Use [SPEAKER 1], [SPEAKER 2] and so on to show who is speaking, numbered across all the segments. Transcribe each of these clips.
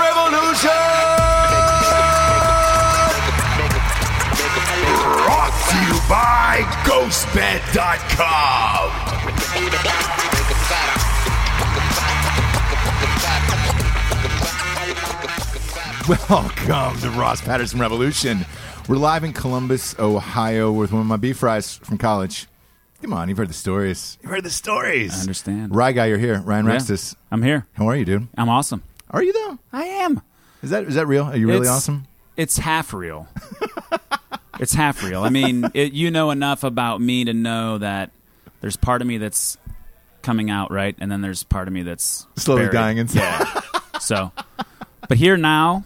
[SPEAKER 1] Revolution! Brought to you by GhostBed.com! Welcome to Ross Patterson Revolution. We're live in Columbus, Ohio, with one of my beef fries from college. Come on, you've heard the stories. You've heard the stories.
[SPEAKER 2] I understand.
[SPEAKER 1] Rye guy, you're here. Ryan
[SPEAKER 2] Yeah.
[SPEAKER 1] Rastis.
[SPEAKER 2] I'm here.
[SPEAKER 1] How are you, dude?
[SPEAKER 2] I'm awesome.
[SPEAKER 1] Are you though?
[SPEAKER 2] I am.
[SPEAKER 1] Is that is that real? Are you really
[SPEAKER 2] It's-
[SPEAKER 1] awesome?
[SPEAKER 2] It's half real. it's half real. I mean, it, you know enough about me to know that there's part of me that's coming out right, and then there's part of me that's
[SPEAKER 1] Slowly
[SPEAKER 2] buried.
[SPEAKER 1] dying inside.
[SPEAKER 2] So, but here now,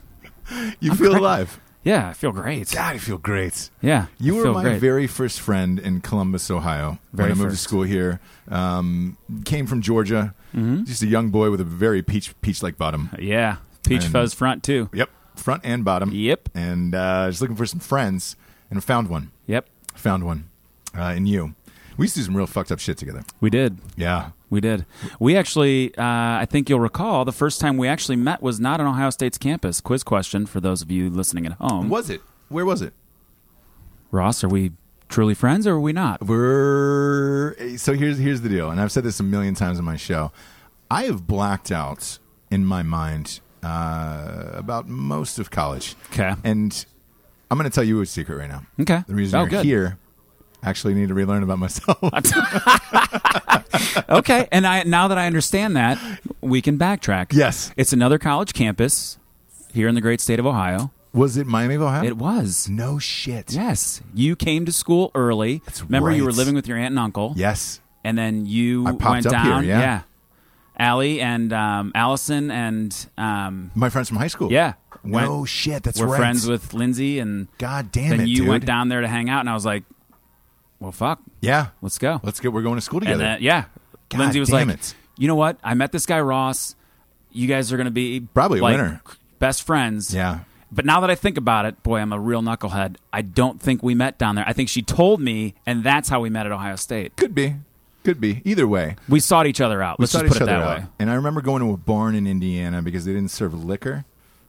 [SPEAKER 1] you feel alive.
[SPEAKER 2] yeah, I feel great.
[SPEAKER 1] God, you feel great.
[SPEAKER 2] Yeah,
[SPEAKER 1] You
[SPEAKER 2] I
[SPEAKER 1] were
[SPEAKER 2] feel
[SPEAKER 1] my
[SPEAKER 2] great.
[SPEAKER 1] very first friend in Columbus, Ohio.
[SPEAKER 2] Very
[SPEAKER 1] when I moved
[SPEAKER 2] first.
[SPEAKER 1] to school here, um, came from Georgia.
[SPEAKER 2] Mm-hmm.
[SPEAKER 1] Just a young boy with a very peach peach like bottom.
[SPEAKER 2] yeah peach
[SPEAKER 1] And-
[SPEAKER 2] fuzz front too.
[SPEAKER 1] Yep, front and bottom.
[SPEAKER 2] Yep.
[SPEAKER 1] And uh, just looking for some friends, and found one.
[SPEAKER 2] Yep,
[SPEAKER 1] Found one, uh, in you. We used to do some real fucked up shit together.
[SPEAKER 2] we did.
[SPEAKER 1] Yeah.
[SPEAKER 2] We did. We actually, uh, I think you'll recall, the first time we actually met was not on Ohio State's campus. Quiz question for those of you listening at home.
[SPEAKER 1] Was it? Where was it?
[SPEAKER 2] Ross, are we truly friends or are we not?
[SPEAKER 1] We're so here's here's the deal, and I've said this a million times on my show. I have blacked out in my mind uh, about most of college.
[SPEAKER 2] 'Kay.
[SPEAKER 1] and I'm going to tell you a secret right now.
[SPEAKER 2] Okay.
[SPEAKER 1] The reason
[SPEAKER 2] Oh,
[SPEAKER 1] you're
[SPEAKER 2] good.
[SPEAKER 1] here, I actually need to relearn about myself.
[SPEAKER 2] okay, and I now that I understand that, we can backtrack.
[SPEAKER 1] Yes.
[SPEAKER 2] It's another college campus here in the great state of Ohio.
[SPEAKER 1] was it Miami of Ohio?
[SPEAKER 2] It was.
[SPEAKER 1] no shit.
[SPEAKER 2] Yes. You came to school early. Remember you
[SPEAKER 1] right.
[SPEAKER 2] were living with your aunt and uncle.
[SPEAKER 1] Yes.
[SPEAKER 2] And then you
[SPEAKER 1] I popped
[SPEAKER 2] went
[SPEAKER 1] up here,
[SPEAKER 2] down.
[SPEAKER 1] yeah.
[SPEAKER 2] Allie and um, Allison and um,
[SPEAKER 1] My friends from high school.
[SPEAKER 2] yeah. went-
[SPEAKER 1] No shit. That's
[SPEAKER 2] We're
[SPEAKER 1] right.
[SPEAKER 2] friends with Lindsay and
[SPEAKER 1] God damn
[SPEAKER 2] then
[SPEAKER 1] it,
[SPEAKER 2] you
[SPEAKER 1] dude.
[SPEAKER 2] went down there to hang out and I was like, Well fuck.
[SPEAKER 1] Yeah.
[SPEAKER 2] Let's go.
[SPEAKER 1] Let's get. We're going to school together.
[SPEAKER 2] And then, yeah.
[SPEAKER 1] God
[SPEAKER 2] Lindsay was
[SPEAKER 1] damn
[SPEAKER 2] like,
[SPEAKER 1] it.
[SPEAKER 2] you know what? I met this guy, Ross. You guys are going to be
[SPEAKER 1] Probably a
[SPEAKER 2] like,
[SPEAKER 1] winner.
[SPEAKER 2] Best friends.
[SPEAKER 1] Yeah.
[SPEAKER 2] But now that I think about it, boy, I'm a real knucklehead. I don't think we met down there. I think she told me, and that's how we met at Ohio State.
[SPEAKER 1] Could be. Could be. Either way.
[SPEAKER 2] We sought each other out.
[SPEAKER 1] We
[SPEAKER 2] Let's just
[SPEAKER 1] sought
[SPEAKER 2] put
[SPEAKER 1] each
[SPEAKER 2] it that
[SPEAKER 1] other
[SPEAKER 2] way.
[SPEAKER 1] out. And I remember going to a barn in Indiana because they didn't serve liquor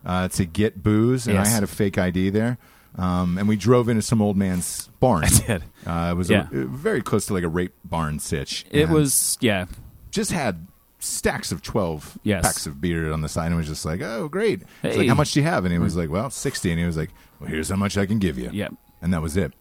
[SPEAKER 1] uh, to get booze, and
[SPEAKER 2] Yes.
[SPEAKER 1] I had a fake ID there. Um, and we drove into some old man's barn. I
[SPEAKER 2] did.
[SPEAKER 1] Uh, it was
[SPEAKER 2] Yeah.
[SPEAKER 1] a, very close to like a rape barn sitch.
[SPEAKER 2] It
[SPEAKER 1] And
[SPEAKER 2] was, yeah.
[SPEAKER 1] just had stacks of twelve
[SPEAKER 2] Yes.
[SPEAKER 1] packs of beer on the side, and was just like, "Oh, great!" It's like,
[SPEAKER 2] Hey. Mm.
[SPEAKER 1] "How much do you have?" And he was like, "Well, 60. And he was like, "Well, here's how much I can give you."
[SPEAKER 2] Yeah.
[SPEAKER 1] And that was it.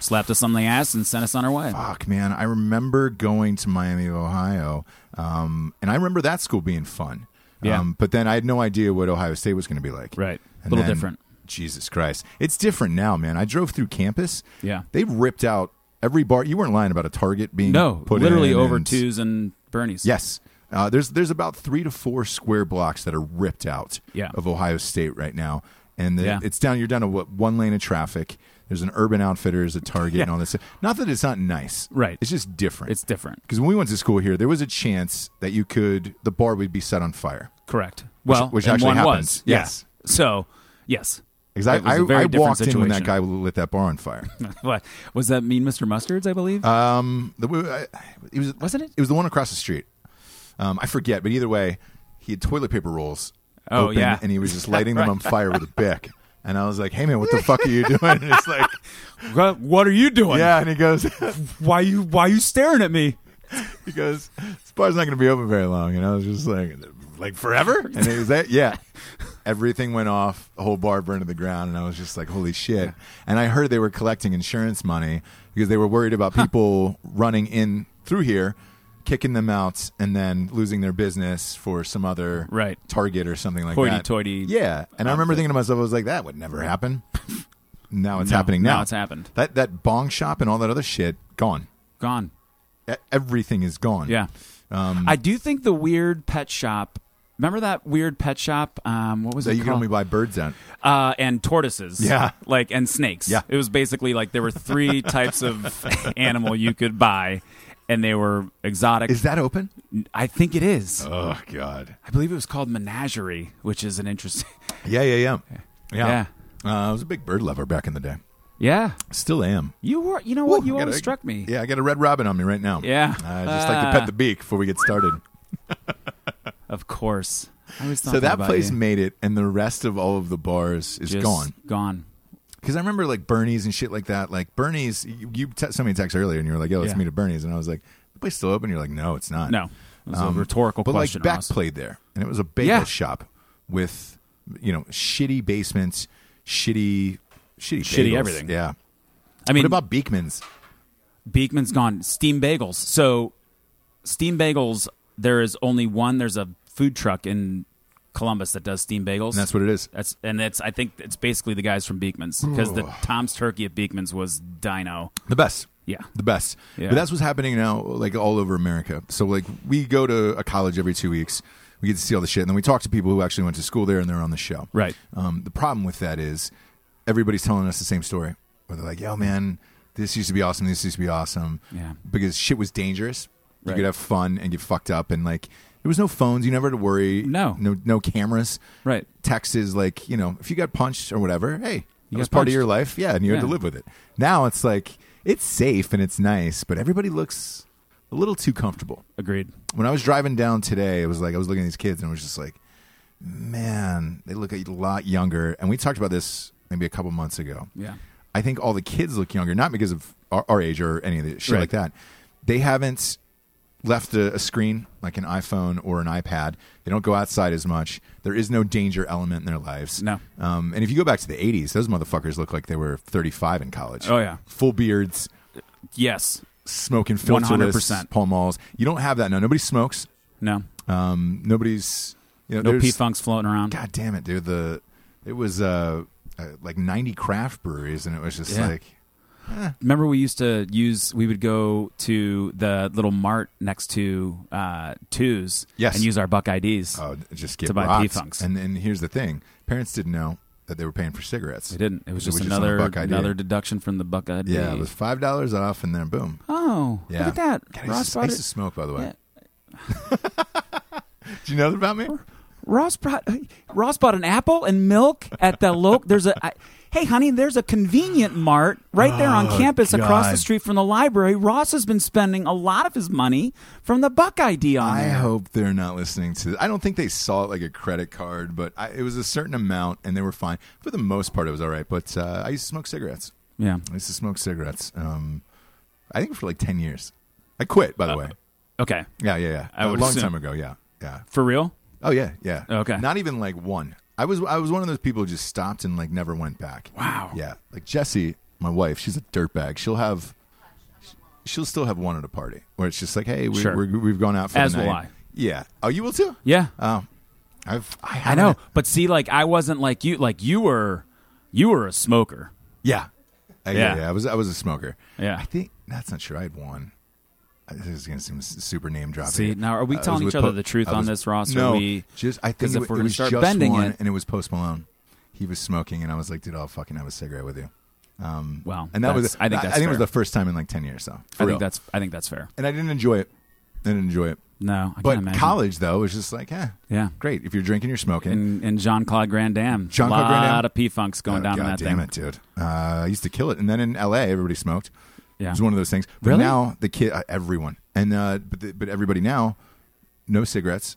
[SPEAKER 2] Slapped us on the ass and sent us on our way.
[SPEAKER 1] Fuck, man. I remember going to Miami, Ohio, um, and I remember that school being fun.
[SPEAKER 2] Yeah.
[SPEAKER 1] Um, but then I had no idea what Ohio State was going to be like.
[SPEAKER 2] Right.
[SPEAKER 1] And
[SPEAKER 2] Little
[SPEAKER 1] then-
[SPEAKER 2] different.
[SPEAKER 1] Jesus Christ. It's different now, man. I drove through campus.
[SPEAKER 2] Yeah.
[SPEAKER 1] They ripped out every bar. You weren't lying about a Target being
[SPEAKER 2] No,
[SPEAKER 1] put
[SPEAKER 2] literally
[SPEAKER 1] in
[SPEAKER 2] over
[SPEAKER 1] and-
[SPEAKER 2] twos and Bernie's.
[SPEAKER 1] Yes. Uh, there's there's about three to four square blocks that are ripped out
[SPEAKER 2] Yeah.
[SPEAKER 1] of Ohio State right now, and the,
[SPEAKER 2] Yeah.
[SPEAKER 1] it's down. You're down to what one lane of traffic. There's an Urban Outfitters, a Target, and all this. Not that it's not nice,
[SPEAKER 2] Right.
[SPEAKER 1] It's just different.
[SPEAKER 2] It's different.
[SPEAKER 1] because when we went to school here, there was a chance that you could the bar would be set on fire.
[SPEAKER 2] Correct. Well,
[SPEAKER 1] which
[SPEAKER 2] and
[SPEAKER 1] actually
[SPEAKER 2] one
[SPEAKER 1] happens.
[SPEAKER 2] was. Yeah.
[SPEAKER 1] Yes.
[SPEAKER 2] So, yes.
[SPEAKER 1] Because I,
[SPEAKER 2] It was
[SPEAKER 1] I,
[SPEAKER 2] a very
[SPEAKER 1] I
[SPEAKER 2] different
[SPEAKER 1] walked in when that
[SPEAKER 2] situation.
[SPEAKER 1] guy lit that bar on fire.
[SPEAKER 2] what was that? Mean Mr. Mustard's, I believe.
[SPEAKER 1] Um, the, I, it was
[SPEAKER 2] Wasn't it?
[SPEAKER 1] It was the one across the street. Um, I forget, but either way, he had toilet paper rolls.
[SPEAKER 2] Oh,
[SPEAKER 1] open,
[SPEAKER 2] yeah.
[SPEAKER 1] and he was just lighting them on fire with a bick. And I was like, "Hey man, what the fuck are you doing?" And it's like,
[SPEAKER 2] what, what are you doing?
[SPEAKER 1] "Yeah," and he goes,
[SPEAKER 2] Why you? Why you staring at me?
[SPEAKER 1] "He goes, this bar's not going to be open very long." And I was just like, "Like forever?" And he was like, "Yeah." Everything went off. The whole bar burned to the ground, and I was just like, "Holy shit!" And I heard they were collecting insurance money because they were worried about people running in through here, kicking them out, and then losing their business for some other
[SPEAKER 2] Right.
[SPEAKER 1] target or something like that.
[SPEAKER 2] Hoity-toity.
[SPEAKER 1] Yeah, and I remember thinking to myself, I was like, "That would never happen." now it's
[SPEAKER 2] No,
[SPEAKER 1] happening. Now.
[SPEAKER 2] now it's happened.
[SPEAKER 1] That that bong shop and all that other shit gone.
[SPEAKER 2] Gone.
[SPEAKER 1] E- Everything is gone.
[SPEAKER 2] Yeah.
[SPEAKER 1] Um,
[SPEAKER 2] I do think the weird pet shop. Remember that weird pet shop? Um, what was
[SPEAKER 1] So
[SPEAKER 2] it
[SPEAKER 1] you can
[SPEAKER 2] called?
[SPEAKER 1] only buy birds out.
[SPEAKER 2] uh, and tortoises.
[SPEAKER 1] Yeah.
[SPEAKER 2] Like and snakes.
[SPEAKER 1] Yeah.
[SPEAKER 2] It was basically like there were three types of animal you could buy, and they were exotic.
[SPEAKER 1] Is that open?
[SPEAKER 2] I think it is.
[SPEAKER 1] Oh God.
[SPEAKER 2] I believe it was called menagerie, which is an interesting.
[SPEAKER 1] Yeah, yeah, yeah. Uh, I was a big bird lover back in the day.
[SPEAKER 2] Yeah.
[SPEAKER 1] Still am.
[SPEAKER 2] You were. You know what?
[SPEAKER 1] Ooh,
[SPEAKER 2] you
[SPEAKER 1] I got
[SPEAKER 2] always
[SPEAKER 1] a-
[SPEAKER 2] struck me.
[SPEAKER 1] Yeah, I got a red robin on me right now. Uh,
[SPEAKER 2] Yeah.
[SPEAKER 1] I just like to
[SPEAKER 2] Ah.
[SPEAKER 1] pet the beak before we get started.
[SPEAKER 2] Of course. I always thought
[SPEAKER 1] So that
[SPEAKER 2] about
[SPEAKER 1] place
[SPEAKER 2] you.
[SPEAKER 1] made it, and the rest of all of the bars is
[SPEAKER 2] Just
[SPEAKER 1] gone.
[SPEAKER 2] Gone.
[SPEAKER 1] Because I remember like Bernie's and shit like that. Like Bernie's, you, you te- somebody text earlier, and you were like, "Yo, let's
[SPEAKER 2] Yeah.
[SPEAKER 1] meet at Bernie's," and I was like, "The place still open?" You're like, "No, it's not."
[SPEAKER 2] No. It was a rhetorical
[SPEAKER 1] Uh, um, but
[SPEAKER 2] question.
[SPEAKER 1] like back
[SPEAKER 2] Ross.
[SPEAKER 1] played there, and it was a bagel
[SPEAKER 2] Yeah.
[SPEAKER 1] shop with you know shitty basements, shitty, shitty,
[SPEAKER 2] Shitty
[SPEAKER 1] bagels.
[SPEAKER 2] everything.
[SPEAKER 1] Yeah.
[SPEAKER 2] I mean,
[SPEAKER 1] what about Beekman's?
[SPEAKER 2] Beekman's gone. Steam bagels. So, steam bagels. There is only one. There's a food truck in Columbus that does steam bagels.
[SPEAKER 1] And that's what it is.
[SPEAKER 2] That's and that's. I think it's basically the guys from Beekman's because the Tom's Turkey at Beekman's was Dino.
[SPEAKER 1] The best.
[SPEAKER 2] Yeah.
[SPEAKER 1] The best.
[SPEAKER 2] Yeah.
[SPEAKER 1] But that's what's happening now, like all over America. So, like, we go to a college every two weeks. We get to see all the shit. And then we talk to people who actually went to school there and they're on the show.
[SPEAKER 2] Right.
[SPEAKER 1] Um, the problem with that is everybody's telling us the same story where they're like, yo, man, this used to be awesome. This used to be awesome.
[SPEAKER 2] Yeah.
[SPEAKER 1] Because shit was dangerous. You
[SPEAKER 2] Right.
[SPEAKER 1] could have fun and get fucked up. And, like, there was no phones. You never had to worry.
[SPEAKER 2] No.
[SPEAKER 1] No, no cameras.
[SPEAKER 2] Right.
[SPEAKER 1] Texts is like, you know, if you got punched or whatever, hey, it
[SPEAKER 2] You
[SPEAKER 1] was
[SPEAKER 2] got
[SPEAKER 1] part of
[SPEAKER 2] punched.
[SPEAKER 1] your life. Yeah. And you had to
[SPEAKER 2] Yeah.
[SPEAKER 1] live with it. Now it's like it's safe and it's nice, but everybody looks a little too comfortable.
[SPEAKER 2] Agreed.
[SPEAKER 1] When I was driving down today, it was like I was looking at these kids and I was just like, man, they look a lot younger. And we talked about this maybe a couple months ago.
[SPEAKER 2] Yeah.
[SPEAKER 1] I think all the kids look younger, not because of our, our age or any of the shit
[SPEAKER 2] Right.
[SPEAKER 1] like that. They haven't left a, a screen like an iPhone or an iPad. They don't go outside as much. There is no danger element in their lives.
[SPEAKER 2] No.
[SPEAKER 1] Um, and if you go back to the 80s, those motherfuckers look like they were 35 in college.
[SPEAKER 2] Oh, yeah.
[SPEAKER 1] Full beards,
[SPEAKER 2] Yes.
[SPEAKER 1] smoking filterless
[SPEAKER 2] 100%.
[SPEAKER 1] Pall Malls. You don't have that now. Nobody smokes.
[SPEAKER 2] No.
[SPEAKER 1] Um, nobody's. You know,
[SPEAKER 2] No
[SPEAKER 1] there's-
[SPEAKER 2] P funks floating around.
[SPEAKER 1] God damn it, dude! The it was uh, uh like ninety craft breweries, and it was just
[SPEAKER 2] Yeah.
[SPEAKER 1] like
[SPEAKER 2] Remember, we used to use. We would go to the little mart next to uh, Twos.
[SPEAKER 1] Yes.
[SPEAKER 2] And use our Buck IDs.
[SPEAKER 1] oh, just get
[SPEAKER 2] To buy
[SPEAKER 1] rocked.
[SPEAKER 2] P-Funks.
[SPEAKER 1] And and here's the thing: parents didn't know that they were paying for cigarettes.
[SPEAKER 2] they didn't. It was
[SPEAKER 1] It
[SPEAKER 2] just
[SPEAKER 1] was just on
[SPEAKER 2] another
[SPEAKER 1] the Buck ID.
[SPEAKER 2] another deduction from the Buck ID.
[SPEAKER 1] Yeah, it was five dollars off, and then boom.
[SPEAKER 2] oh,
[SPEAKER 1] Yeah,
[SPEAKER 2] look at that.
[SPEAKER 1] God, I used
[SPEAKER 2] Ross
[SPEAKER 1] to- I
[SPEAKER 2] brought
[SPEAKER 1] used to
[SPEAKER 2] it.
[SPEAKER 1] smoke, by the way.
[SPEAKER 2] Yeah.
[SPEAKER 1] Do you know that about me?
[SPEAKER 2] Ross brought Ross bought an apple and milk at the local. There's a I, hey, honey. There's a convenient mart right there on
[SPEAKER 1] Oh,
[SPEAKER 2] campus, across the
[SPEAKER 1] God.
[SPEAKER 2] street from the library. Ross has been spending a lot of his money from the Buck ID on
[SPEAKER 1] I
[SPEAKER 2] there.
[SPEAKER 1] hope they're not listening to. I don't think they saw it like a credit card, but I, it was a certain amount, and they were fine for the most part. It was all right, but uh, I used to smoke cigarettes.
[SPEAKER 2] Yeah,
[SPEAKER 1] I used to smoke cigarettes. Um, I think for like ten years. I quit, by the way.
[SPEAKER 2] okay,
[SPEAKER 1] Yeah, yeah, yeah.
[SPEAKER 2] Uh, I
[SPEAKER 1] A
[SPEAKER 2] would
[SPEAKER 1] long
[SPEAKER 2] assume-
[SPEAKER 1] time ago. Yeah, yeah.
[SPEAKER 2] for real.
[SPEAKER 1] Oh yeah, yeah.
[SPEAKER 2] Okay.
[SPEAKER 1] Not even like one. I was I was one of those people who just stopped and like never went back.
[SPEAKER 2] Wow.
[SPEAKER 1] Yeah. Like Jesse, my wife, she's a dirtbag. She'll have, she'll still have one at a party where it's just like, hey, we,
[SPEAKER 2] Sure.
[SPEAKER 1] we're, we've gone out for
[SPEAKER 2] As
[SPEAKER 1] the
[SPEAKER 2] will
[SPEAKER 1] night.
[SPEAKER 2] I.
[SPEAKER 1] Yeah. Oh, you will too.
[SPEAKER 2] Yeah,
[SPEAKER 1] Oh, I've I,
[SPEAKER 2] I
[SPEAKER 1] haven't-
[SPEAKER 2] know. But see, like I wasn't like you. Like you were, you were a smoker.
[SPEAKER 1] Yeah. I, yeah.
[SPEAKER 2] Yeah.
[SPEAKER 1] yeah, I was I was a smoker.
[SPEAKER 2] Yeah.
[SPEAKER 1] I think that's not true. I had one. I- This is going to seem s- super name dropping.
[SPEAKER 2] See, now are we
[SPEAKER 1] I was
[SPEAKER 2] telling
[SPEAKER 1] with
[SPEAKER 2] each other
[SPEAKER 1] Po-
[SPEAKER 2] the truth
[SPEAKER 1] I
[SPEAKER 2] on
[SPEAKER 1] was-
[SPEAKER 2] this, Ross? Or
[SPEAKER 1] No,
[SPEAKER 2] we-
[SPEAKER 1] just I
[SPEAKER 2] 'cause
[SPEAKER 1] think it,
[SPEAKER 2] if
[SPEAKER 1] wa-
[SPEAKER 2] we're
[SPEAKER 1] it
[SPEAKER 2] gonna
[SPEAKER 1] was
[SPEAKER 2] start
[SPEAKER 1] just
[SPEAKER 2] bending
[SPEAKER 1] one,
[SPEAKER 2] it-
[SPEAKER 1] and it was Post Malone. He was smoking, and I was like, "Dude, I'll fucking have a cigarette with you." Um,
[SPEAKER 2] Wow,
[SPEAKER 1] and that was
[SPEAKER 2] that's- I think
[SPEAKER 1] I
[SPEAKER 2] that's
[SPEAKER 1] think it was
[SPEAKER 2] fair.
[SPEAKER 1] the first time in like ten years, though. For
[SPEAKER 2] I
[SPEAKER 1] real.
[SPEAKER 2] think that's. I think that's fair.
[SPEAKER 1] and I didn't enjoy it. I didn't enjoy it.
[SPEAKER 2] No, I
[SPEAKER 1] But
[SPEAKER 2] can't imagine.
[SPEAKER 1] college though was just like, eh,
[SPEAKER 2] Yeah.
[SPEAKER 1] great. If you're drinking, you're smoking.
[SPEAKER 2] And, and Jean Claude Van Damme.
[SPEAKER 1] Jean-Claude
[SPEAKER 2] lot
[SPEAKER 1] Van Damme.
[SPEAKER 2] of P funks
[SPEAKER 1] Oh,
[SPEAKER 2] going down
[SPEAKER 1] God
[SPEAKER 2] in that
[SPEAKER 1] damn
[SPEAKER 2] thing.
[SPEAKER 1] it, dude. Uh, I used to kill it, and then in L.A., everybody smoked.
[SPEAKER 2] Yeah.
[SPEAKER 1] It was one of those things. But
[SPEAKER 2] Really?
[SPEAKER 1] now the kid, uh, everyone, and uh, but the, but everybody now, no cigarettes,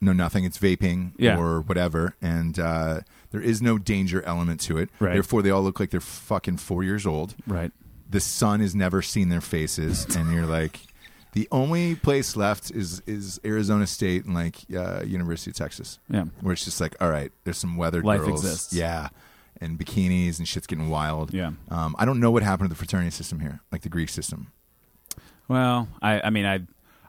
[SPEAKER 1] no nothing. It's vaping
[SPEAKER 2] Yeah.
[SPEAKER 1] or whatever, and uh, there is no danger element to it.
[SPEAKER 2] Right.
[SPEAKER 1] Therefore, they all look like they're fucking four years old.
[SPEAKER 2] Right.
[SPEAKER 1] The sun has never seen their faces, and you're like. The only place left is is Arizona State and like uh, University of Texas
[SPEAKER 2] Yeah.
[SPEAKER 1] where it's just like, all right, there's some weathered
[SPEAKER 2] Life
[SPEAKER 1] girls,
[SPEAKER 2] exists.
[SPEAKER 1] yeah, and bikinis and shit's getting wild.
[SPEAKER 2] Yeah.
[SPEAKER 1] um, I don't know what happened to the fraternity system here, like the Greek system.
[SPEAKER 2] Well, I, I mean, I,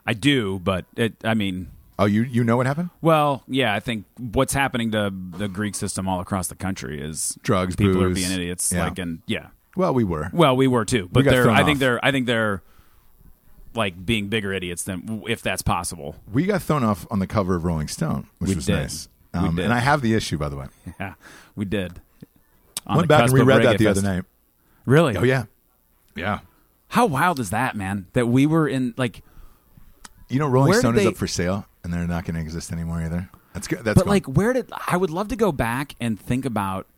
[SPEAKER 2] I do, but it, I mean,
[SPEAKER 1] Oh, you you know what happened?
[SPEAKER 2] well, yeah, I think what's happening to the Greek system all across the country is
[SPEAKER 1] Drugs,
[SPEAKER 2] People are
[SPEAKER 1] booze.
[SPEAKER 2] being idiots.
[SPEAKER 1] Yeah.
[SPEAKER 2] Like, and yeah,
[SPEAKER 1] Well, we were.
[SPEAKER 2] well, we were too, but
[SPEAKER 1] got
[SPEAKER 2] they're.
[SPEAKER 1] thrown
[SPEAKER 2] I think
[SPEAKER 1] off.
[SPEAKER 2] they're. I think they're like being bigger idiots than if that's possible.
[SPEAKER 1] We got thrown off on the cover of Rolling Stone, which
[SPEAKER 2] We
[SPEAKER 1] was
[SPEAKER 2] did.
[SPEAKER 1] nice.
[SPEAKER 2] We
[SPEAKER 1] Um,
[SPEAKER 2] did.
[SPEAKER 1] And I have the issue, by the way.
[SPEAKER 2] Yeah, we did. On
[SPEAKER 1] Went
[SPEAKER 2] the
[SPEAKER 1] back and
[SPEAKER 2] cusp of
[SPEAKER 1] reread
[SPEAKER 2] Reggae
[SPEAKER 1] that the
[SPEAKER 2] Fest.
[SPEAKER 1] other night.
[SPEAKER 2] Really?
[SPEAKER 1] Oh yeah, yeah.
[SPEAKER 2] How wild is that, man? That we were in like
[SPEAKER 1] You know, Rolling
[SPEAKER 2] Where did
[SPEAKER 1] Stone is
[SPEAKER 2] they-
[SPEAKER 1] up for sale, and they're not going to exist anymore either. That's good. That's
[SPEAKER 2] but
[SPEAKER 1] gone.
[SPEAKER 2] like where did i would love to go back and think about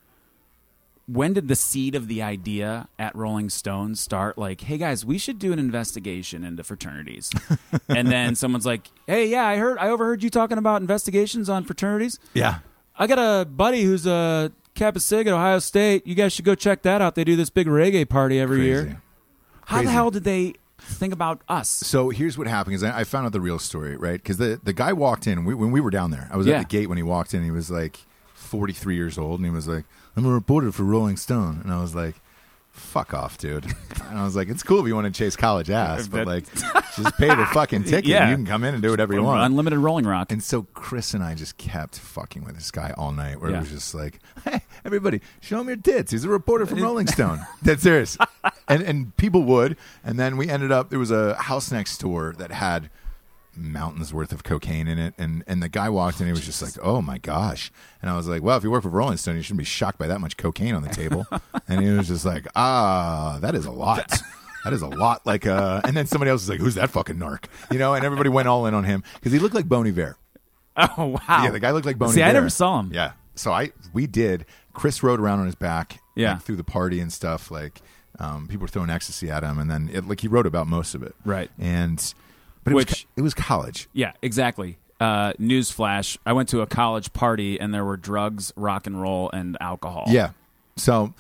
[SPEAKER 2] when did the seed of the idea at rolling stone start like hey guys we should do an investigation into fraternities and then someone's like hey yeah i heard i overheard you talking about investigations on fraternities
[SPEAKER 1] yeah,
[SPEAKER 2] i got a buddy who's a Kappa Sig at Ohio State. You guys should go check that out. They do this big reggae party every
[SPEAKER 1] crazy.
[SPEAKER 2] year. How
[SPEAKER 1] Crazy.
[SPEAKER 2] the hell did they think about us?
[SPEAKER 1] So here's what happened is I I found out the real story, right? Because the, the guy walked in we, when we were down there. I was
[SPEAKER 2] Yeah.
[SPEAKER 1] at the gate when he walked in. He was like 43 years old, and he was like, "I'm a reporter for Rolling Stone," and I was like, "Fuck off, dude!" and I was like, "It's cool if you want to chase college ass, but
[SPEAKER 2] That-
[SPEAKER 1] like, just pay the fucking ticket.
[SPEAKER 2] Yeah.
[SPEAKER 1] and You can come in and do whatever you want."
[SPEAKER 2] Unlimited Rolling Rock.
[SPEAKER 1] And so Chris and I just kept fucking with this guy all night, where
[SPEAKER 2] Yeah.
[SPEAKER 1] it was just like, "Hey, everybody, show him your tits." He's a reporter from Rolling Stone. That's serious. And and people would. And then we ended up. There was a house next door that had mountains worth of cocaine in it, and and the guy walked in. He was just like, "Oh my gosh!" And I was like, "Well, if you work for Rolling Stone, you shouldn't be shocked by that much cocaine on the table." and he was just like, "Ah, that is a lot." That is a lot like uh and then somebody else was like, Who's that fucking narc? You know, and everybody went all in on him. Because he looked like Boney Bear.
[SPEAKER 2] oh wow!
[SPEAKER 1] Yeah, the guy looked like Boney.
[SPEAKER 2] See, I
[SPEAKER 1] Bear.
[SPEAKER 2] never saw him.
[SPEAKER 1] Yeah, so I we did. Chris rode around on his back.
[SPEAKER 2] Yeah.
[SPEAKER 1] like, through the party and stuff. Like um, people were throwing ecstasy at him, and then it, like he wrote about most of it.
[SPEAKER 2] Right.
[SPEAKER 1] And But it was
[SPEAKER 2] Which-
[SPEAKER 1] co- it was college.
[SPEAKER 2] Yeah, exactly. Uh, newsflash: I went to a college party and there were drugs, rock and roll, and alcohol.
[SPEAKER 1] Yeah. So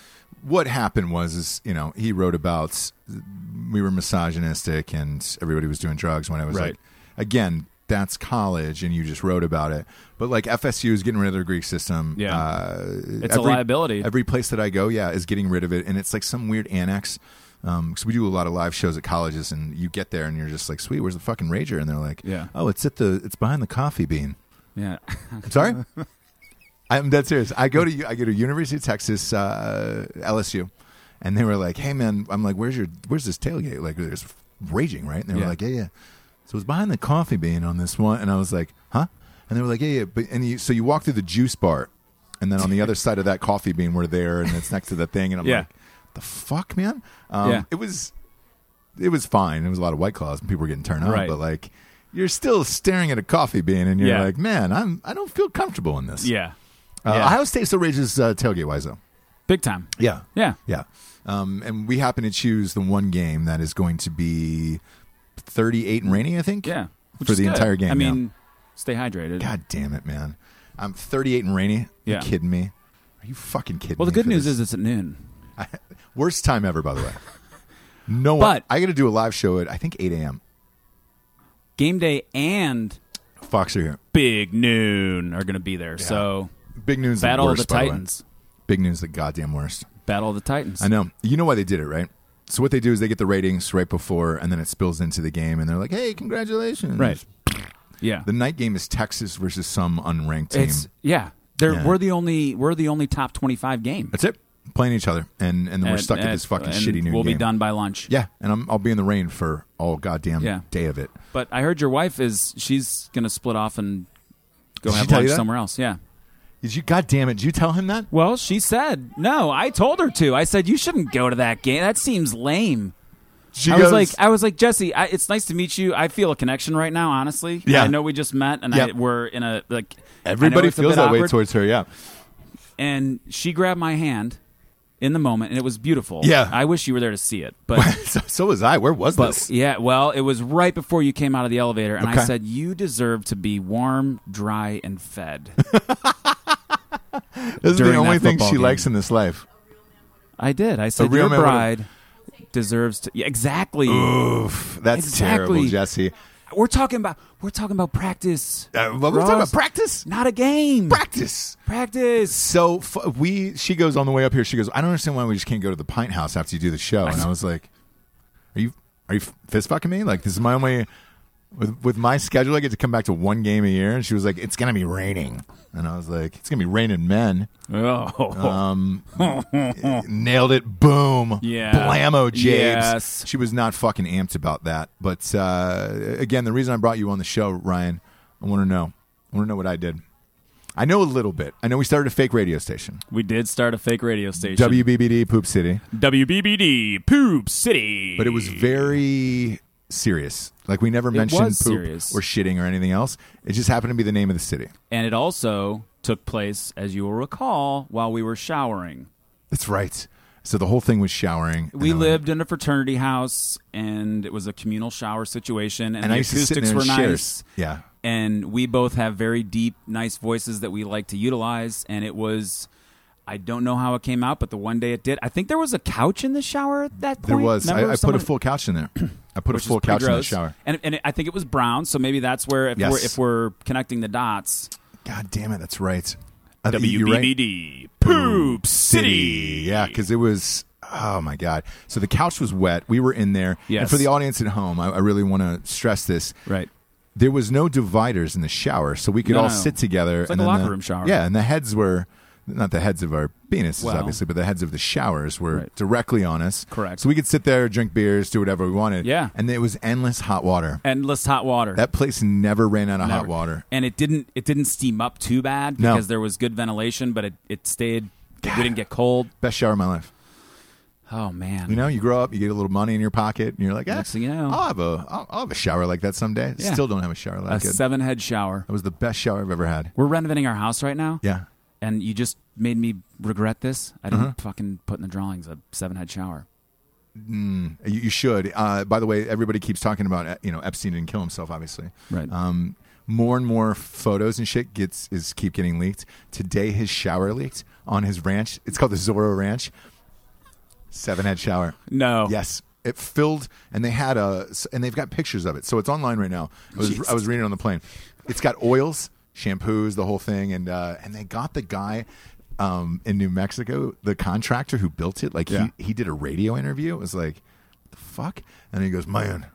[SPEAKER 1] what happened was, is you know, he wrote about we were misogynistic and everybody was doing drugs when I was
[SPEAKER 2] Right.
[SPEAKER 1] like, again, that's college, and you just wrote about it. But like FSU is getting rid of their Greek system.
[SPEAKER 2] Yeah.
[SPEAKER 1] Uh,
[SPEAKER 2] It's a liability.
[SPEAKER 1] Every place that I go, yeah, is getting rid of it, and it's like some weird annex. Because we do a lot of live shows at colleges, and you get there and you're just like, "Sweet, where's the fucking rager?" And they're like,
[SPEAKER 2] Yeah.
[SPEAKER 1] oh, it's at the, it's behind the coffee bean."
[SPEAKER 2] yeah.
[SPEAKER 1] I'm sorry. I'm dead serious. I go to I go to University of Texas uh, LSU, and they were like, "Hey man," I'm like, "Where's your Where's this tailgate?" Like, there's raging, right? And they were
[SPEAKER 2] Yeah.
[SPEAKER 1] like, "Yeah, yeah." So it was behind the coffee bean on this one, and I was like, "Huh?" And they were like, "Yeah, yeah." But and you, so you walk through the juice bar, and then on the other side of that coffee bean, we're there, and it's next to the thing, and I'm
[SPEAKER 2] Yeah.
[SPEAKER 1] like, "The fuck, man!" Um,
[SPEAKER 2] Yeah.
[SPEAKER 1] It was it was fine. It was a lot of white claws and people were getting turned on,
[SPEAKER 2] Right.
[SPEAKER 1] but like you're still staring at a coffee bean and you're
[SPEAKER 2] Yeah.
[SPEAKER 1] like, man, I'm I don't feel comfortable in this.
[SPEAKER 2] yeah.
[SPEAKER 1] Uh,
[SPEAKER 2] Yeah.
[SPEAKER 1] Ohio State still rages uh, tailgate wise though.
[SPEAKER 2] Big time.
[SPEAKER 1] Yeah.
[SPEAKER 2] Yeah.
[SPEAKER 1] Yeah. Um, and we happen to choose the one game that is going to be 38 and rainy, I think.
[SPEAKER 2] Yeah. Which
[SPEAKER 1] For
[SPEAKER 2] is
[SPEAKER 1] the
[SPEAKER 2] good.
[SPEAKER 1] entire game.
[SPEAKER 2] I
[SPEAKER 1] yeah.
[SPEAKER 2] mean, stay hydrated.
[SPEAKER 1] God damn it, man. I'm 38 and rainy.
[SPEAKER 2] Yeah.
[SPEAKER 1] You kidding me? Are you fucking kidding
[SPEAKER 2] Well, the
[SPEAKER 1] me
[SPEAKER 2] good
[SPEAKER 1] for
[SPEAKER 2] news
[SPEAKER 1] this?
[SPEAKER 2] is it's at noon.
[SPEAKER 1] worst time ever, by the way. No one.
[SPEAKER 2] But-
[SPEAKER 1] I got to do a live show at I think 8 a.m.
[SPEAKER 2] Game day and
[SPEAKER 1] Fox are here.
[SPEAKER 2] big noon are going to be there. So
[SPEAKER 1] Big news. is
[SPEAKER 2] battle
[SPEAKER 1] the,
[SPEAKER 2] of the
[SPEAKER 1] worst, by way.
[SPEAKER 2] Titans.
[SPEAKER 1] Big news, the goddamn worst.
[SPEAKER 2] battle of the Titans.
[SPEAKER 1] I know. You know why they did it, right? So what they do is they get the ratings right before, and then it spills into the game, and they're like, "Hey, congratulations!"
[SPEAKER 2] Right. Yeah.
[SPEAKER 1] The night game is Texas versus some unranked team.
[SPEAKER 2] it's yeah. There
[SPEAKER 1] Yeah.
[SPEAKER 2] we're the only we're the only top twenty five game.
[SPEAKER 1] That's it. Playing each other, and and then we're
[SPEAKER 2] And-
[SPEAKER 1] stuck at
[SPEAKER 2] and-
[SPEAKER 1] this fucking
[SPEAKER 2] and
[SPEAKER 1] shitty new
[SPEAKER 2] We'll
[SPEAKER 1] game.
[SPEAKER 2] be done by lunch.
[SPEAKER 1] Yeah, and I'm, I'll be in the rain for all goddamn
[SPEAKER 2] Yeah.
[SPEAKER 1] day of it.
[SPEAKER 2] But I heard your wife is she's gonna split off and go
[SPEAKER 1] Did she
[SPEAKER 2] have
[SPEAKER 1] tell you
[SPEAKER 2] lunch
[SPEAKER 1] that?
[SPEAKER 2] somewhere else. Yeah.
[SPEAKER 1] Did you? Goddamn it! Did you tell him that?
[SPEAKER 2] Well, she said no. I told her to. I said you shouldn't go to that game. That seems lame.
[SPEAKER 1] She
[SPEAKER 2] I
[SPEAKER 1] goes,
[SPEAKER 2] was like, I was like Jesse. I, it's nice to meet you. I feel a connection right now. Honestly,
[SPEAKER 1] Yeah.
[SPEAKER 2] I know we just met, and
[SPEAKER 1] Yep.
[SPEAKER 2] I, we're in a like. I know
[SPEAKER 1] everybody
[SPEAKER 2] it's a
[SPEAKER 1] feels
[SPEAKER 2] bit
[SPEAKER 1] that way
[SPEAKER 2] awkward.
[SPEAKER 1] towards her. Yeah.
[SPEAKER 2] and she grabbed my hand in the moment, and it was beautiful.
[SPEAKER 1] Yeah.
[SPEAKER 2] I wish you were there to see it, but
[SPEAKER 1] so, so was I. Where was
[SPEAKER 2] But
[SPEAKER 1] this?
[SPEAKER 2] yeah, well, it was right before you came out of the elevator, and
[SPEAKER 1] Okay.
[SPEAKER 2] I said, "You deserve to be warm, dry, and fed."
[SPEAKER 1] This is the
[SPEAKER 2] during that
[SPEAKER 1] only thing she
[SPEAKER 2] football game.
[SPEAKER 1] likes in this life.
[SPEAKER 2] I did. I said,
[SPEAKER 1] real
[SPEAKER 2] "Your
[SPEAKER 1] man would've-
[SPEAKER 2] bride deserves to." Yeah, exactly.
[SPEAKER 1] Oof, that's terrible,
[SPEAKER 2] Exactly.
[SPEAKER 1] Jesse.
[SPEAKER 2] We're talking about we're talking about practice,
[SPEAKER 1] Uh, what were we talking
[SPEAKER 2] Ross.
[SPEAKER 1] about? Practice?
[SPEAKER 2] not a game.
[SPEAKER 1] Practice.
[SPEAKER 2] practice.
[SPEAKER 1] So f- we, she goes on the way up here. She goes, I don't understand why we just can't go to the Pint House after you do the show. And I was like, Are you, are you fist fucking me? Like this is my only, with with my schedule, I get to come back to one game a year. And she was like, It's gonna be raining. And I was like, It's gonna be raining men.
[SPEAKER 2] Oh,
[SPEAKER 1] Uh-huh. Nailed it. Boom.
[SPEAKER 2] Mm. Yeah.
[SPEAKER 1] Blammo, James.
[SPEAKER 2] Yes.
[SPEAKER 1] She was not fucking amped about that. But uh, again, the reason I brought you on the show, Ryan, I want to know. I want to know what I did. I know a little bit. I know we started a fake radio station,
[SPEAKER 2] we did start a fake radio station.
[SPEAKER 1] WBBD Poop City,
[SPEAKER 2] WBBD Poop City,
[SPEAKER 1] but it was very serious. Like we never mentioned
[SPEAKER 2] was
[SPEAKER 1] poop
[SPEAKER 2] serious.
[SPEAKER 1] or shitting or anything else. It just happened to be the name of the city.
[SPEAKER 2] and it also took place, as you will recall, while we were showering.
[SPEAKER 1] That's right. So the whole thing was showering. and
[SPEAKER 2] We
[SPEAKER 1] then-
[SPEAKER 2] lived in a fraternity house, and it was a communal shower situation, and,
[SPEAKER 1] and
[SPEAKER 2] the
[SPEAKER 1] I used to sit
[SPEAKER 2] acoustics
[SPEAKER 1] there
[SPEAKER 2] were
[SPEAKER 1] in
[SPEAKER 2] nice.
[SPEAKER 1] shares. Yeah.
[SPEAKER 2] And we both have very deep, nice voices that we like to utilize, and it was. I don't know how it came out, but the one day it did. I think there was a couch in the shower at that point.
[SPEAKER 1] There was.
[SPEAKER 2] Remember?
[SPEAKER 1] I, I put a
[SPEAKER 2] Someone-
[SPEAKER 1] full couch in there. I put a
[SPEAKER 2] which is
[SPEAKER 1] full
[SPEAKER 2] pretty
[SPEAKER 1] couch in the
[SPEAKER 2] gross.
[SPEAKER 1] shower.
[SPEAKER 2] and and I think it was brown. So maybe that's where if
[SPEAKER 1] Yes.
[SPEAKER 2] we're if we're connecting the dots.
[SPEAKER 1] God damn it, that's right. I think you're right.
[SPEAKER 2] WBBD Poop City.
[SPEAKER 1] Yeah, because it was. Oh my god! So the couch was wet. We were in there. And
[SPEAKER 2] Yes.
[SPEAKER 1] for the audience at home, I, I really want to stress this.
[SPEAKER 2] Right.
[SPEAKER 1] There was no dividers in the shower, so we could
[SPEAKER 2] No,
[SPEAKER 1] all
[SPEAKER 2] no.
[SPEAKER 1] sit together.
[SPEAKER 2] It's like
[SPEAKER 1] and
[SPEAKER 2] a
[SPEAKER 1] then
[SPEAKER 2] locker
[SPEAKER 1] the-
[SPEAKER 2] room shower.
[SPEAKER 1] Yeah, and the heads were not the heads of our penises,
[SPEAKER 2] Well.
[SPEAKER 1] obviously, but the heads of the showers were
[SPEAKER 2] Right.
[SPEAKER 1] directly on us.
[SPEAKER 2] Correct.
[SPEAKER 1] So we could sit there, drink beers, do whatever we wanted.
[SPEAKER 2] Yeah.
[SPEAKER 1] And it was endless hot water.
[SPEAKER 2] Endless hot water.
[SPEAKER 1] That place never ran out of hot
[SPEAKER 2] Never.
[SPEAKER 1] water.
[SPEAKER 2] and it didn't it didn't steam up too bad
[SPEAKER 1] No.
[SPEAKER 2] because there was good ventilation, but it, it stayed. We didn't get cold.
[SPEAKER 1] Best shower of my life.
[SPEAKER 2] Oh man,
[SPEAKER 1] You know, you grow up, you get a little money in your pocket, and you're like, eh,
[SPEAKER 2] Next thing you know.
[SPEAKER 1] I'll have a, I'll, I'll have a shower like that someday.
[SPEAKER 2] Yeah.
[SPEAKER 1] Still don't have a shower
[SPEAKER 2] a
[SPEAKER 1] like it. That
[SPEAKER 2] seven head shower.
[SPEAKER 1] was the best shower I've ever had.
[SPEAKER 2] We're renovating our house right now.
[SPEAKER 1] Yeah, Uh-huh.
[SPEAKER 2] and you just made me regret this. I didn't fucking put in the drawings a seven head shower.
[SPEAKER 1] You, you should. Uh, by the way, everybody keeps talking about uh, you know Epstein didn't kill himself, obviously.
[SPEAKER 2] Right.
[SPEAKER 1] Um, more and more photos and shit gets is keep getting leaked. Today, his shower leaked on his ranch. It's called the Zorro Ranch. Seven head shower.
[SPEAKER 2] No.
[SPEAKER 1] Yes. It filled, and they had a, and they've got pictures of it, so it's online right now. I was, I was reading it on the plane. It's got oils, shampoos, the whole thing, and uh, and they got the guy um, in New Mexico, the contractor who built it. Like
[SPEAKER 2] Yeah.
[SPEAKER 1] he he did a radio interview. It was like, the fuck, and he goes, man, it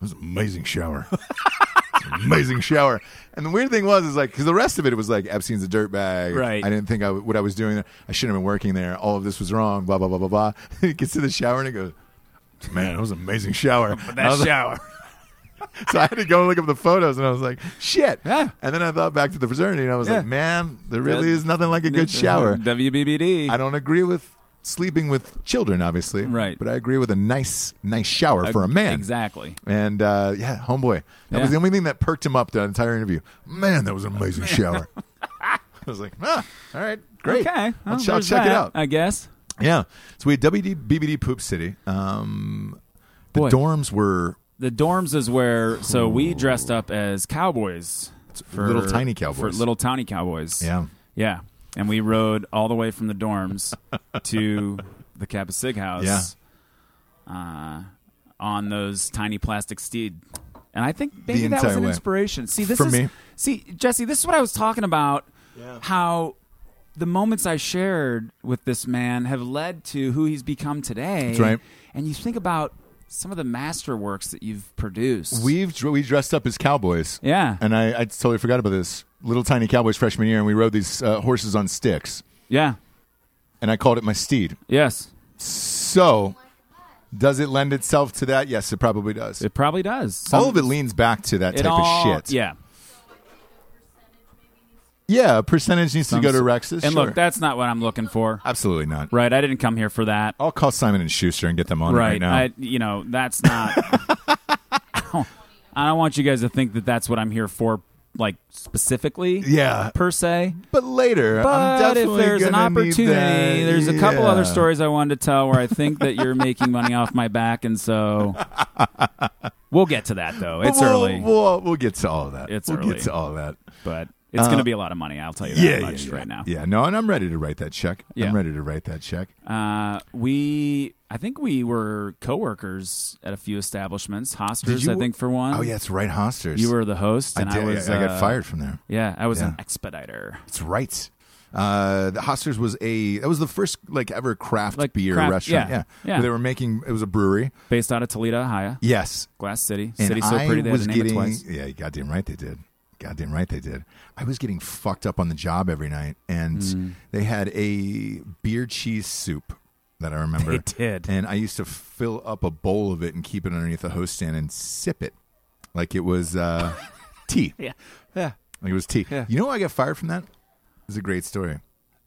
[SPEAKER 1] was an amazing shower. It's an Amazing shower, and the weird thing was is like because the rest of it, it was like Epstein's a dirtbag.
[SPEAKER 2] Right.
[SPEAKER 1] I didn't think I w- what I was doing. there. I shouldn't have been working there. All of this was wrong. Blah blah blah blah blah. he gets to the shower and he goes, Man, it was an amazing shower. And I was like-
[SPEAKER 2] shower.
[SPEAKER 1] so I had to go look up the photos, and I was like, "Shit!"
[SPEAKER 2] Yeah.
[SPEAKER 1] And then I thought back to the fraternity, and I was
[SPEAKER 2] Yeah.
[SPEAKER 1] like, "Man, there really is nothing like a good shower."
[SPEAKER 2] WBBD.
[SPEAKER 1] I don't agree with sleeping with children, obviously,
[SPEAKER 2] Right.
[SPEAKER 1] But I agree with a nice, nice shower for a man.
[SPEAKER 2] Exactly.
[SPEAKER 1] And uh, yeah, homeboy, that
[SPEAKER 2] Yeah.
[SPEAKER 1] was the only thing that perked him up the entire interview. Man, that was an amazing shower. I was like, ah, all right, great.
[SPEAKER 2] Okay.
[SPEAKER 1] I'll,
[SPEAKER 2] Well,
[SPEAKER 1] ch- I'll
[SPEAKER 2] there's
[SPEAKER 1] check it
[SPEAKER 2] that,
[SPEAKER 1] out.
[SPEAKER 2] I guess.
[SPEAKER 1] Yeah. So we had WD BBD Poop City. Um, the
[SPEAKER 2] Boy.
[SPEAKER 1] dorms were
[SPEAKER 2] The dorms is where. So we dressed up as cowboys. For,
[SPEAKER 1] little tiny
[SPEAKER 2] For
[SPEAKER 1] cowboys.
[SPEAKER 2] little tiny cowboys.
[SPEAKER 1] yeah.
[SPEAKER 2] Yeah. And we rode all the way from the dorms to the Kappa Sig house.
[SPEAKER 1] Yeah.
[SPEAKER 2] Uh, on those tiny plastic steed. And I think maybe
[SPEAKER 1] The
[SPEAKER 2] that was
[SPEAKER 1] entire
[SPEAKER 2] an
[SPEAKER 1] way.
[SPEAKER 2] inspiration. See, this
[SPEAKER 1] For
[SPEAKER 2] is
[SPEAKER 1] me.
[SPEAKER 2] see, Jesse, this is what I was talking about. How the moments I shared with this man have led to who he's become today.
[SPEAKER 1] That's right.
[SPEAKER 2] And you think about some of the masterworks that you've produced.
[SPEAKER 1] We've dr- we dressed up as cowboys.
[SPEAKER 2] Yeah.
[SPEAKER 1] And I, I totally forgot about this. Little tiny cowboys freshman year, and we rode these uh, horses on sticks,
[SPEAKER 2] yeah.
[SPEAKER 1] and I called it my steed.
[SPEAKER 2] Yes.
[SPEAKER 1] So, does it lend itself to that? Yes, it probably does.
[SPEAKER 2] It probably does. Some-
[SPEAKER 1] all of it leans back to that
[SPEAKER 2] it
[SPEAKER 1] type
[SPEAKER 2] all-
[SPEAKER 1] of shit.
[SPEAKER 2] Yeah.
[SPEAKER 1] yeah. a Percentage needs to go to
[SPEAKER 2] Some-
[SPEAKER 1] Rex's.
[SPEAKER 2] And
[SPEAKER 1] sure.
[SPEAKER 2] look, that's not what I'm looking for.
[SPEAKER 1] absolutely not.
[SPEAKER 2] Right, I didn't come here for that.
[SPEAKER 1] I'll call Simon and Schuster and get them on it right,
[SPEAKER 2] right,
[SPEAKER 1] now.
[SPEAKER 2] I, you know, that's not. I, don't, I don't want you guys to think that that's what I'm here for, like specifically.
[SPEAKER 1] Yeah.
[SPEAKER 2] per se.
[SPEAKER 1] but later, I'm
[SPEAKER 2] But if
[SPEAKER 1] definitely
[SPEAKER 2] there's an
[SPEAKER 1] gonna need
[SPEAKER 2] opportunity,
[SPEAKER 1] that.
[SPEAKER 2] there's a couple
[SPEAKER 1] Yeah.
[SPEAKER 2] other stories I wanted to tell where I think that you're making money off my back, and so we'll get to that though.
[SPEAKER 1] But
[SPEAKER 2] It's
[SPEAKER 1] we'll,
[SPEAKER 2] early,
[SPEAKER 1] We'll, we'll get to all of that.
[SPEAKER 2] It's
[SPEAKER 1] we'll
[SPEAKER 2] early.
[SPEAKER 1] get to all of that.
[SPEAKER 2] but it's going to be a lot of money. I'll tell you that
[SPEAKER 1] uh, Yeah,
[SPEAKER 2] much
[SPEAKER 1] yeah, yeah.
[SPEAKER 2] right now.
[SPEAKER 1] Yeah, no, and I'm ready to write that check.
[SPEAKER 2] Yeah.
[SPEAKER 1] I'm ready to write that check.
[SPEAKER 2] Uh, we, I think we were coworkers at a few establishments, Hosters,
[SPEAKER 1] Did you-
[SPEAKER 2] I think for one.
[SPEAKER 1] Oh yeah, it's right, Hosters.
[SPEAKER 2] Um, you were the host,
[SPEAKER 1] I
[SPEAKER 2] and
[SPEAKER 1] did.
[SPEAKER 2] I,
[SPEAKER 1] I,
[SPEAKER 2] was.
[SPEAKER 1] I
[SPEAKER 2] uh,
[SPEAKER 1] got fired from there.
[SPEAKER 2] Yeah, I was an
[SPEAKER 1] Yeah.
[SPEAKER 2] expediter,
[SPEAKER 1] It's right. Uh, the Hosters was a that was the first like ever craft
[SPEAKER 2] Like
[SPEAKER 1] beer
[SPEAKER 2] craft-
[SPEAKER 1] restaurant.
[SPEAKER 2] yeah,
[SPEAKER 1] Yeah,
[SPEAKER 2] yeah.
[SPEAKER 1] Where They were making it was a brewery.
[SPEAKER 2] based out of Toledo, Ohio,
[SPEAKER 1] Yes,
[SPEAKER 2] Glass City.
[SPEAKER 1] and
[SPEAKER 2] City so
[SPEAKER 1] I
[SPEAKER 2] pretty they had
[SPEAKER 1] was
[SPEAKER 2] to name
[SPEAKER 1] getting
[SPEAKER 2] it twice.
[SPEAKER 1] yeah, you goddamn right they did. Goddamn right they did. I was getting fucked up on the job every night, and
[SPEAKER 2] Hmm.
[SPEAKER 1] they had a beer cheese soup that I remember.
[SPEAKER 2] They did.
[SPEAKER 1] and I used to fill up a bowl of it and keep it underneath the host stand and sip it like it was uh, tea.
[SPEAKER 2] Yeah, yeah.
[SPEAKER 1] Like it was tea.
[SPEAKER 2] Yeah.
[SPEAKER 1] You know why I got fired from that? It's a great story.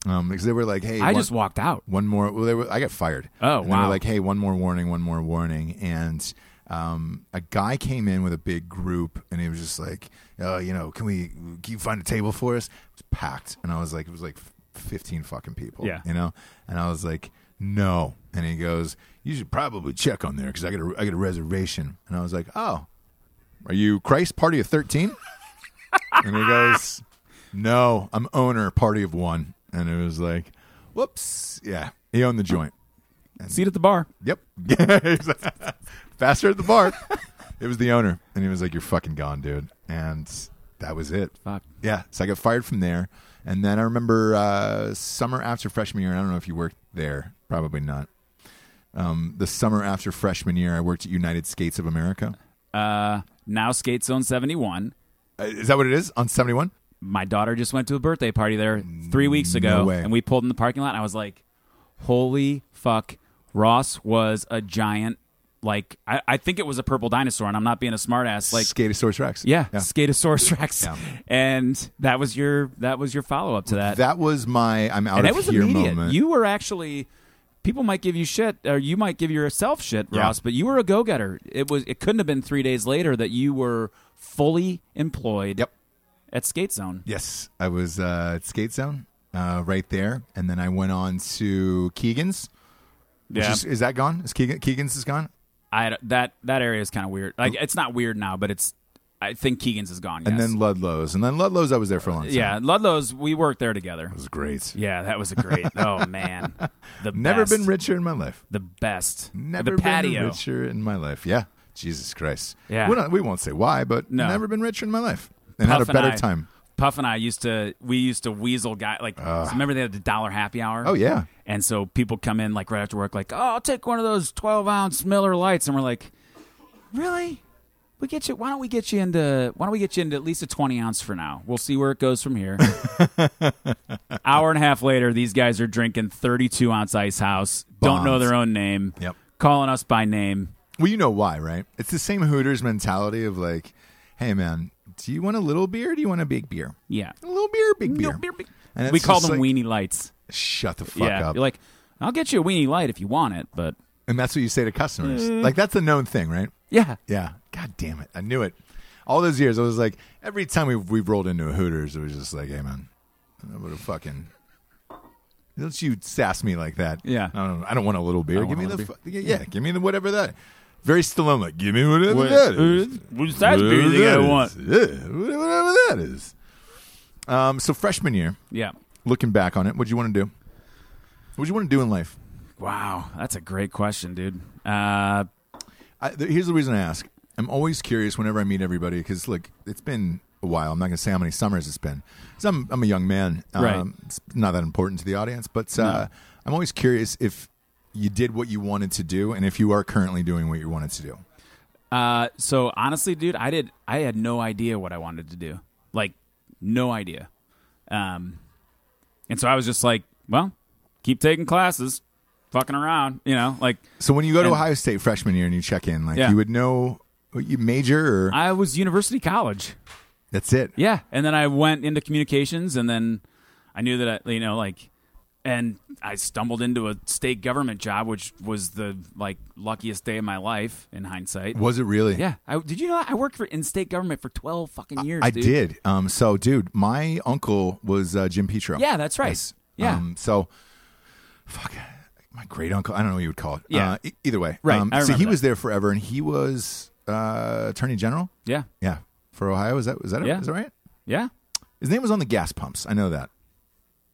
[SPEAKER 1] Um, because they were like, "Hey,
[SPEAKER 2] I
[SPEAKER 1] one,
[SPEAKER 2] just walked out.
[SPEAKER 1] one more." Well, they were, I got fired.
[SPEAKER 2] Oh,
[SPEAKER 1] and They
[SPEAKER 2] wow.
[SPEAKER 1] were like, "Hey, one more warning, one more warning." And um, a guy came in with a big group, and he was just like, uh, "You know, can we can you find a table for us?" It was packed, and I was like, "It was like fifteen fucking people."
[SPEAKER 2] Yeah.
[SPEAKER 1] you know. And I was like, "No," and he goes, "You should probably check on there because I got a, I got a reservation." And I was like, "Oh, are you Christ Party of 13? and he goes, No, I'm owner, party of one. And it was like, Whoops. Yeah. He owned the joint.
[SPEAKER 2] Seat at the bar.
[SPEAKER 1] Yep. Faster at the bar. It was the owner. And he was like, You're fucking gone, dude. And that was it.
[SPEAKER 2] Fuck.
[SPEAKER 1] Yeah. So I got fired from there. And then I remember uh, summer after freshman year, and I don't know if you worked there, probably not. Um, the summer after freshman year, I worked at United Skates of America.
[SPEAKER 2] Uh, now Skate Zone Seventy One.
[SPEAKER 1] Uh, Is that what it is? On 71?
[SPEAKER 2] My daughter just went to a birthday party there three weeks ago,
[SPEAKER 1] way.
[SPEAKER 2] and we pulled in the parking lot. and I was like, "Holy fuck!" Ross was a giant. Like, I, I think it was a purple dinosaur, and I'm not being a smartass. Like,
[SPEAKER 1] Skatosaurus Rex.
[SPEAKER 2] Yeah, Skatosaurus Rex.
[SPEAKER 1] Yeah.
[SPEAKER 2] And that was your that was your follow up to that.
[SPEAKER 1] That was my I'm out
[SPEAKER 2] and
[SPEAKER 1] of
[SPEAKER 2] it was
[SPEAKER 1] here
[SPEAKER 2] immediate.
[SPEAKER 1] moment.
[SPEAKER 2] You were actually people might give you shit or you might give yourself shit,
[SPEAKER 1] Yeah.
[SPEAKER 2] Ross, but you were a go getter. It was it couldn't have been three days later that you were fully employed
[SPEAKER 1] Yep.
[SPEAKER 2] at Skate Zone.
[SPEAKER 1] yes, I was uh, at Skate Zone uh, right there, and then I went on to Keegan's Which
[SPEAKER 2] Yeah.
[SPEAKER 1] is, is that gone? Is Keegan, Keegan's is gone?
[SPEAKER 2] I don't- that that area is kind of weird. Like it's not weird now, but it's. I think Keegan's is gone. Yes.
[SPEAKER 1] And then Ludlow's. And then Ludlow's, I was there for a long time.
[SPEAKER 2] yeah, Ludlow's. We worked there together.
[SPEAKER 1] It was great.
[SPEAKER 2] Yeah, that was a great. oh man, the
[SPEAKER 1] Never
[SPEAKER 2] best.
[SPEAKER 1] been richer in my life.
[SPEAKER 2] The best.
[SPEAKER 1] Never
[SPEAKER 2] the patio.
[SPEAKER 1] been richer in my life. Yeah. Jesus Christ.
[SPEAKER 2] Yeah.
[SPEAKER 1] We're not, we won't say why, but
[SPEAKER 2] No.
[SPEAKER 1] never been richer in my life. And had
[SPEAKER 2] Puff
[SPEAKER 1] a
[SPEAKER 2] and
[SPEAKER 1] better
[SPEAKER 2] I-
[SPEAKER 1] time.
[SPEAKER 2] Puff and I used to. We used to weasel guy. Like remember they had the dollar happy hour.
[SPEAKER 1] Oh, yeah.
[SPEAKER 2] And so people come in like right after work, like, "Oh, I'll take one of those twelve ounce Miller Lights," and we're like, "Really? We get you? Why don't we get you into? Why don't we get you into at least a twenty ounce for now? We'll see where it goes from here." Hour and a half later, these guys are drinking thirty two ounce Ice House. Don't know
[SPEAKER 1] Bombs.
[SPEAKER 2] their own name.
[SPEAKER 1] Yep.
[SPEAKER 2] Calling us by name.
[SPEAKER 1] Well, you know why, right? It's the same Hooters mentality of like, hey, man, do you want a little beer? Or do you want a big beer?
[SPEAKER 2] Yeah.
[SPEAKER 1] A little beer, big beer. And it's
[SPEAKER 2] we call
[SPEAKER 1] just
[SPEAKER 2] them
[SPEAKER 1] like-
[SPEAKER 2] weenie lights.
[SPEAKER 1] Shut the fuck
[SPEAKER 2] yeah.
[SPEAKER 1] up.
[SPEAKER 2] You're like, I'll get you a weenie light if you want it, but
[SPEAKER 1] and that's what you say to customers.
[SPEAKER 2] Mm.
[SPEAKER 1] Like, that's a known thing, right?
[SPEAKER 2] yeah.
[SPEAKER 1] Yeah. God damn it. I knew it. All those years, I was like, every time we've, we've rolled into a Hooters, it was just like, hey, man, I would have fucking. Don't you sass me like that.
[SPEAKER 2] Yeah.
[SPEAKER 1] I don't, I don't want a little beer.
[SPEAKER 2] don't
[SPEAKER 1] Give me
[SPEAKER 2] want
[SPEAKER 1] the.
[SPEAKER 2] a
[SPEAKER 1] Fu- yeah, yeah, give me the whatever that. Very Stallone, like, give me whatever
[SPEAKER 2] What-
[SPEAKER 1] that is.
[SPEAKER 2] uh, what size beer do you think I
[SPEAKER 1] Whatever that
[SPEAKER 2] want?
[SPEAKER 1] is. Yeah, whatever that is. Um, so, freshman year,
[SPEAKER 2] Yeah.
[SPEAKER 1] looking back on it, what'd you want to do? What'd you want to do in life?
[SPEAKER 2] Wow, that's a great question, dude. Uh,
[SPEAKER 1] I, th- here's the reason I ask. I'm always curious whenever I meet everybody because, look, it's been a while. I'm not going to say how many summers it's been. 'Cause I'm, I'm a young man. Um,
[SPEAKER 2] Right.
[SPEAKER 1] It's not that important to the audience, but uh, I'm always curious if you did what you wanted to do and if you are currently doing what you wanted to do.
[SPEAKER 2] uh, so honestly, dude, I did. I had no idea what I wanted to do. Like, no idea. Um, and so I was just like, well, keep taking classes, fucking around, you know. Like,
[SPEAKER 1] So when you go to
[SPEAKER 2] And-
[SPEAKER 1] Ohio State freshman year and you check in, like
[SPEAKER 2] Yeah.
[SPEAKER 1] you would know what you major or
[SPEAKER 2] I was university college.
[SPEAKER 1] that's it.
[SPEAKER 2] Yeah, and then I went into communications, and then I knew that I, you know, like, and I stumbled into a state government job, which was the like luckiest day of my life in hindsight.
[SPEAKER 1] Was it really?
[SPEAKER 2] Yeah, I, did you know I worked for in state government for twelve fucking years?
[SPEAKER 1] I
[SPEAKER 2] dude.
[SPEAKER 1] did. Um, so, dude, my uncle was uh, Jim Petro.
[SPEAKER 2] Yeah, that's right.
[SPEAKER 1] Yes.
[SPEAKER 2] Yeah.
[SPEAKER 1] Um, so, fuck, my great uncle. I don't know what you would call it.
[SPEAKER 2] Yeah.
[SPEAKER 1] Uh, e- either way.
[SPEAKER 2] Right,
[SPEAKER 1] Um,
[SPEAKER 2] I
[SPEAKER 1] so he
[SPEAKER 2] remember
[SPEAKER 1] was there forever, and he was uh, attorney general.
[SPEAKER 2] Yeah,
[SPEAKER 1] Yeah. For Ohio, is that was that it?
[SPEAKER 2] Yeah.
[SPEAKER 1] Is that right?
[SPEAKER 2] yeah.
[SPEAKER 1] His name was on the gas pumps. I know that.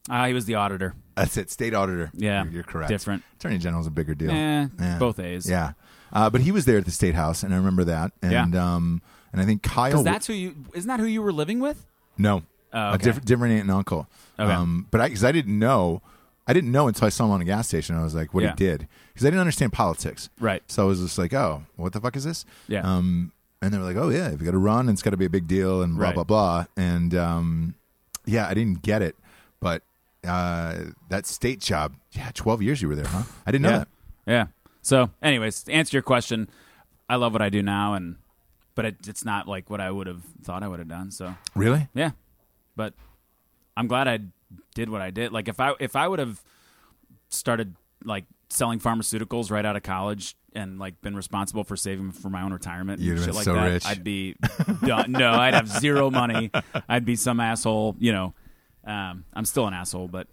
[SPEAKER 2] Uh, he was the auditor.
[SPEAKER 1] That's it. State auditor.
[SPEAKER 2] Yeah.
[SPEAKER 1] You're, you're correct.
[SPEAKER 2] Different.
[SPEAKER 1] Attorney general's a bigger deal.
[SPEAKER 2] Eh,
[SPEAKER 1] Yeah.
[SPEAKER 2] both A's.
[SPEAKER 1] Yeah. Uh, but he was there at the state house, and I remember that. And um, and I think Kyle.
[SPEAKER 2] because that's who you isn't that who you were living with?
[SPEAKER 1] No,
[SPEAKER 2] Oh,
[SPEAKER 1] a
[SPEAKER 2] okay.
[SPEAKER 1] different different aunt and uncle.
[SPEAKER 2] Okay.
[SPEAKER 1] Um, but I because I didn't know, I didn't know until I saw him on a gas station. I was like, what
[SPEAKER 2] Yeah.
[SPEAKER 1] he did because I didn't understand politics.
[SPEAKER 2] Right.
[SPEAKER 1] So I was just like, oh, what the fuck is this?
[SPEAKER 2] Yeah.
[SPEAKER 1] Um, and they were like, oh yeah, if you got to run, it's got to be a big deal, and blah
[SPEAKER 2] Right.
[SPEAKER 1] blah blah. And um, yeah, I didn't get it, but uh, that state job, yeah, twelve years you were there, huh? I didn't know that.
[SPEAKER 2] Yeah. So, anyways, to answer your question, I love what I do now, and but it, it's not like what I would have thought I would have done. So,
[SPEAKER 1] Really?
[SPEAKER 2] yeah, but I'm glad I did what I did. Like if I if I would have started like selling pharmaceuticals right out of college and like been responsible for saving for my own retirement
[SPEAKER 1] You'd have
[SPEAKER 2] and shit
[SPEAKER 1] been
[SPEAKER 2] like
[SPEAKER 1] so
[SPEAKER 2] that,
[SPEAKER 1] rich.
[SPEAKER 2] I'd be done. no, I'd have zero money. I'd be some asshole. You know, um, I'm still an asshole, but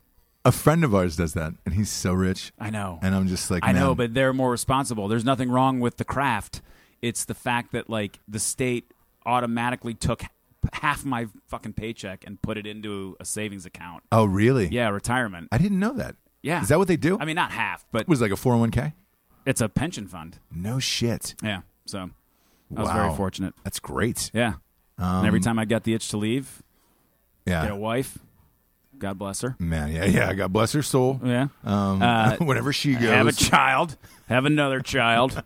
[SPEAKER 1] A friend of ours does that, and he's so rich,
[SPEAKER 2] I know.
[SPEAKER 1] and I'm just like,
[SPEAKER 2] I know,
[SPEAKER 1] man,
[SPEAKER 2] but they're more responsible. There's nothing wrong with the craft. It's the fact that like the state automatically took h- half my fucking paycheck and put it into a savings account.
[SPEAKER 1] oh really?
[SPEAKER 2] Yeah, retirement.
[SPEAKER 1] I didn't know that.
[SPEAKER 2] Yeah.
[SPEAKER 1] Is that what they do?
[SPEAKER 2] I mean, not half, but
[SPEAKER 1] was it like a 401k?
[SPEAKER 2] it's a pension fund.
[SPEAKER 1] No shit.
[SPEAKER 2] Yeah. So I was very
[SPEAKER 1] Wow.
[SPEAKER 2] fortunate.
[SPEAKER 1] That's great. Um,
[SPEAKER 2] Yeah. and every time I got the itch to leave, get a
[SPEAKER 1] Yeah.
[SPEAKER 2] wife. God bless her.
[SPEAKER 1] Man, yeah, yeah. God bless her soul.
[SPEAKER 2] Yeah.
[SPEAKER 1] Um,
[SPEAKER 2] Uh,
[SPEAKER 1] whenever she goes,
[SPEAKER 2] Have a child. Have another child.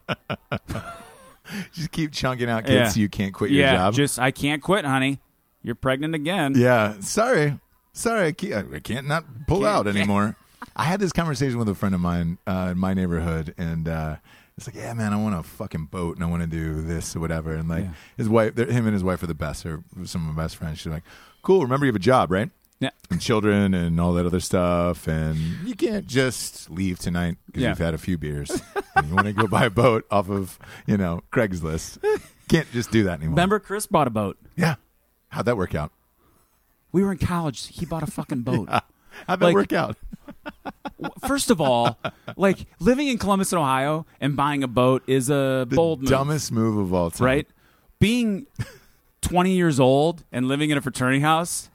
[SPEAKER 1] just keep chunking out kids
[SPEAKER 2] Yeah.
[SPEAKER 1] so you can't quit
[SPEAKER 2] yeah.
[SPEAKER 1] your job.
[SPEAKER 2] Just I can't quit, honey. You're pregnant again.
[SPEAKER 1] yeah. Sorry. Sorry. I can't, I can't not pull out anymore. I had this conversation with a friend of mine uh, in my neighborhood, and uh, it's like, yeah, man, I want a fucking boat and I want to do this or whatever. And like
[SPEAKER 2] Yeah.
[SPEAKER 1] his wife, they're- him and his wife are the best, or some of my best friends. She's like, cool, remember you have a job, right?
[SPEAKER 2] Yeah.
[SPEAKER 1] and children and all that other stuff. And you can't just leave tonight because
[SPEAKER 2] Yeah.
[SPEAKER 1] you've had a few beers. and you want to go buy a boat off of, you know, Craigslist. Can't just do that anymore.
[SPEAKER 2] Remember, Chris bought a boat.
[SPEAKER 1] Yeah. How'd that work out?
[SPEAKER 2] We were in college. He bought a fucking boat.
[SPEAKER 1] How'd that
[SPEAKER 2] Like-
[SPEAKER 1] work out?
[SPEAKER 2] First of all, like living in Columbus, Ohio, and buying a boat is a bold move,
[SPEAKER 1] Dumbest move of all time.
[SPEAKER 2] right? Being 20 years old and living in a fraternity house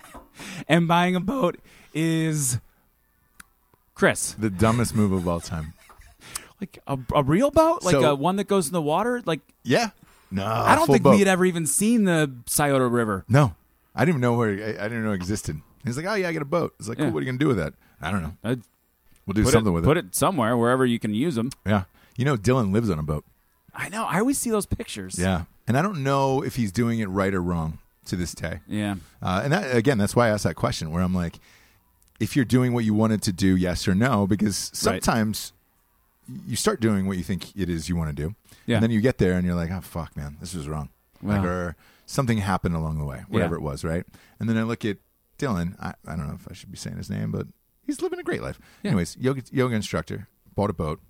[SPEAKER 2] and buying a boat is Chris,
[SPEAKER 1] The dumbest move of all time.
[SPEAKER 2] like a, a real boat, like
[SPEAKER 1] So-
[SPEAKER 2] a one that goes in the water. Like
[SPEAKER 1] Yeah. No.
[SPEAKER 2] I don't
[SPEAKER 1] full
[SPEAKER 2] think
[SPEAKER 1] boat.
[SPEAKER 2] we had ever even seen the Scioto River.
[SPEAKER 1] No, I didn't even know where. I, I didn't know it existed. He's like, oh yeah, I got a boat. It's like, cool.
[SPEAKER 2] Yeah.
[SPEAKER 1] What are you gonna do with that? I don't know.
[SPEAKER 2] Uh,
[SPEAKER 1] We'll do
[SPEAKER 2] put
[SPEAKER 1] something
[SPEAKER 2] it,
[SPEAKER 1] with
[SPEAKER 2] put
[SPEAKER 1] it.
[SPEAKER 2] it somewhere wherever you can use them.
[SPEAKER 1] Yeah. You know, Dylan lives on a boat.
[SPEAKER 2] I know. I always see those pictures.
[SPEAKER 1] Yeah. And I don't know if he's doing it right or wrong to this day.
[SPEAKER 2] Yeah.
[SPEAKER 1] Uh, and that, again, that's why I asked that question, where I'm like, if you're doing what you wanted to do, yes or no, because
[SPEAKER 2] Right.
[SPEAKER 1] sometimes you start doing what you think it is you want to do,
[SPEAKER 2] Yeah.
[SPEAKER 1] and then you get there and you're like, oh fuck, man, this was wrong, like,
[SPEAKER 2] Wow.
[SPEAKER 1] or something happened along the way, whatever it was, right? And then I look at Dylan. I, I don't know if I should be saying his name, but he's living a great life.
[SPEAKER 2] Yeah.
[SPEAKER 1] Anyways, yoga yoga instructor bought a boat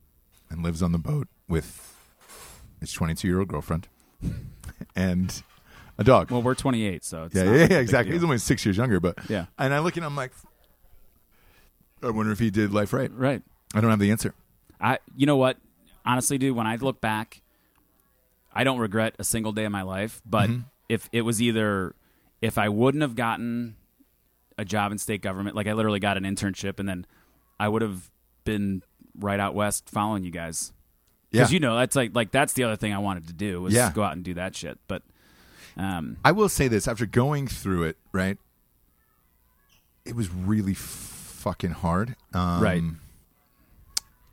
[SPEAKER 1] and lives on the boat with his 22 year old girlfriend and a dog.
[SPEAKER 2] Well, we're 28, so it's
[SPEAKER 1] Yeah,
[SPEAKER 2] not
[SPEAKER 1] yeah,
[SPEAKER 2] a
[SPEAKER 1] yeah,
[SPEAKER 2] big
[SPEAKER 1] exactly. He's
[SPEAKER 2] deal.
[SPEAKER 1] only six years younger, but
[SPEAKER 2] Yeah.
[SPEAKER 1] And I look at him I'm like, I wonder if he did life right.
[SPEAKER 2] Right.
[SPEAKER 1] I don't have the answer.
[SPEAKER 2] I. You know what? Honestly, dude, when I look back, I don't regret a single day of my life. But
[SPEAKER 1] Mm-hmm.
[SPEAKER 2] if it was either, if I wouldn't have gotten a job in state government, like I literally got an internship, and then I would have been right out west following you guys.
[SPEAKER 1] Yeah,
[SPEAKER 2] Because you know that's like like that's the other thing I wanted to do was
[SPEAKER 1] Yeah.
[SPEAKER 2] go out and do that shit. But um,
[SPEAKER 1] I will say this after going through it, right? It was really fucking hard, um,
[SPEAKER 2] Right.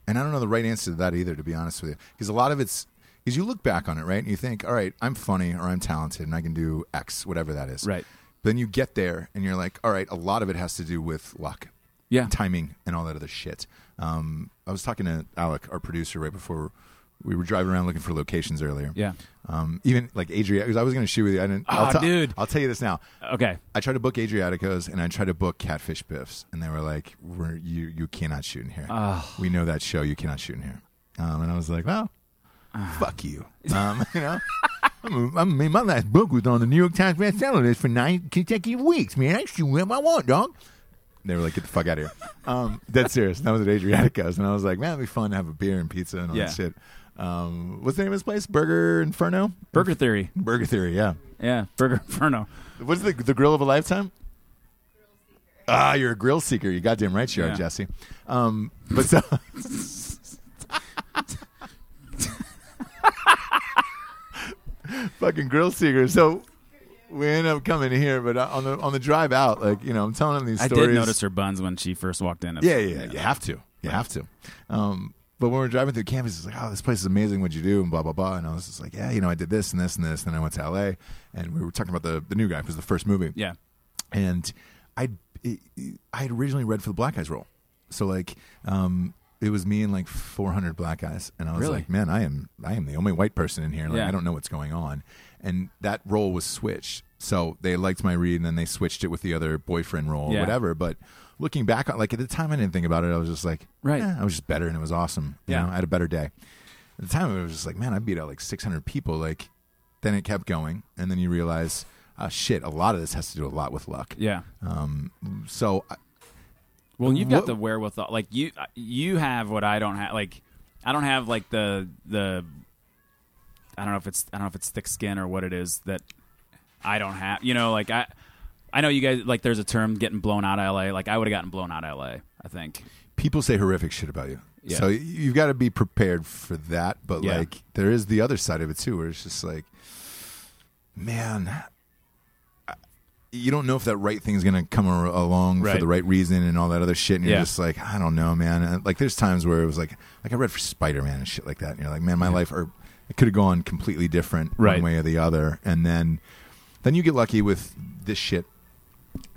[SPEAKER 1] And I don't know the right answer to that either, to be honest with you, because a lot of it's because you look back on it, right, and you think, all right, I'm funny or I'm talented and I can do X, whatever that is,
[SPEAKER 2] Right.
[SPEAKER 1] Then you get there and you're like, all right, a lot of it has to do with luck.
[SPEAKER 2] yeah,
[SPEAKER 1] timing and all that other shit. Um, I was talking to Alec, our producer, right before we were driving around looking for locations earlier.
[SPEAKER 2] yeah.
[SPEAKER 1] Um, even like Adriatic, because I was going to shoot with you. I didn't.
[SPEAKER 2] Aw,
[SPEAKER 1] I'll tell-
[SPEAKER 2] dude.
[SPEAKER 1] I'll tell you this now.
[SPEAKER 2] Okay,
[SPEAKER 1] I tried to book Adriaticos and I tried to book Catfish Biffs, and they were like, we're, "You you cannot shoot in here. We know that show. You cannot shoot in here." Um, and I was like, "Well, fuck you." Um, you know. I'm- I mean, my last book was on the New York Times bestseller list for nine consecutive weeks. Man, I shoot what I want, dog. They were like, "Get the fuck out of here." Um, dead serious. That was at Adriaticos, and I was like, "Man, it'd be fun to have a beer and pizza and all
[SPEAKER 2] Yeah.
[SPEAKER 1] that shit." Um, what's the name of this place? Burger Inferno.
[SPEAKER 2] Burger Theory.
[SPEAKER 1] Burger Theory. Yeah.
[SPEAKER 2] Yeah, Burger Inferno.
[SPEAKER 1] What's the the grill of a lifetime? Ah, you're a grill seeker. You goddamn right you are,
[SPEAKER 2] Yeah.
[SPEAKER 1] Jesse. Um, but so, fucking grill seeker. So we end up coming here, but uh, on the on the drive out, like you know, I'm telling him these
[SPEAKER 2] I
[SPEAKER 1] stories.
[SPEAKER 2] did notice her buns when she first walked in.
[SPEAKER 1] Yeah, yeah, yeah. You have to. You have to. Um, but when we were driving through campus, it's like, oh, this place is amazing. What'd you do? And blah, blah, blah. And I was just like, yeah, you know, I did this and this and this. And then I went to LA and we were talking about the, the new guy, 'cause the first movie
[SPEAKER 2] Yeah.
[SPEAKER 1] and I I had originally read for the Black Eyes role, so like um, it was me and like 400 black guys, and I was
[SPEAKER 2] Really?
[SPEAKER 1] like, man, I am I am the only white person in here. Like
[SPEAKER 2] Yeah.
[SPEAKER 1] I don't know what's going on, and that role was switched. So they liked my read, and then they switched it with the other boyfriend role or
[SPEAKER 2] Yeah.
[SPEAKER 1] whatever. But looking back, on like at the time, I didn't think about it. I was just like,
[SPEAKER 2] Right.
[SPEAKER 1] eh, I was just better, and it was awesome. You
[SPEAKER 2] Yeah.
[SPEAKER 1] know, I had a better day. At the time, it was just like, man, I beat out like 600 people. Like, then it kept going, and then you realize, oh shit, a lot of this has to do a lot with luck.
[SPEAKER 2] Yeah.
[SPEAKER 1] Um, so I-
[SPEAKER 2] Well, you've got
[SPEAKER 1] What-
[SPEAKER 2] the wherewithal. Like you, you have what I don't have. Like I don't have like the the. I don't know if it's I don't know if it's thick skin or what it is that I don't have. You know, like I. I know you guys like. There's a term getting blown out of LA. Like I would have gotten blown out of LA. I think.
[SPEAKER 1] people say horrific shit about you.
[SPEAKER 2] Yeah.
[SPEAKER 1] So you've got to be prepared for that. But
[SPEAKER 2] Yeah.
[SPEAKER 1] like, there is the other side of it too, where it's just like, man, I- you don't know if that right thing's going to come ar- along for
[SPEAKER 2] Right.
[SPEAKER 1] the right reason and all that other shit. And you're
[SPEAKER 2] Yeah.
[SPEAKER 1] just like, I don't know, man. And, like, there's times where it was like, like I read for Spider Man and shit like that. And you're like, man, my life, or it could have gone completely different
[SPEAKER 2] Right.
[SPEAKER 1] one way or the other. And then, then you get lucky with this shit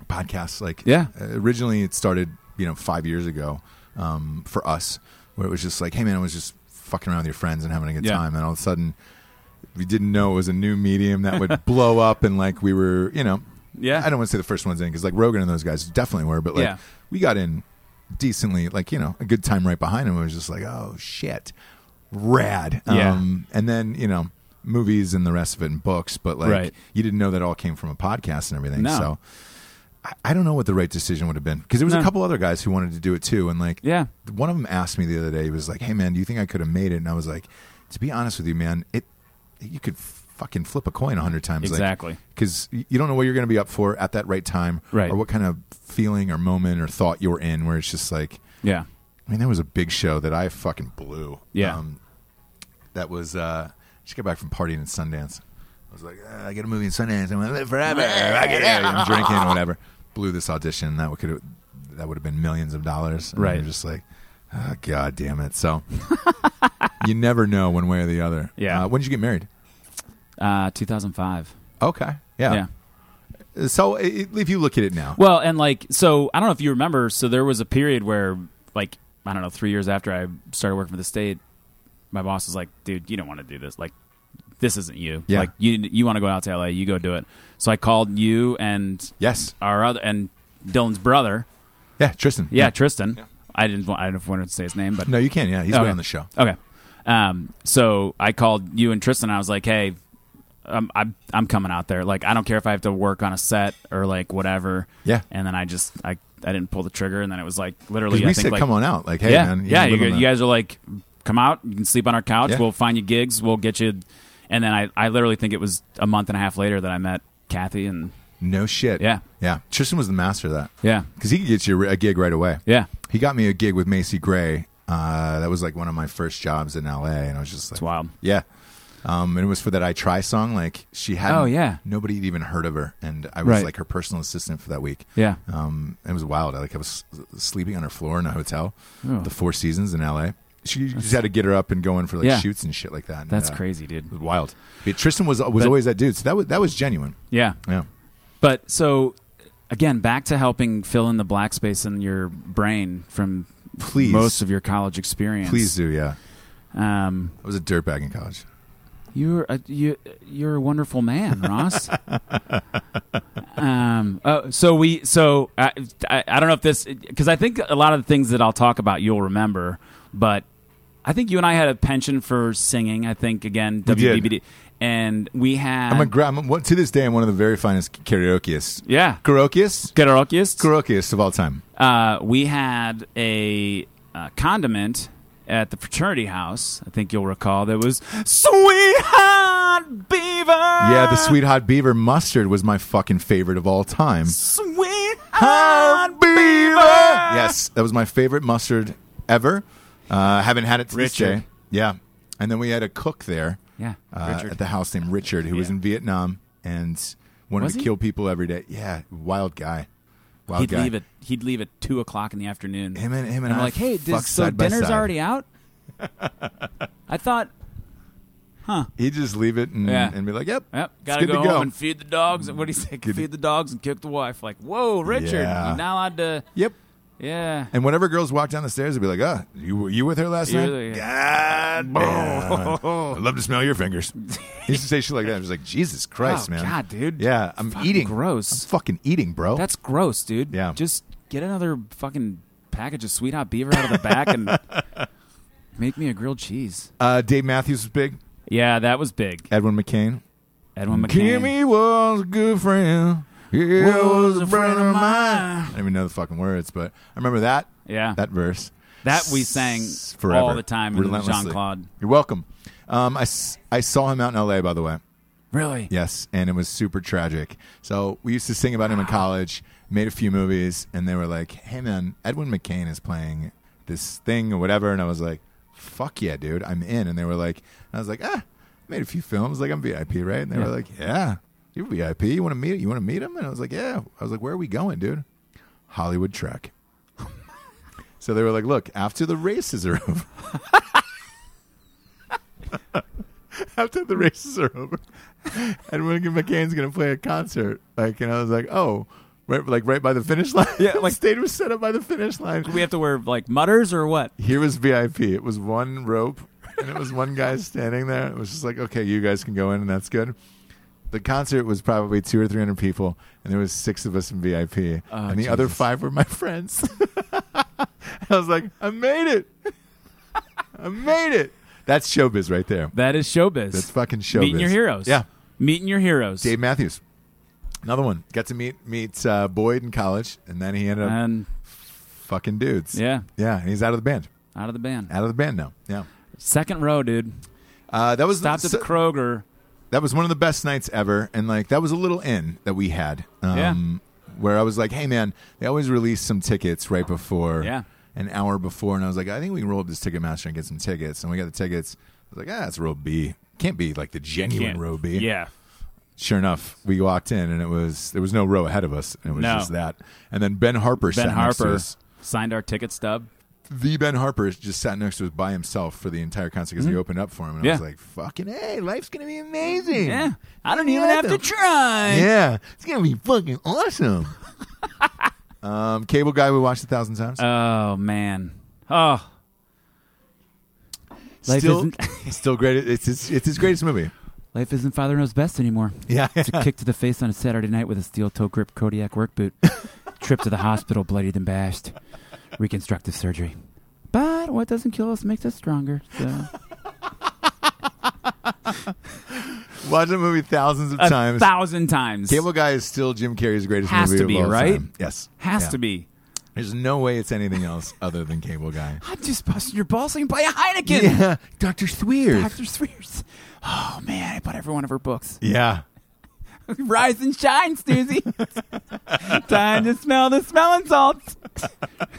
[SPEAKER 1] podcasts like
[SPEAKER 2] Yeah.
[SPEAKER 1] uh, originally it started you know five years ago um, for us where it was just like hey man i was just fucking around with your friends and having a good
[SPEAKER 2] Yeah.
[SPEAKER 1] time and all of a sudden we didn't know it was a new medium that would blow up and like we were you know
[SPEAKER 2] Yeah.
[SPEAKER 1] i don't want to say the first ones in because like rogan and those guys definitely were but like
[SPEAKER 2] Yeah.
[SPEAKER 1] we got in decently like you know a good time right behind him it was just like oh shit rad
[SPEAKER 2] Yeah.
[SPEAKER 1] um and then you know movies and the rest of it and books but like
[SPEAKER 2] Right.
[SPEAKER 1] you didn't know that all came from a podcast and everything
[SPEAKER 2] No.
[SPEAKER 1] so I- I don't know what the right decision would have been because there was a
[SPEAKER 2] No.
[SPEAKER 1] couple other guys who wanted to do it too, and like
[SPEAKER 2] Yeah.
[SPEAKER 1] one of them asked me the other day. He was like, "Hey man, do you think I could have made it?" And I was like, "To be honest with you, man, it you could fucking flip a coin a hundred times,
[SPEAKER 2] Exactly.
[SPEAKER 1] because you don't know what you're going to be up for at that right time,
[SPEAKER 2] Right.
[SPEAKER 1] Or what kind of feeling or moment or thought you're in, where it's just like,
[SPEAKER 2] Yeah.
[SPEAKER 1] I mean, that was a big show that I fucking blew. Um,
[SPEAKER 2] Yeah.
[SPEAKER 1] that was uh, I just got back from partying in Sundance. I was like, "Ah, I get a movie in Sundance. I'm gonna live forever. I get out. I'm drinking or whatever. Blew this audition. That could that would have been millions of dollars. And
[SPEAKER 2] Right.
[SPEAKER 1] You're just like, oh, God damn it. So you never know one way or the other.
[SPEAKER 2] Yeah.
[SPEAKER 1] Uh, when did you get married?
[SPEAKER 2] Uh, 2005.
[SPEAKER 1] Okay. Yeah. So i- i- if you look at it now,
[SPEAKER 2] Well, and like, so I don't know if you remember. So there was a period where, like, I don't know, three years after I started working for the state, my boss was like, "Dude, you don't want to do this. Like, this isn't you.
[SPEAKER 1] Yeah.
[SPEAKER 2] Like, you you want to go out to LA? You go do it." So I called you and
[SPEAKER 1] yes.
[SPEAKER 2] our other and Dylan's brother,
[SPEAKER 1] Yeah. Tristan.
[SPEAKER 2] yeah, Tristan. I didn't want, I didn't want to say his name, but
[SPEAKER 1] No, you can. Yeah. He's
[SPEAKER 2] Okay.
[SPEAKER 1] been on the show.
[SPEAKER 2] Okay. Um, so I called you and Tristan. And I was like, "Hey, I'm, I'm I'm coming out there. Like, I don't care if I have to work on a set or like whatever."
[SPEAKER 1] Yeah.
[SPEAKER 2] And then I just I I didn't pull the trigger, and then it was like
[SPEAKER 1] 'Cause
[SPEAKER 2] literally. I
[SPEAKER 1] we
[SPEAKER 2] think
[SPEAKER 1] said,
[SPEAKER 2] like
[SPEAKER 1] come on out. Like, hey,
[SPEAKER 2] yeah,
[SPEAKER 1] man.
[SPEAKER 2] yeah.
[SPEAKER 1] live
[SPEAKER 2] You,
[SPEAKER 1] on
[SPEAKER 2] guys-
[SPEAKER 1] the-
[SPEAKER 2] you guys are like, come out. You can sleep on our couch.
[SPEAKER 1] Yeah.
[SPEAKER 2] We'll find you gigs. We'll get you. And then I I literally think it was a month and a half later that I met Kathy, and
[SPEAKER 1] No shit.
[SPEAKER 2] Yeah.
[SPEAKER 1] Yeah. Tristan was the master of that.
[SPEAKER 2] yeah,
[SPEAKER 1] Because he could get you a gig right away.
[SPEAKER 2] yeah.
[SPEAKER 1] He got me a gig with Macy Gray. Uh, that was like one of my first jobs in LA. And I was just like,
[SPEAKER 2] It's wild.
[SPEAKER 1] yeah. Um, and it was for that I Try song. Like, she had,
[SPEAKER 2] Oh, yeah.
[SPEAKER 1] Nobody had even heard of her. And I was
[SPEAKER 2] Right.
[SPEAKER 1] like her personal assistant for that week.
[SPEAKER 2] Yeah.
[SPEAKER 1] Um, it was wild. I, like, I was s- sleeping on her floor in a hotel,
[SPEAKER 2] Oh.
[SPEAKER 1] the Four Seasons in LA. She just had to get her up and going for like
[SPEAKER 2] Yeah.
[SPEAKER 1] shoots and shit like that. And,
[SPEAKER 2] That's
[SPEAKER 1] uh,
[SPEAKER 2] crazy, dude.
[SPEAKER 1] It was wild. But Tristan was was
[SPEAKER 2] But-
[SPEAKER 1] always that dude. So that was that was genuine.
[SPEAKER 2] Yeah.
[SPEAKER 1] Yeah.
[SPEAKER 2] But so again, back to helping fill in the black space in your brain from
[SPEAKER 1] Please.
[SPEAKER 2] most of your college experience.
[SPEAKER 1] Please do. Yeah.
[SPEAKER 2] Um,
[SPEAKER 1] I was a dirtbag in college.
[SPEAKER 2] you're a, you you're a wonderful man, Ross. um, uh, so we so I, I I don't know if this because I think a lot of the things that I'll talk about you'll remember, but I think you and I had a penchant for singing. I think again
[SPEAKER 1] did.
[SPEAKER 2] WBBD, and we had
[SPEAKER 1] I'm a gra- I'm a- to this day I'm one of the very finest karaokeists,
[SPEAKER 2] yeah.
[SPEAKER 1] karaokeists,
[SPEAKER 2] Karaokeist.
[SPEAKER 1] karaokeists of all time.
[SPEAKER 2] uh, we had a uh, condiment at the fraternity house. I think you'll recall that was Sweetheart Beaver.
[SPEAKER 1] Yeah,
[SPEAKER 2] Ah.
[SPEAKER 1] the sweet hot beaver mustard was my fucking favorite of all time.
[SPEAKER 2] Sweetheart Beaver.
[SPEAKER 1] Yes, that was my favorite mustard ever. Uh, haven't had it to this
[SPEAKER 2] Richard.
[SPEAKER 1] day. Yeah, and then we had a cook there
[SPEAKER 2] Yeah.
[SPEAKER 1] uh,
[SPEAKER 2] Richard.
[SPEAKER 1] at the house named Richard, who was
[SPEAKER 2] Yeah.
[SPEAKER 1] in Vietnam and wanted
[SPEAKER 2] Was
[SPEAKER 1] to
[SPEAKER 2] he?
[SPEAKER 1] kill people every day. Yeah, wild guy. Wild
[SPEAKER 2] He'd
[SPEAKER 1] guy.
[SPEAKER 2] leave at he'd leave at two o'clock in the afternoon.
[SPEAKER 1] Him and him and,
[SPEAKER 2] and I'm
[SPEAKER 1] I
[SPEAKER 2] like, hey,
[SPEAKER 1] fucked
[SPEAKER 2] this, so
[SPEAKER 1] side by
[SPEAKER 2] dinner's
[SPEAKER 1] side.
[SPEAKER 2] already out. I thought,
[SPEAKER 1] He'd just leave it and,
[SPEAKER 2] Yeah.
[SPEAKER 1] and be like, "Yep,
[SPEAKER 2] yep,
[SPEAKER 1] it's
[SPEAKER 2] gotta
[SPEAKER 1] good
[SPEAKER 2] go,
[SPEAKER 1] to
[SPEAKER 2] home
[SPEAKER 1] go."
[SPEAKER 2] and feed the dogs. What do you say?
[SPEAKER 1] Good.
[SPEAKER 2] Feed the dogs and cook the wife. Like, whoa, Richard,
[SPEAKER 1] Yeah.
[SPEAKER 2] you're not allowed to.
[SPEAKER 1] yep,
[SPEAKER 2] Yeah,
[SPEAKER 1] And whenever girls walk down the stairs, they'd be like, "Ah, you were you with her last
[SPEAKER 2] You
[SPEAKER 1] night?"
[SPEAKER 2] really-
[SPEAKER 1] God, damn. I'd love to smell your fingers. He used to say shit like that. I was like, "Jesus Christ,
[SPEAKER 2] Oh,
[SPEAKER 1] man!"
[SPEAKER 2] God, dude.
[SPEAKER 1] Yeah, I'm
[SPEAKER 2] Fucking
[SPEAKER 1] eating.
[SPEAKER 2] gross.
[SPEAKER 1] I'm fucking eating, bro.
[SPEAKER 2] That's gross, dude.
[SPEAKER 1] Yeah.
[SPEAKER 2] Just get another fucking package of Sweet Hot Beaver out of the back and make me a grilled cheese.
[SPEAKER 1] uh, Dave Matthews was big.
[SPEAKER 2] Yeah, that was big.
[SPEAKER 1] Edwin McCain.
[SPEAKER 2] Edwin McCain.
[SPEAKER 1] Kimmy was a good friend. Yeah, was a friend of mine. I don't even know the fucking words, but I remember that
[SPEAKER 2] Yeah.
[SPEAKER 1] that
[SPEAKER 2] That,
[SPEAKER 1] verse.
[SPEAKER 2] we sang
[SPEAKER 1] S- forever.
[SPEAKER 2] all the time in
[SPEAKER 1] Relentlessly.
[SPEAKER 2] Jean Claude.
[SPEAKER 1] You're welcome. Um, I, s- I saw him out in L.A. By the way.
[SPEAKER 2] Really?
[SPEAKER 1] Yes, and it was super tragic. So we used to sing about him in college, made a few movies, and they were like, hey man, Edwin McCain is playing this thing or whatever. And I was like, fuck yeah, dude, I'm in. And they were like, I was like, ah, made a few films, like I'm VIP, right? And they were
[SPEAKER 2] Yeah.
[SPEAKER 1] like, yeah, you're VIP. You want to meet? You want to meet him? And I was like, yeah. I was like, where are we going, dude? Hollywood Trek. so they were like, look, after the races are over. after the races are over, Edwin McCain's gonna play a concert. Like, and I was like, oh, right, like right by the finish line.
[SPEAKER 2] Yeah,
[SPEAKER 1] the
[SPEAKER 2] like-
[SPEAKER 1] stage was set up by the finish line.
[SPEAKER 2] Do we have to wear like mutters or what?
[SPEAKER 1] Here was VIP. It was one rope, and it was one guy standing there. It was just like, okay, you guys can go in, and that's good. The concert was probably two or three hundred people, and there was six of us in VIP, and the other
[SPEAKER 2] Oh, Jesus.
[SPEAKER 1] five were my friends. I was like, I made it. I made it. That's showbiz right there.
[SPEAKER 2] That is showbiz.
[SPEAKER 1] That's fucking showbiz.
[SPEAKER 2] Meeting your heroes.
[SPEAKER 1] Yeah.
[SPEAKER 2] Meeting your heroes.
[SPEAKER 1] Dave Matthews. Another one. Got to meet meet uh, Boyd in college, and then he ended up
[SPEAKER 2] And
[SPEAKER 1] fucking dudes.
[SPEAKER 2] Uh-huh. yeah,
[SPEAKER 1] yeah. And he's out of the band.
[SPEAKER 2] out of the band.
[SPEAKER 1] Out of the band now. Yeah.
[SPEAKER 2] Second row, dude.
[SPEAKER 1] Uh, that was
[SPEAKER 2] Stopped at the
[SPEAKER 1] so-
[SPEAKER 2] Kroger.
[SPEAKER 1] that was one of the best nights ever and like that was a little inn that we had um where i was like hey man they always release some tickets right before
[SPEAKER 2] Yeah.
[SPEAKER 1] an hour before and i was like i think we can roll up this ticketmaster and get some tickets and we got the tickets i was like ah it's row b can't be like the genuine
[SPEAKER 2] Can't-
[SPEAKER 1] row b
[SPEAKER 2] Yeah.
[SPEAKER 1] sure enough we walked in and it was there was no row ahead of us and it was
[SPEAKER 2] No.
[SPEAKER 1] just that and then ben harper
[SPEAKER 2] Ben
[SPEAKER 1] sat next to
[SPEAKER 2] Harper
[SPEAKER 1] us.
[SPEAKER 2] signed our ticket stub.
[SPEAKER 1] the ben harper just sat next to us by himself for the entire concert because we opened up for him and i
[SPEAKER 2] Mm-hmm. Yeah.
[SPEAKER 1] was like fucking hey life's gonna be amazing
[SPEAKER 2] Yeah. I don't
[SPEAKER 1] Yeah,
[SPEAKER 2] even have to
[SPEAKER 1] though.
[SPEAKER 2] try.
[SPEAKER 1] Yeah, it's gonna be fucking awesome. um, cable guy we watched a thousand times.
[SPEAKER 2] Oh man. Oh. life
[SPEAKER 1] still,
[SPEAKER 2] isn't-
[SPEAKER 1] still great. It's his, it's his greatest movie.
[SPEAKER 2] Life isn't Father Knows Best anymore.
[SPEAKER 1] Yeah,
[SPEAKER 2] It's a kick to the face on a Saturday night with a steel toe grip Kodiak work boot. Trip to the hospital, bloodied and bashed. Reconstructive surgery. But what doesn't kill us makes us stronger. So.
[SPEAKER 1] watched the movie thousands of times.
[SPEAKER 2] thousand times.
[SPEAKER 1] Cable guy is still Jim Carrey's greatest
[SPEAKER 2] Has
[SPEAKER 1] movie
[SPEAKER 2] to
[SPEAKER 1] of
[SPEAKER 2] be,
[SPEAKER 1] all
[SPEAKER 2] right?
[SPEAKER 1] time. Yes,
[SPEAKER 2] Has
[SPEAKER 1] Yeah.
[SPEAKER 2] to be.
[SPEAKER 1] There's no way it's anything else other than Cable Guy.
[SPEAKER 2] I'm just busting your balls so you can buy a Heineken.
[SPEAKER 1] Yeah, Doctor Swears.
[SPEAKER 2] Dr. Swears. Oh, man. I bought every one of her books.
[SPEAKER 1] yeah,
[SPEAKER 2] Rise and shine, Susie. Time to smell the smelling salts.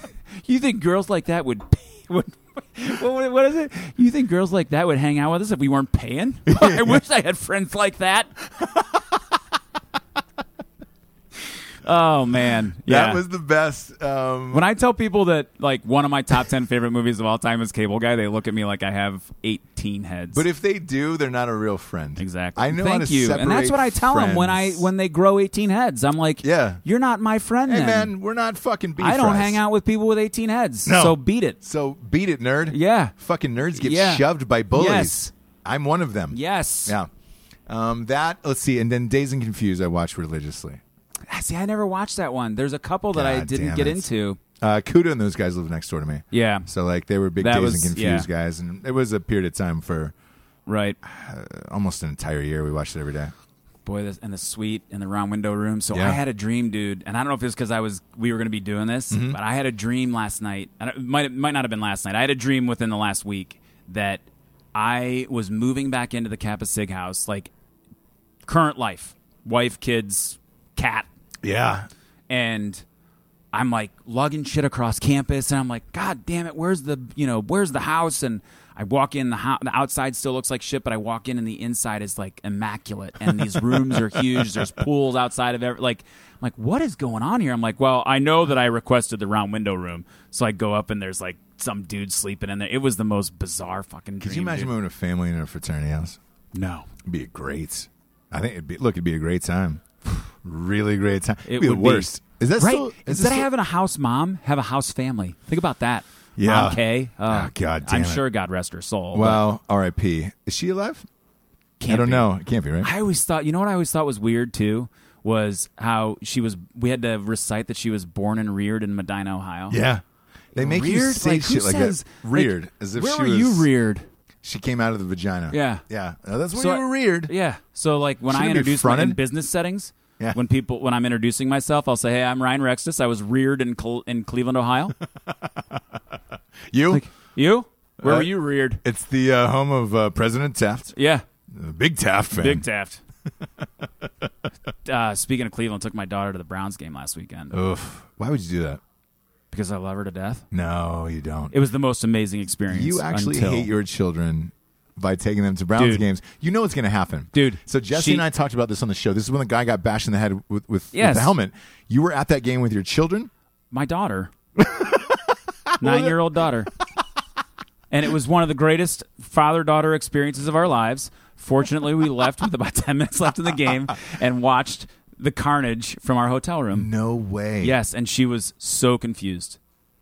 [SPEAKER 2] you think girls like that would pay? Would, what, what is it? You think girls like that would hang out with us if we weren't paying? I wish I had friends like that. oh, man. Yeah.
[SPEAKER 1] that was the best. Um,
[SPEAKER 2] When I tell people that like one of my top ten favorite movies of all time is Cable Guy, they look at me like I have eighteen heads.
[SPEAKER 1] but if they do, they're not a real friend.
[SPEAKER 2] exactly,
[SPEAKER 1] I know how
[SPEAKER 2] Thank
[SPEAKER 1] to
[SPEAKER 2] you, and that's
[SPEAKER 1] separate
[SPEAKER 2] what I tell them when I
[SPEAKER 1] friends.
[SPEAKER 2] when they grow eighteen heads. I'm like,
[SPEAKER 1] Yeah.
[SPEAKER 2] you're not my friend.
[SPEAKER 1] Hey
[SPEAKER 2] then.
[SPEAKER 1] man, we're not fucking beef
[SPEAKER 2] I don't
[SPEAKER 1] fries.
[SPEAKER 2] hang out with people with eighteen heads.
[SPEAKER 1] No.
[SPEAKER 2] so beat it.
[SPEAKER 1] So beat it, nerd.
[SPEAKER 2] Yeah.
[SPEAKER 1] Fucking nerds get
[SPEAKER 2] Yeah.
[SPEAKER 1] shoved by bullies.
[SPEAKER 2] Yes.
[SPEAKER 1] I'm one of them.
[SPEAKER 2] Yes.
[SPEAKER 1] Yeah. Um, that let's see, and then Days and Confused I watch religiously.
[SPEAKER 2] Ah, See, I never watched that one. There's a couple that I
[SPEAKER 1] God
[SPEAKER 2] didn't
[SPEAKER 1] damn
[SPEAKER 2] get
[SPEAKER 1] it.
[SPEAKER 2] into.
[SPEAKER 1] Uh, Kuda and those guys live next door to me.
[SPEAKER 2] Yeah.
[SPEAKER 1] So like they were big
[SPEAKER 2] That
[SPEAKER 1] Days
[SPEAKER 2] was-
[SPEAKER 1] and Confused
[SPEAKER 2] yeah.
[SPEAKER 1] guys, and it was a period of time for
[SPEAKER 2] Right.
[SPEAKER 1] almost an entire year. We watched it every day.
[SPEAKER 2] boy this and the suite in the round window room so
[SPEAKER 1] Yeah.
[SPEAKER 2] i had a dream dude and i don't know if it was because i was we were going to be doing this but i had a dream last night and it might, it might not have been last night i had a dream within the last week that i was moving back into the kappa sig house like current life wife kids cat
[SPEAKER 1] Yeah.
[SPEAKER 2] and I'm like lugging shit across campus, and I'm like, God damn it, where's the you know where's the house? And I walk in the house, the outside still looks like shit, but I walk in and the inside is like immaculate, and these rooms are huge. There's pools outside of every like. I'm like, what is going on here? I'm like, well, I know that I requested the round window room, so I go up and there's like some dude sleeping in there. It was the most bizarre fucking.
[SPEAKER 1] Could you
[SPEAKER 2] dream,
[SPEAKER 1] imagine
[SPEAKER 2] dude.
[SPEAKER 1] moving a family in a fraternity house?
[SPEAKER 2] No,
[SPEAKER 1] It'd be great. I think it'd be look. It'd be a great time. really great time.
[SPEAKER 2] it
[SPEAKER 1] it'd be
[SPEAKER 2] would
[SPEAKER 1] the worst.
[SPEAKER 2] Be.
[SPEAKER 1] Is that
[SPEAKER 2] right?
[SPEAKER 1] still, is
[SPEAKER 2] Instead
[SPEAKER 1] this
[SPEAKER 2] of
[SPEAKER 1] still-
[SPEAKER 2] having a house mom, have a house family. Think about that.
[SPEAKER 1] Yeah.
[SPEAKER 2] Mom K. Uh,
[SPEAKER 1] Ah, God damn
[SPEAKER 2] I'm
[SPEAKER 1] it.
[SPEAKER 2] sure God rest her soul. but
[SPEAKER 1] Wow, R.I.P. Is she alive?
[SPEAKER 2] can't
[SPEAKER 1] I don't
[SPEAKER 2] be.
[SPEAKER 1] know. It can't be right.
[SPEAKER 2] I always thought. You know what I always thought was weird too was how she was. We had to recite that she was born and reared in Medina, Ohio.
[SPEAKER 1] yeah, they make you
[SPEAKER 2] Reared?
[SPEAKER 1] say
[SPEAKER 2] Like, who
[SPEAKER 1] shit like
[SPEAKER 2] says-
[SPEAKER 1] that. Reared,
[SPEAKER 2] like,
[SPEAKER 1] as if
[SPEAKER 2] where
[SPEAKER 1] she
[SPEAKER 2] were
[SPEAKER 1] was,
[SPEAKER 2] you reared?
[SPEAKER 1] She came out of the vagina.
[SPEAKER 2] Yeah.
[SPEAKER 1] yeah. Uh, that's where
[SPEAKER 2] So
[SPEAKER 1] you
[SPEAKER 2] I-
[SPEAKER 1] were reared.
[SPEAKER 2] Yeah. So like when
[SPEAKER 1] Shouldn't
[SPEAKER 2] I
[SPEAKER 1] it be
[SPEAKER 2] introduce my, in
[SPEAKER 1] fronted?
[SPEAKER 2] business settings,
[SPEAKER 1] Yeah.
[SPEAKER 2] when people when I'm introducing myself, I'll say, "Hey, I'm Ryan Rextus. I was reared in Cl- in Cleveland, Ohio.
[SPEAKER 1] You.
[SPEAKER 2] you? Where
[SPEAKER 1] Uh,
[SPEAKER 2] were you reared?
[SPEAKER 1] it's the uh, home of uh, President Taft,
[SPEAKER 2] Yeah,
[SPEAKER 1] Uh, big Taft fan.
[SPEAKER 2] Big Taft." uh, speaking of Cleveland, took my daughter to the Browns game last weekend
[SPEAKER 1] Oof. Why would you do that?
[SPEAKER 2] because I love her to death.
[SPEAKER 1] No, you don't.
[SPEAKER 2] It was the most amazing experience.
[SPEAKER 1] you actually
[SPEAKER 2] until-
[SPEAKER 1] hate your children by taking them to Browns
[SPEAKER 2] Dude.
[SPEAKER 1] games. You know what's going to happen,
[SPEAKER 2] Dude,
[SPEAKER 1] So Jesse
[SPEAKER 2] she-
[SPEAKER 1] and I talked about this on the show. This is when the guy got bashed in the head with with, with
[SPEAKER 2] Yes.
[SPEAKER 1] the helmet. You were at that game with your children.
[SPEAKER 2] my daughter, nine year old daughter. And it was one of the greatest father daughter experiences of our lives. Fortunately, we left with about 10 minutes left in the game and watched the carnage from our hotel room.
[SPEAKER 1] No way.
[SPEAKER 2] Yes, and she was so confused.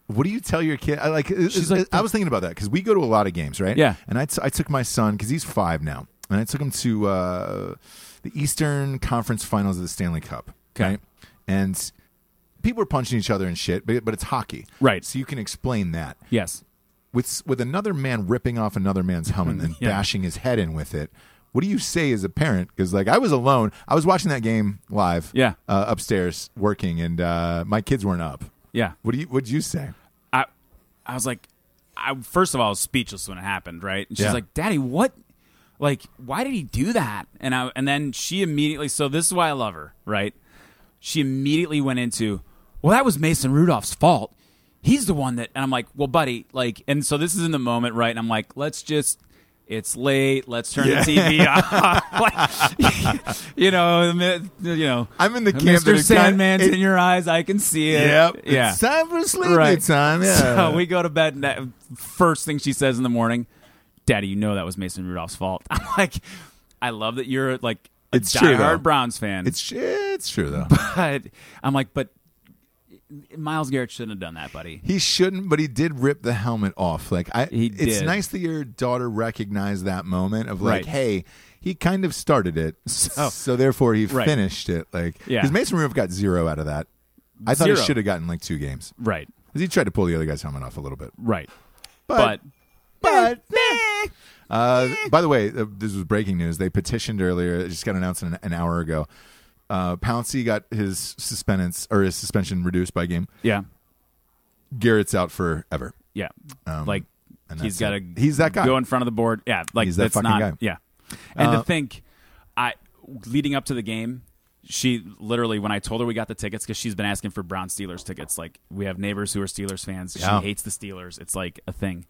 [SPEAKER 1] What do you tell your kid? I, like,
[SPEAKER 2] She's
[SPEAKER 1] like,
[SPEAKER 2] like-
[SPEAKER 1] I was thinking about that because we go to a lot of games, right?
[SPEAKER 2] Yeah.
[SPEAKER 1] And I, t- I took my son because he's five now, and I took him to uh, the Eastern Conference Finals of the Stanley Cup.
[SPEAKER 2] Okay.
[SPEAKER 1] Right? And people are punching each other and shit, but, but it's hockey,
[SPEAKER 2] Right.
[SPEAKER 1] So you can explain that
[SPEAKER 2] Yes.
[SPEAKER 1] with s- with another man ripping off another man's helmet and
[SPEAKER 2] Yeah.
[SPEAKER 1] bashing his head in with it. What do you say as a parent? Because like I was alone, I was watching that game live.
[SPEAKER 2] Yeah.
[SPEAKER 1] uh, upstairs working, and uh, my kids weren't up.
[SPEAKER 2] Yeah.
[SPEAKER 1] What do you? What'd you say?
[SPEAKER 2] I I was like, I first of all I was speechless when it happened, right? And she's
[SPEAKER 1] Yeah.
[SPEAKER 2] like, Daddy, what? Like, why did he do that? And I and then she immediately. So this is why I love her, right? She immediately went into, well, that was Mason Rudolph's fault. He's the one that, and I'm like, well, buddy, like, and so this is in the moment, right? And I'm like, let's just, it's late, let's turn
[SPEAKER 1] Yeah.
[SPEAKER 2] the TV off, like, you know, mi- you know,
[SPEAKER 1] I'm in the camp that
[SPEAKER 2] Mr.
[SPEAKER 1] it's got-
[SPEAKER 2] Sandman's
[SPEAKER 1] it-
[SPEAKER 2] in your eyes, I can see it. yeah,
[SPEAKER 1] It's time for sleepy time. Yeah.
[SPEAKER 2] so we go to bed. And that first thing she says in the morning, "Daddy, you know that was Mason Rudolph's fault." I'm like, I love that you're like a
[SPEAKER 1] It's true,
[SPEAKER 2] diehard
[SPEAKER 1] though.
[SPEAKER 2] Browns fan.
[SPEAKER 1] it's it's true though.
[SPEAKER 2] but I'm like, but Miles Garrett shouldn't have done that, buddy.
[SPEAKER 1] He shouldn't, but he did rip the helmet off. Like I,
[SPEAKER 2] He
[SPEAKER 1] it's
[SPEAKER 2] did.
[SPEAKER 1] nice that your daughter recognized that moment of like,
[SPEAKER 2] Right.
[SPEAKER 1] hey, he kind of started it, so,
[SPEAKER 2] So-
[SPEAKER 1] therefore he
[SPEAKER 2] Right.
[SPEAKER 1] finished it. Like,
[SPEAKER 2] Yeah.
[SPEAKER 1] because Mason Rudolph got zero out of that. I thought he
[SPEAKER 2] Zero.
[SPEAKER 1] should have gotten like two games
[SPEAKER 2] Right,
[SPEAKER 1] 'Cause he tried to pull the other guy's helmet off a little bit,
[SPEAKER 2] right.
[SPEAKER 1] but but.
[SPEAKER 2] But,
[SPEAKER 1] eh. Uh, by the way, uh, this was breaking news. They petitioned earlier. It just got announced an, an hour ago. Uh, Pouncey got his suspendence or his suspension reduced by game.
[SPEAKER 2] yeah,
[SPEAKER 1] Garrett's out forever.
[SPEAKER 2] yeah.
[SPEAKER 1] Um,
[SPEAKER 2] like
[SPEAKER 1] and
[SPEAKER 2] he's got
[SPEAKER 1] that's it.
[SPEAKER 2] to
[SPEAKER 1] He's that guy.
[SPEAKER 2] go in front of the board. Yeah, like
[SPEAKER 1] He's that
[SPEAKER 2] that's
[SPEAKER 1] fucking
[SPEAKER 2] not.
[SPEAKER 1] guy.
[SPEAKER 2] Yeah, and
[SPEAKER 1] Uh,
[SPEAKER 2] to think, I leading up to the game, she literally when I told her we got the tickets because she's been asking for Brown Steelers tickets. Like we have neighbors who are Steelers fans.
[SPEAKER 1] Yeah.
[SPEAKER 2] She hates the Steelers. It's like a thing.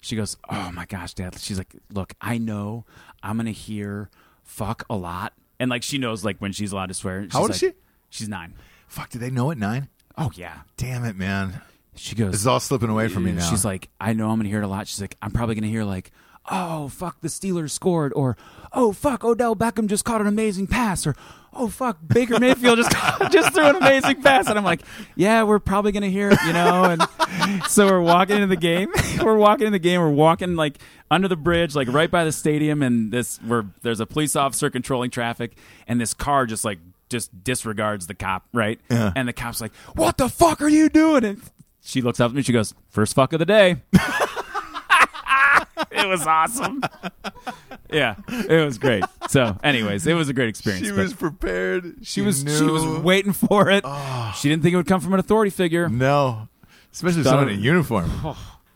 [SPEAKER 2] She goes, "Oh my gosh, Dad!" She's like, "Look, I know I'm gonna hear fuck a lot." And like she knows like when she's allowed to swear. She's
[SPEAKER 1] old is
[SPEAKER 2] like-
[SPEAKER 1] she?
[SPEAKER 2] She's nine.
[SPEAKER 1] Fuck, did they know at nine?
[SPEAKER 2] Oh yeah.
[SPEAKER 1] Damn it, man.
[SPEAKER 2] She
[SPEAKER 1] This
[SPEAKER 2] goes.
[SPEAKER 1] is all slipping away from me now.
[SPEAKER 2] She's like, I know I'm gonna hear it a lot. She's like, I'm probably gonna hear like, oh fuck, the Steelers scored, or oh fuck, Odell Beckham just caught an amazing pass, or oh fuck, Baker Mayfield just just threw an amazing pass, and I'm like, yeah, we're probably gonna hear it, you know. And so we're walking into the game. we're walking in the game. We're walking like under the bridge, like right by the stadium, and this where there's a police officer controlling traffic, and this car just like just disregards the cop, right? And the cop's like, "What the fuck are you doing?" And she looks up at me. She goes, first fuck of the day." it was awesome. Yeah, it was great. So, anyways, it was a great experience.
[SPEAKER 1] she
[SPEAKER 2] but
[SPEAKER 1] was prepared. She,
[SPEAKER 2] she was
[SPEAKER 1] knew.
[SPEAKER 2] she was waiting for it.
[SPEAKER 1] Ah.
[SPEAKER 2] She didn't think it would come from an authority figure.
[SPEAKER 1] No, especially if
[SPEAKER 2] Done. Oh.
[SPEAKER 1] someone in a uniform.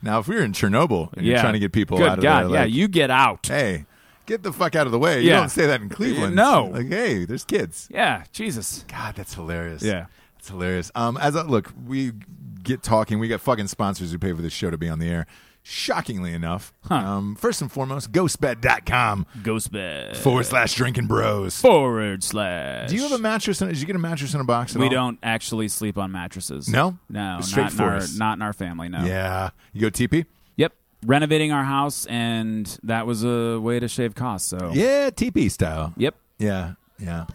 [SPEAKER 1] Now, if we were in Chernobyl and you're
[SPEAKER 2] yeah,
[SPEAKER 1] trying to get people
[SPEAKER 2] Good
[SPEAKER 1] out of
[SPEAKER 2] God,
[SPEAKER 1] there,
[SPEAKER 2] yeah,
[SPEAKER 1] like,
[SPEAKER 2] you get out.
[SPEAKER 1] hey, get the fuck out of the way. You
[SPEAKER 2] Yeah.
[SPEAKER 1] don't say that in Cleveland.
[SPEAKER 2] No.
[SPEAKER 1] like hey, there's kids.
[SPEAKER 2] Yeah, Jesus.
[SPEAKER 1] God, that's hilarious.
[SPEAKER 2] Yeah.
[SPEAKER 1] that's hilarious. Um, as I look, we get talking. We got fucking sponsors who pay for this show to be on the air. Shockingly enough, um, first and foremost, ghostbed.com
[SPEAKER 2] Ghost bed
[SPEAKER 1] forward slash drinking bros.
[SPEAKER 2] forward slash.
[SPEAKER 1] Do you have a mattress? In, did you get a mattress in a box? At
[SPEAKER 2] we
[SPEAKER 1] all?
[SPEAKER 2] don't actually sleep on mattresses.
[SPEAKER 1] No?
[SPEAKER 2] no,
[SPEAKER 1] Straight
[SPEAKER 2] not in, our,
[SPEAKER 1] forest.
[SPEAKER 2] not in our family. No.
[SPEAKER 1] Yeah, you go TP.
[SPEAKER 2] Yep. Renovating our house, and that was a way to shave costs. So.
[SPEAKER 1] Yeah, TP style.
[SPEAKER 2] Yep.
[SPEAKER 1] Yeah, yeah.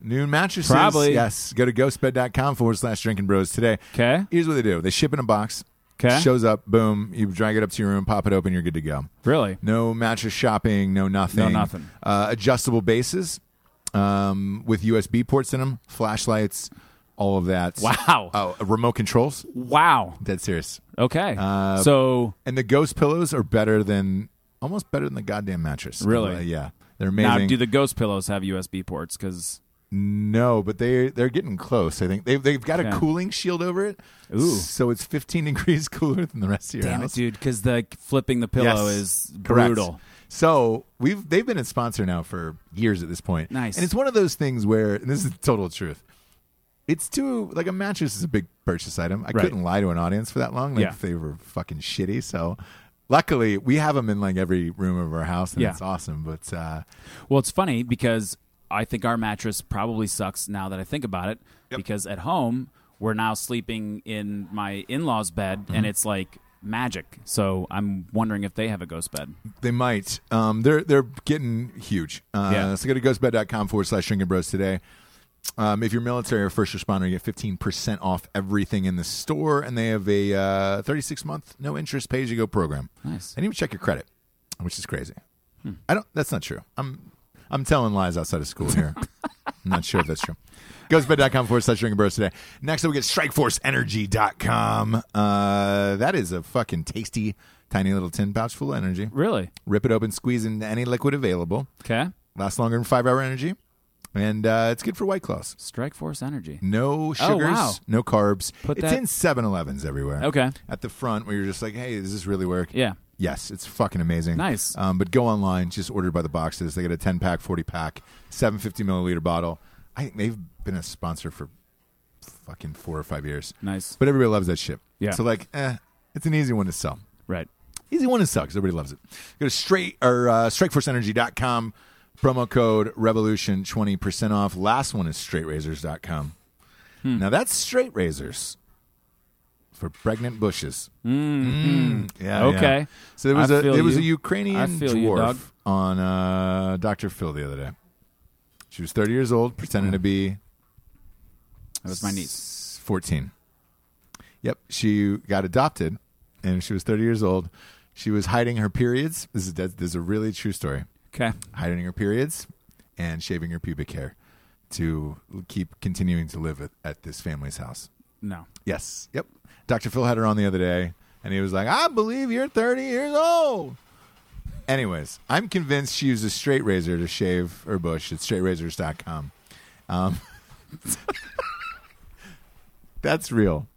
[SPEAKER 1] Noon mattresses.
[SPEAKER 2] Probably.
[SPEAKER 1] Yes. Go to ghostbed.com forward slash drinking bros today.
[SPEAKER 2] 'Kay.
[SPEAKER 1] Here's what they do they ship in a box.
[SPEAKER 2] 'Kay.
[SPEAKER 1] Shows up, boom. You drag it up to your room, pop it open, you're good to go.
[SPEAKER 2] Really?
[SPEAKER 1] No mattress shopping, no nothing.
[SPEAKER 2] No nothing.
[SPEAKER 1] Uh, adjustable bases um, with USB ports in them, flashlights, all of that.
[SPEAKER 2] Wow.
[SPEAKER 1] Oh, remote controls.
[SPEAKER 2] Wow.
[SPEAKER 1] Dead serious.
[SPEAKER 2] Okay.
[SPEAKER 1] uh,
[SPEAKER 2] so
[SPEAKER 1] And the ghost pillows are better than almost better than the goddamn mattress.
[SPEAKER 2] Really?
[SPEAKER 1] Uh, yeah. They're amazing.
[SPEAKER 2] now, do the ghost pillows have USB ports? Because
[SPEAKER 1] no, but they they're getting close. I think they've they've got a
[SPEAKER 2] Okay.
[SPEAKER 1] cooling shield over it.
[SPEAKER 2] Ooh.
[SPEAKER 1] So it's 15 degrees cooler than the rest of your
[SPEAKER 2] damn it,
[SPEAKER 1] house.
[SPEAKER 2] dude! Because the flipping the pillow
[SPEAKER 1] Yes.
[SPEAKER 2] is
[SPEAKER 1] Correct.
[SPEAKER 2] brutal.
[SPEAKER 1] So we've they've been a sponsor now for years at this point.
[SPEAKER 2] Nice.
[SPEAKER 1] And it's one of those things where and this is the total truth. It's too like a mattress is a big purchase item. I
[SPEAKER 2] Right.
[SPEAKER 1] couldn't lie to an audience for that long. Like
[SPEAKER 2] Yeah.
[SPEAKER 1] if they were fucking shitty. So luckily we have them in like every room of our house, and
[SPEAKER 2] Yeah.
[SPEAKER 1] it's awesome. But uh,
[SPEAKER 2] Well, it's funny because I think our mattress probably sucks now that I think about it. Because at home we're now sleeping in my in-laws' bed,
[SPEAKER 1] Mm-hmm.
[SPEAKER 2] and it's like magic. So I'm wondering if they have a ghost bed.
[SPEAKER 1] They might. Um, they're they're getting huge. Uh,
[SPEAKER 2] Yeah.
[SPEAKER 1] So go to ghostbed.com forward slash drinking bros today. Um, if you're military or first responder, you get 15% off everything in the store, and they have a uh, 36 month no interest pay as you go program.
[SPEAKER 2] Nice. Hmm.
[SPEAKER 1] And even check your credit, which is crazy. I don't. That's not true. I'm I'm telling lies outside of school here. I'm not sure if that's true. Ghostbed.com forward slash drinking bros today. Next up, we get strikeforceenergy.com. Uh, that is a fucking tasty, tiny little tin pouch full of energy.
[SPEAKER 2] Really?
[SPEAKER 1] Rip it open, squeeze into any liquid available.
[SPEAKER 2] Okay.
[SPEAKER 1] Lasts longer than five hour energy. And uh, it's good for white claws.
[SPEAKER 2] Strike Force Energy.
[SPEAKER 1] No sugars,
[SPEAKER 2] Oh, wow.
[SPEAKER 1] no carbs.
[SPEAKER 2] Put
[SPEAKER 1] it's
[SPEAKER 2] that-
[SPEAKER 1] in 7 Elevens everywhere.
[SPEAKER 2] Okay.
[SPEAKER 1] At the front, where you're just like, hey, does this really work?
[SPEAKER 2] Yeah.
[SPEAKER 1] Yes, it's fucking amazing.
[SPEAKER 2] Nice.
[SPEAKER 1] Um, but go online, just order by the boxes. They get a 10 pack, 40 pack, 750 milliliter bottle. I think they've been a sponsor for fucking four or five years.
[SPEAKER 2] Nice.
[SPEAKER 1] But everybody loves that shit.
[SPEAKER 2] Yeah.
[SPEAKER 1] So, like, eh, it's an easy one to sell.
[SPEAKER 2] Right.
[SPEAKER 1] Easy one to sell 'cause everybody loves it. Go to straight or uh, strikeforceenergy.com, promo code revolution, 20% off. Last one is straightrazors.com.
[SPEAKER 2] Hmm.
[SPEAKER 1] Now, that's straight razors for pregnant bushes. Mm. Yeah.
[SPEAKER 2] Hmm. Okay.
[SPEAKER 1] yeah. So there was
[SPEAKER 2] I
[SPEAKER 1] a
[SPEAKER 2] feel
[SPEAKER 1] there was a
[SPEAKER 2] you. I
[SPEAKER 1] Ukrainian
[SPEAKER 2] feel you,
[SPEAKER 1] dwarf
[SPEAKER 2] dog.
[SPEAKER 1] on uh, Dr. Phil the other day. She was 30 years old, pretending to be
[SPEAKER 2] That was my niece.
[SPEAKER 1] s- 14. Yep, she got adopted, and she was 30 years old. She was hiding her periods. This is that, this is a really true story.
[SPEAKER 2] Okay.
[SPEAKER 1] Hiding her periods and shaving her pubic hair to keep continuing to live at, at this family's house.
[SPEAKER 2] No.
[SPEAKER 1] Yes. Yep. Dr. Phil had her on the other day, and he was like, I believe you're 30 years old. Anyways, I'm convinced she used a straight razor to shave her bush at straightrazors.com. Um, that's real.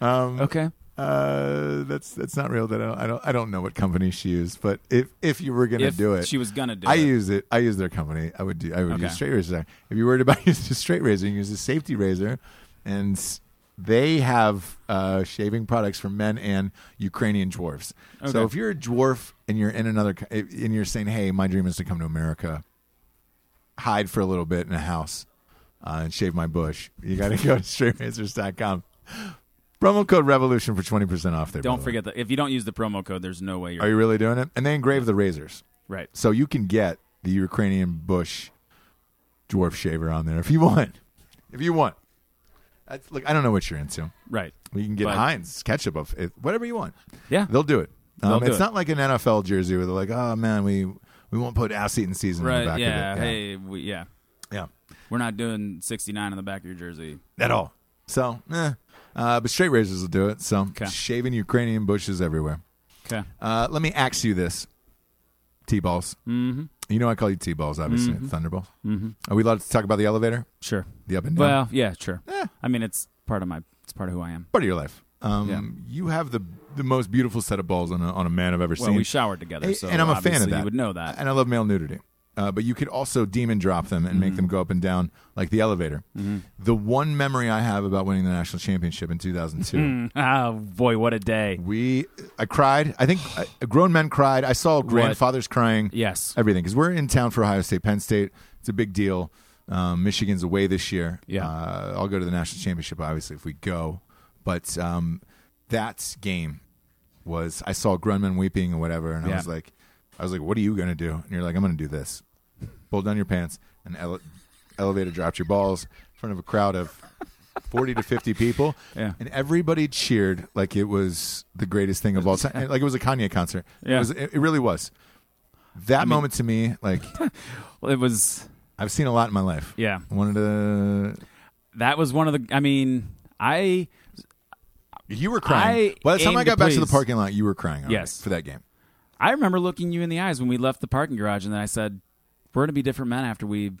[SPEAKER 1] Um,
[SPEAKER 2] Okay.
[SPEAKER 1] uh, that's that's not real. That I don't, I don't I don't know what company she used, but if if you were gonna
[SPEAKER 2] if
[SPEAKER 1] do it,
[SPEAKER 2] she was gonna do
[SPEAKER 1] I
[SPEAKER 2] it.
[SPEAKER 1] use it. I use their company. I would do. I would
[SPEAKER 2] Okay.
[SPEAKER 1] use straight razor. If you're worried about using a straight razor, you use a safety razor, and s- they have uh, shaving products for men and Ukrainian dwarfs. So
[SPEAKER 2] Okay.
[SPEAKER 1] if you're a dwarf and you're in another co- eh, and you're saying, "Hey, my dream is to come to America, hide for a little bit in a house, uh, and shave my bush," you got to go to straightrazors.com. Promo code revolution for twenty percent off. There. by
[SPEAKER 2] don't
[SPEAKER 1] the way.
[SPEAKER 2] forget that if you don't use the promo code, there's no way you're
[SPEAKER 1] Are you really doing it? And they engrave the razors.
[SPEAKER 2] right.
[SPEAKER 1] So you can get the Ukrainian bush dwarf shaver on there if you want. If you want. That's, look, I don't know what you're into.
[SPEAKER 2] Right.
[SPEAKER 1] You can get
[SPEAKER 2] But-
[SPEAKER 1] Heinz ketchup, of it, whatever you want.
[SPEAKER 2] Yeah.
[SPEAKER 1] They'll do it. Um,
[SPEAKER 2] They'll do
[SPEAKER 1] it's
[SPEAKER 2] it.
[SPEAKER 1] not like an NFL jersey where they're like, oh man, we we won't put acetone season on the
[SPEAKER 2] Right.
[SPEAKER 1] back
[SPEAKER 2] Yeah.
[SPEAKER 1] of it.
[SPEAKER 2] Hey. We, yeah.
[SPEAKER 1] Yeah.
[SPEAKER 2] We're not doing 69 on the back of your jersey.
[SPEAKER 1] yeah. At all. So, eh. Uh, but straight razors will do it. So,
[SPEAKER 2] 'Kay.
[SPEAKER 1] shaving Ukrainian bushes everywhere.
[SPEAKER 2] Okay.
[SPEAKER 1] Uh, let me ask you this T balls. Mm-hmm. You know I call you T balls, obviously. Thunderballs. Mm-hmm. Are we allowed to talk about the elevator?
[SPEAKER 2] Sure.
[SPEAKER 1] The up and down?
[SPEAKER 2] Well, yeah, sure.
[SPEAKER 1] Yeah.
[SPEAKER 2] I mean, it's part of my. It's part of who I am.
[SPEAKER 1] part of your life. Um,
[SPEAKER 2] Yeah.
[SPEAKER 1] You have the the most beautiful set of balls on a, on a man I've ever
[SPEAKER 2] Well,
[SPEAKER 1] seen.
[SPEAKER 2] we showered together,
[SPEAKER 1] Hey,
[SPEAKER 2] so
[SPEAKER 1] and I'm a fan of
[SPEAKER 2] obviously
[SPEAKER 1] that.
[SPEAKER 2] You would know that.
[SPEAKER 1] And I love male nudity. Uh, but you could also demon drop them and
[SPEAKER 2] Mm-hmm.
[SPEAKER 1] make them go up and down like the elevator. The one memory I have about winning the national championship in 2002,
[SPEAKER 2] oh boy, what a day!
[SPEAKER 1] we I cried. I think uh, grown men cried. I saw grandfathers crying.
[SPEAKER 2] Yes.
[SPEAKER 1] everything because we're in town for Ohio State, Penn State. It's a big deal. Um, Michigan's away this year.
[SPEAKER 2] Yeah.
[SPEAKER 1] uh, I'll go to the national championship obviously if we go. But um, that game was I saw Grunman weeping and whatever, and I
[SPEAKER 2] Yeah.
[SPEAKER 1] was like, I was like, what are you gonna do? And you're like, I'm gonna do this. Pull down your pants and ele- elevator dropped your balls in front of a crowd of. 40 to 50 people
[SPEAKER 2] Yeah.
[SPEAKER 1] and everybody cheered like it was the greatest thing of all time like it was a kanye concert it,
[SPEAKER 2] Yeah.
[SPEAKER 1] was, it, it really was that moment to me, like
[SPEAKER 2] Well, it was.
[SPEAKER 1] I've seen a lot in my life.
[SPEAKER 2] Yeah.
[SPEAKER 1] I wanted to.
[SPEAKER 2] That was one of the. I mean, I.
[SPEAKER 1] You were crying.
[SPEAKER 2] I
[SPEAKER 1] By the time
[SPEAKER 2] aim
[SPEAKER 1] I got
[SPEAKER 2] to
[SPEAKER 1] back to the
[SPEAKER 2] please.
[SPEAKER 1] parking lot, you were crying. already
[SPEAKER 2] Yes.
[SPEAKER 1] for that game.
[SPEAKER 2] I remember looking you in the eyes when we left the parking garage, and then I said, "We're gonna be different men after we,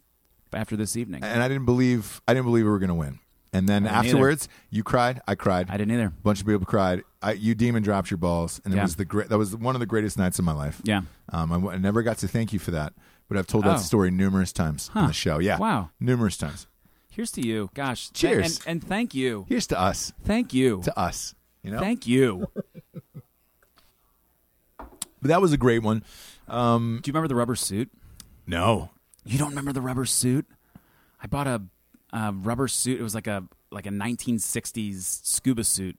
[SPEAKER 2] after this evening."
[SPEAKER 1] And I didn't believe. I didn't believe we were going to win. And then
[SPEAKER 2] didn't either.
[SPEAKER 1] afterwards, you cried. I cried.
[SPEAKER 2] I didn't either.
[SPEAKER 1] a bunch of people cried. I, you demon dropped your balls, and it
[SPEAKER 2] Yeah.
[SPEAKER 1] was the great. That was one of the greatest nights of my life.
[SPEAKER 2] Yeah.
[SPEAKER 1] Um, I, w- I never got to thank you for that, but I've told that
[SPEAKER 2] Oh.
[SPEAKER 1] story numerous times on
[SPEAKER 2] Huh.
[SPEAKER 1] the show. Yeah.
[SPEAKER 2] Wow.
[SPEAKER 1] Numerous times.
[SPEAKER 2] Here's to you. Gosh. th-
[SPEAKER 1] Cheers.
[SPEAKER 2] and, and thank you.
[SPEAKER 1] Here's to us.
[SPEAKER 2] Thank you.
[SPEAKER 1] To us. You know.
[SPEAKER 2] Thank you. Do
[SPEAKER 1] but that was a great one.
[SPEAKER 2] you remember the rubber suit?
[SPEAKER 1] No.
[SPEAKER 2] You don't remember the rubber suit? I bought a, a rubber suit. It was like a like a 1960s scuba suit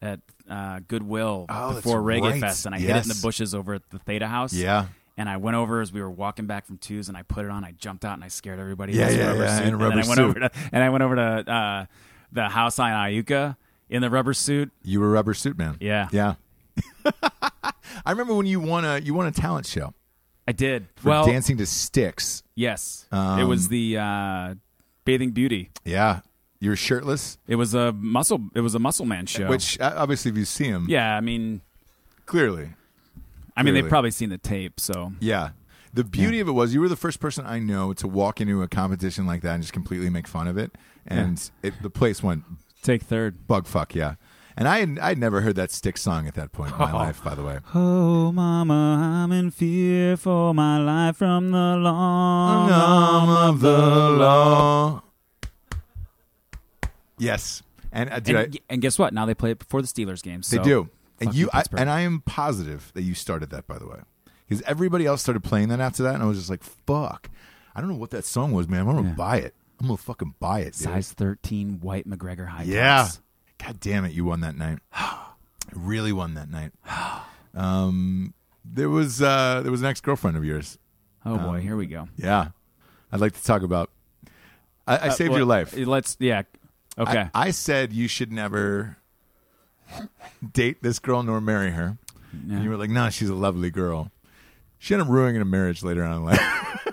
[SPEAKER 2] at uh, Goodwill
[SPEAKER 1] Oh, that's
[SPEAKER 2] before Reggae
[SPEAKER 1] right.
[SPEAKER 2] Fest, and I hid it in
[SPEAKER 1] Yes.
[SPEAKER 2] the bushes over at the Theta House.
[SPEAKER 1] Yeah.
[SPEAKER 2] And I went over as we were walking back from twos, and I put it on. I jumped out and I scared everybody.
[SPEAKER 1] Yeah,
[SPEAKER 2] in this
[SPEAKER 1] yeah,
[SPEAKER 2] rubber
[SPEAKER 1] yeah,
[SPEAKER 2] Suit.
[SPEAKER 1] in a
[SPEAKER 2] and
[SPEAKER 1] rubber
[SPEAKER 2] then I went
[SPEAKER 1] suit.
[SPEAKER 2] over to and I went over to uh, the house on Iuka in the rubber suit.
[SPEAKER 1] You were Rubber Suit Man.
[SPEAKER 2] Yeah.
[SPEAKER 1] Yeah. I remember when you won a you won a talent show
[SPEAKER 2] I did.
[SPEAKER 1] for
[SPEAKER 2] well,
[SPEAKER 1] dancing to sticks.
[SPEAKER 2] yes, it
[SPEAKER 1] Um,
[SPEAKER 2] was the uh, Bathing Beauty.
[SPEAKER 1] Yeah. You're shirtless,
[SPEAKER 2] It was a muscle. It was a muscle man show.
[SPEAKER 1] which uh, obviously if you see him,
[SPEAKER 2] yeah, I mean,
[SPEAKER 1] clearly.
[SPEAKER 2] I mean,
[SPEAKER 1] Clearly.
[SPEAKER 2] they've probably seen the tape. So
[SPEAKER 1] Yeah. The beauty of it was you were the first person I know to walk into a competition like that and just completely make fun of it. And it, the place went
[SPEAKER 2] take third.
[SPEAKER 1] bug fuck, yeah. And I had, I'd never heard that stick song at that point in my life, by the way.
[SPEAKER 2] Oh, mama, I'm in fear for my life from the long
[SPEAKER 1] Oh, of the law. Yes. And uh, did
[SPEAKER 2] And,
[SPEAKER 1] I,
[SPEAKER 2] and guess what? Now they play it before the Steelers game. So
[SPEAKER 1] they do. And
[SPEAKER 2] fuck
[SPEAKER 1] you,
[SPEAKER 2] you,
[SPEAKER 1] I,
[SPEAKER 2] Pittsburgh.
[SPEAKER 1] and I am positive that you started that, by the way, because everybody else started playing that after that, and I was just like, "Fuck, I don't know what that song was, man. I'm gonna
[SPEAKER 2] Yeah.
[SPEAKER 1] buy it. I'm gonna fucking buy it." dude."
[SPEAKER 2] Size 13, white McGregor high
[SPEAKER 1] Yeah.
[SPEAKER 2] tops.
[SPEAKER 1] God damn it, you won that night. really won that night. Um, there was uh, there was an ex girlfriend of yours.
[SPEAKER 2] Oh
[SPEAKER 1] Um,
[SPEAKER 2] boy, here we go.
[SPEAKER 1] Yeah, I'd like to talk about. I, I saved
[SPEAKER 2] Well,
[SPEAKER 1] your life.
[SPEAKER 2] Let's Uh, yeah. Okay.
[SPEAKER 1] I, I said you should never date this girl nor marry her. And you were like, nah, she's a lovely girl. She ended up ruining a marriage later on in life.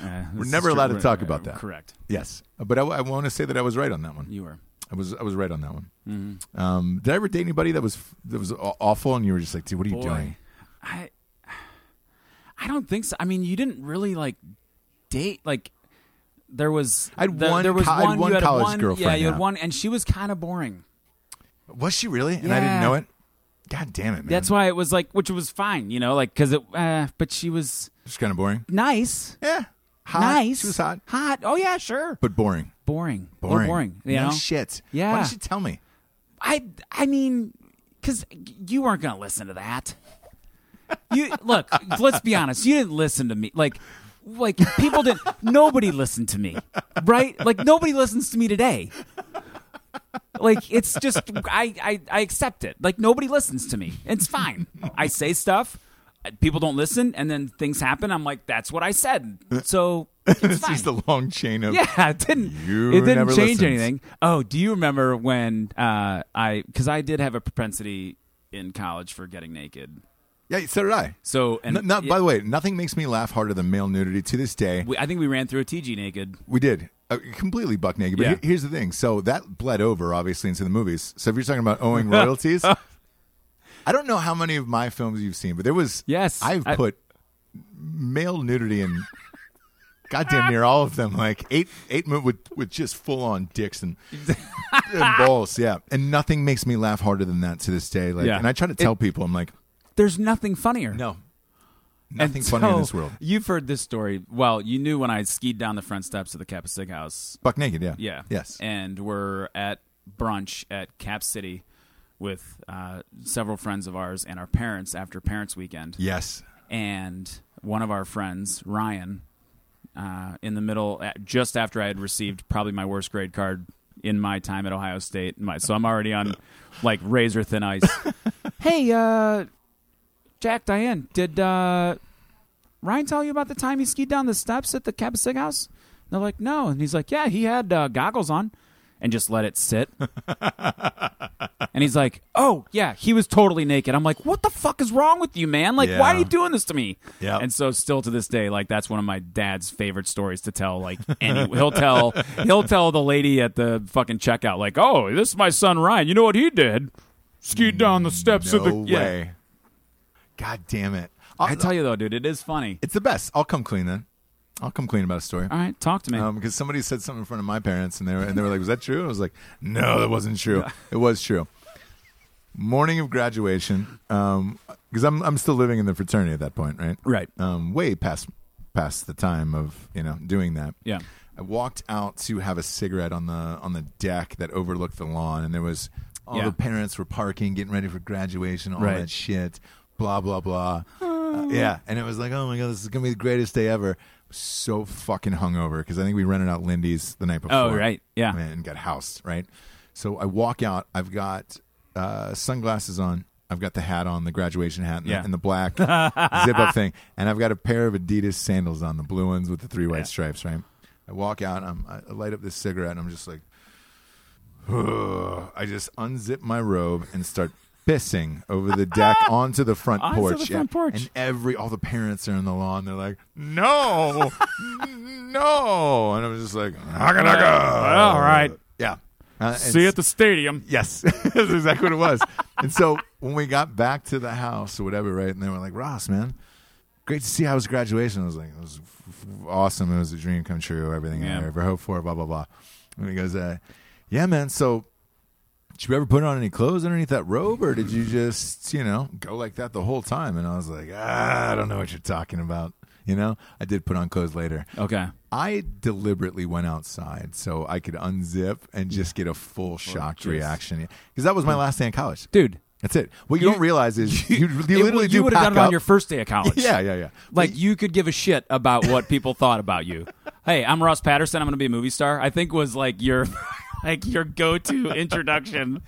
[SPEAKER 2] Uh, this
[SPEAKER 1] We're
[SPEAKER 2] is
[SPEAKER 1] never
[SPEAKER 2] true.
[SPEAKER 1] allowed to
[SPEAKER 2] We're-
[SPEAKER 1] talk about that.
[SPEAKER 2] Correct.
[SPEAKER 1] yes, but I, want to say that I was right on that one.
[SPEAKER 2] You were. Mm-hmm.
[SPEAKER 1] I was I was right on that one. Um, did I ever date anybody that was that was aw- awful and you were just like, dude, what are you
[SPEAKER 2] Boy.
[SPEAKER 1] doing?
[SPEAKER 2] I I don't think so. I mean, you didn't really like date like there was
[SPEAKER 1] I had
[SPEAKER 2] there,
[SPEAKER 1] one
[SPEAKER 2] there was
[SPEAKER 1] co- I had
[SPEAKER 2] one,
[SPEAKER 1] one
[SPEAKER 2] you had
[SPEAKER 1] college
[SPEAKER 2] one, Yeah,
[SPEAKER 1] girlfriend,
[SPEAKER 2] you
[SPEAKER 1] yeah.
[SPEAKER 2] had one and she was kind of boring.
[SPEAKER 1] Was she really? And I didn't
[SPEAKER 2] Yeah.
[SPEAKER 1] know it. God damn it, man.
[SPEAKER 2] That's why it was like which was fine, you know, like cuz it uh, but she was
[SPEAKER 1] just kind of boring.
[SPEAKER 2] nice.
[SPEAKER 1] Yeah, hot.
[SPEAKER 2] Nice.
[SPEAKER 1] She was hot,
[SPEAKER 2] Hot. Oh yeah, sure.
[SPEAKER 1] but boring.
[SPEAKER 2] Boring. A little
[SPEAKER 1] Boring.
[SPEAKER 2] boring, you
[SPEAKER 1] no
[SPEAKER 2] know.
[SPEAKER 1] shit.
[SPEAKER 2] Yeah.
[SPEAKER 1] Why didn't you tell me?
[SPEAKER 2] I I mean, because you weren't going to listen to that. You look. let's be honest. You didn't listen to me. Like, like people didn't. Nobody listened to me, right? Like nobody listens to me today. Like it's just I I, I accept it. Like nobody listens to me. It's fine. I say stuff. uh, People don't listen, and then things happen. I'm like, that's what I said. So it's
[SPEAKER 1] This
[SPEAKER 2] fine.
[SPEAKER 1] is the long chain of
[SPEAKER 2] Yeah, it didn't.
[SPEAKER 1] You
[SPEAKER 2] it didn't
[SPEAKER 1] never
[SPEAKER 2] change
[SPEAKER 1] listened.
[SPEAKER 2] anything. Oh, do you remember when uh, I? Because I did have a propensity in college for getting naked.
[SPEAKER 1] Yeah, so did I.
[SPEAKER 2] So and
[SPEAKER 1] N- not, by the way, nothing makes me laugh harder than male nudity to this day.
[SPEAKER 2] we, I think we ran through a TG naked.
[SPEAKER 1] We did. Uh, completely buck naked. But
[SPEAKER 2] Yeah.
[SPEAKER 1] he- here's the thing. So that bled over, obviously, into the movies. So if you're talking about owing royalties, I don't know how many of my films you've seen, but there was.
[SPEAKER 2] Yes,
[SPEAKER 1] I've
[SPEAKER 2] I-
[SPEAKER 1] put male nudity in goddamn near all of them. Like eight, eight mo- with, with just full on dicks and, and balls. Yeah. And nothing makes me laugh harder than that to this day. Like,
[SPEAKER 2] Yeah.
[SPEAKER 1] And I try to tell people, I'm like,
[SPEAKER 2] There's nothing funnier.
[SPEAKER 1] no.
[SPEAKER 2] And
[SPEAKER 1] Nothing funny in
[SPEAKER 2] so,
[SPEAKER 1] this world.
[SPEAKER 2] You've heard this story. Well, you knew when I skied down the front steps of the Capasig House
[SPEAKER 1] Buck naked, yeah.
[SPEAKER 2] Yeah.
[SPEAKER 1] Yes.
[SPEAKER 2] And we're at brunch at Cap City with uh, several friends of ours and our parents after Parents Weekend.
[SPEAKER 1] yes.
[SPEAKER 2] and one of our friends, Ryan, uh, in the middle, at, just after I had received probably my worst grade card in my time at Ohio State. My, so I'm already on like razor thin ice. hey, uh, Jack, Diane, did uh, Ryan tell you about the time he skied down the steps at the Cabasig house? And they're like, no. And he's like, yeah, he had uh, goggles on and just let it sit. and he's like, oh, yeah, he was totally naked. I'm like, what the fuck is wrong with you, man? Like, why
[SPEAKER 1] Yeah.
[SPEAKER 2] are you doing this to me?
[SPEAKER 1] Yeah.
[SPEAKER 2] And so still to this day, like that's one of my dad's favorite stories to tell. Like any he'll tell he'll tell the lady at the fucking checkout, like, Oh, this is my son Ryan. You know what he did? Skied down the steps
[SPEAKER 1] No
[SPEAKER 2] of the Yeah.
[SPEAKER 1] way. God damn it.
[SPEAKER 2] I tell you though, dude, it is funny.
[SPEAKER 1] it's the best. I'll come clean then. I'll come clean about a story.
[SPEAKER 2] All right, talk to me.
[SPEAKER 1] Um, because somebody said something in front of my parents, and they were and they were like, "Was that true?" I was like, "No, that wasn't true. It was true." Morning of graduation, because I'm I'm still living in the fraternity at that point, right?
[SPEAKER 2] Right.
[SPEAKER 1] Um, way past past the time of you know doing that.
[SPEAKER 2] Yeah.
[SPEAKER 1] I walked out to have a cigarette on the on the deck that overlooked the lawn, and there was all
[SPEAKER 2] Yeah.
[SPEAKER 1] the parents were parking, getting ready for graduation, all
[SPEAKER 2] Right.
[SPEAKER 1] that shit, blah blah blah. Uh, yeah, and it was like, oh my god, this is gonna be the greatest day ever. So fucking hungover because I think we rented out Lindy's the night before.
[SPEAKER 2] Oh, right. Yeah.
[SPEAKER 1] and got housed right. So I walk out. I've got uh, sunglasses on. I've got the hat on, the graduation hat, and,
[SPEAKER 2] Yeah.
[SPEAKER 1] the, and the black zip up thing, and I've got a pair of Adidas sandals on, the blue ones with the three white stripes. Right. I walk out. I'm, I light up this cigarette, and I'm just like, I just unzip my robe and start pissing over the deck onto the front
[SPEAKER 2] Onto
[SPEAKER 1] porch.
[SPEAKER 2] the front porch.
[SPEAKER 1] And every all the parents are in the lawn. They're like, no, no, and I was just like, "Naga, naga."
[SPEAKER 2] all right.
[SPEAKER 1] yeah. Uh, and
[SPEAKER 2] See you at the stadium.
[SPEAKER 1] Yes, that's exactly what it was. and so when we got back to the house or whatever, right, and they were like, Ross, man, great to see how was graduation. I was like, it was f- f- awesome. It was a dream come true, everything
[SPEAKER 2] Yeah.
[SPEAKER 1] I ever hoped for, blah, blah, blah. And he goes, uh, yeah, man, so did you ever put on any clothes underneath that robe or did you just, you know, go like that the whole time? And I was like, ah, I don't know what you're talking about. You know, I did put on clothes later.
[SPEAKER 2] Okay.
[SPEAKER 1] I deliberately went outside so I could unzip and just get a full shocked
[SPEAKER 2] just-
[SPEAKER 1] reaction because that was my last day in college.
[SPEAKER 2] Dude.
[SPEAKER 1] That's it. What you,
[SPEAKER 2] You-
[SPEAKER 1] don't realize is you, you
[SPEAKER 2] it-
[SPEAKER 1] literally do
[SPEAKER 2] you would have
[SPEAKER 1] pack
[SPEAKER 2] done it on
[SPEAKER 1] up.
[SPEAKER 2] your first day of college.
[SPEAKER 1] yeah, yeah, yeah.
[SPEAKER 2] Like you could give a shit about what people thought about you. Hey, I'm Ross Patterson. I'm going to be a movie star. I think was like your like your go-to introduction.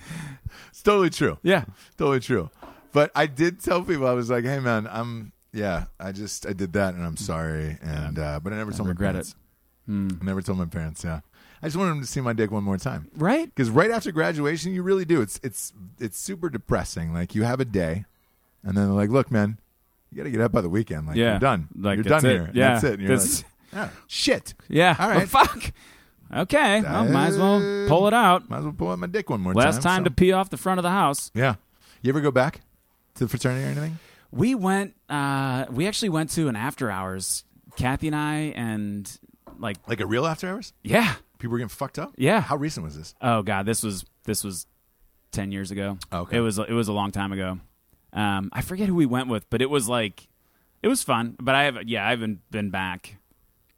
[SPEAKER 1] It's totally true.
[SPEAKER 2] Yeah.
[SPEAKER 1] totally true. But I did tell people I was like, "Hey, man, I'm yeah, I just I did that and I'm sorry." And uh, but I never told
[SPEAKER 2] regret Hmm.
[SPEAKER 1] my parents. I never told my parents. Yeah, I just wanted them to see my dick one more time.
[SPEAKER 2] Right?
[SPEAKER 1] because right after graduation you really do it's it's it's super depressing like you have a day and then they're like look man you gotta get up by the weekend like
[SPEAKER 2] Yeah.
[SPEAKER 1] you're done
[SPEAKER 2] Like,
[SPEAKER 1] you're
[SPEAKER 2] that's
[SPEAKER 1] done
[SPEAKER 2] it.
[SPEAKER 1] here
[SPEAKER 2] Yeah.
[SPEAKER 1] that's it and you're
[SPEAKER 2] This-
[SPEAKER 1] like, "Ah, shit
[SPEAKER 2] Yeah.
[SPEAKER 1] All right.
[SPEAKER 2] Well, fuck. Okay. Well, might as well pull it out.
[SPEAKER 1] might as well pull out my dick one more
[SPEAKER 2] Last time
[SPEAKER 1] time
[SPEAKER 2] to
[SPEAKER 1] so-
[SPEAKER 2] pee off the front of the house.
[SPEAKER 1] yeah you ever go back to the fraternity or anything
[SPEAKER 2] We went. Uh, we actually went to an after hours. Kathy and I, and like,
[SPEAKER 1] like a real after hours
[SPEAKER 2] yeah.
[SPEAKER 1] people were getting fucked up
[SPEAKER 2] Yeah.
[SPEAKER 1] how recent was this
[SPEAKER 2] Oh god, this was this was ten years ago.
[SPEAKER 1] Okay.
[SPEAKER 2] it was it was a long time ago. Um, I forget who we went with, but it was like it was fun. But I have yeah, I haven't been back.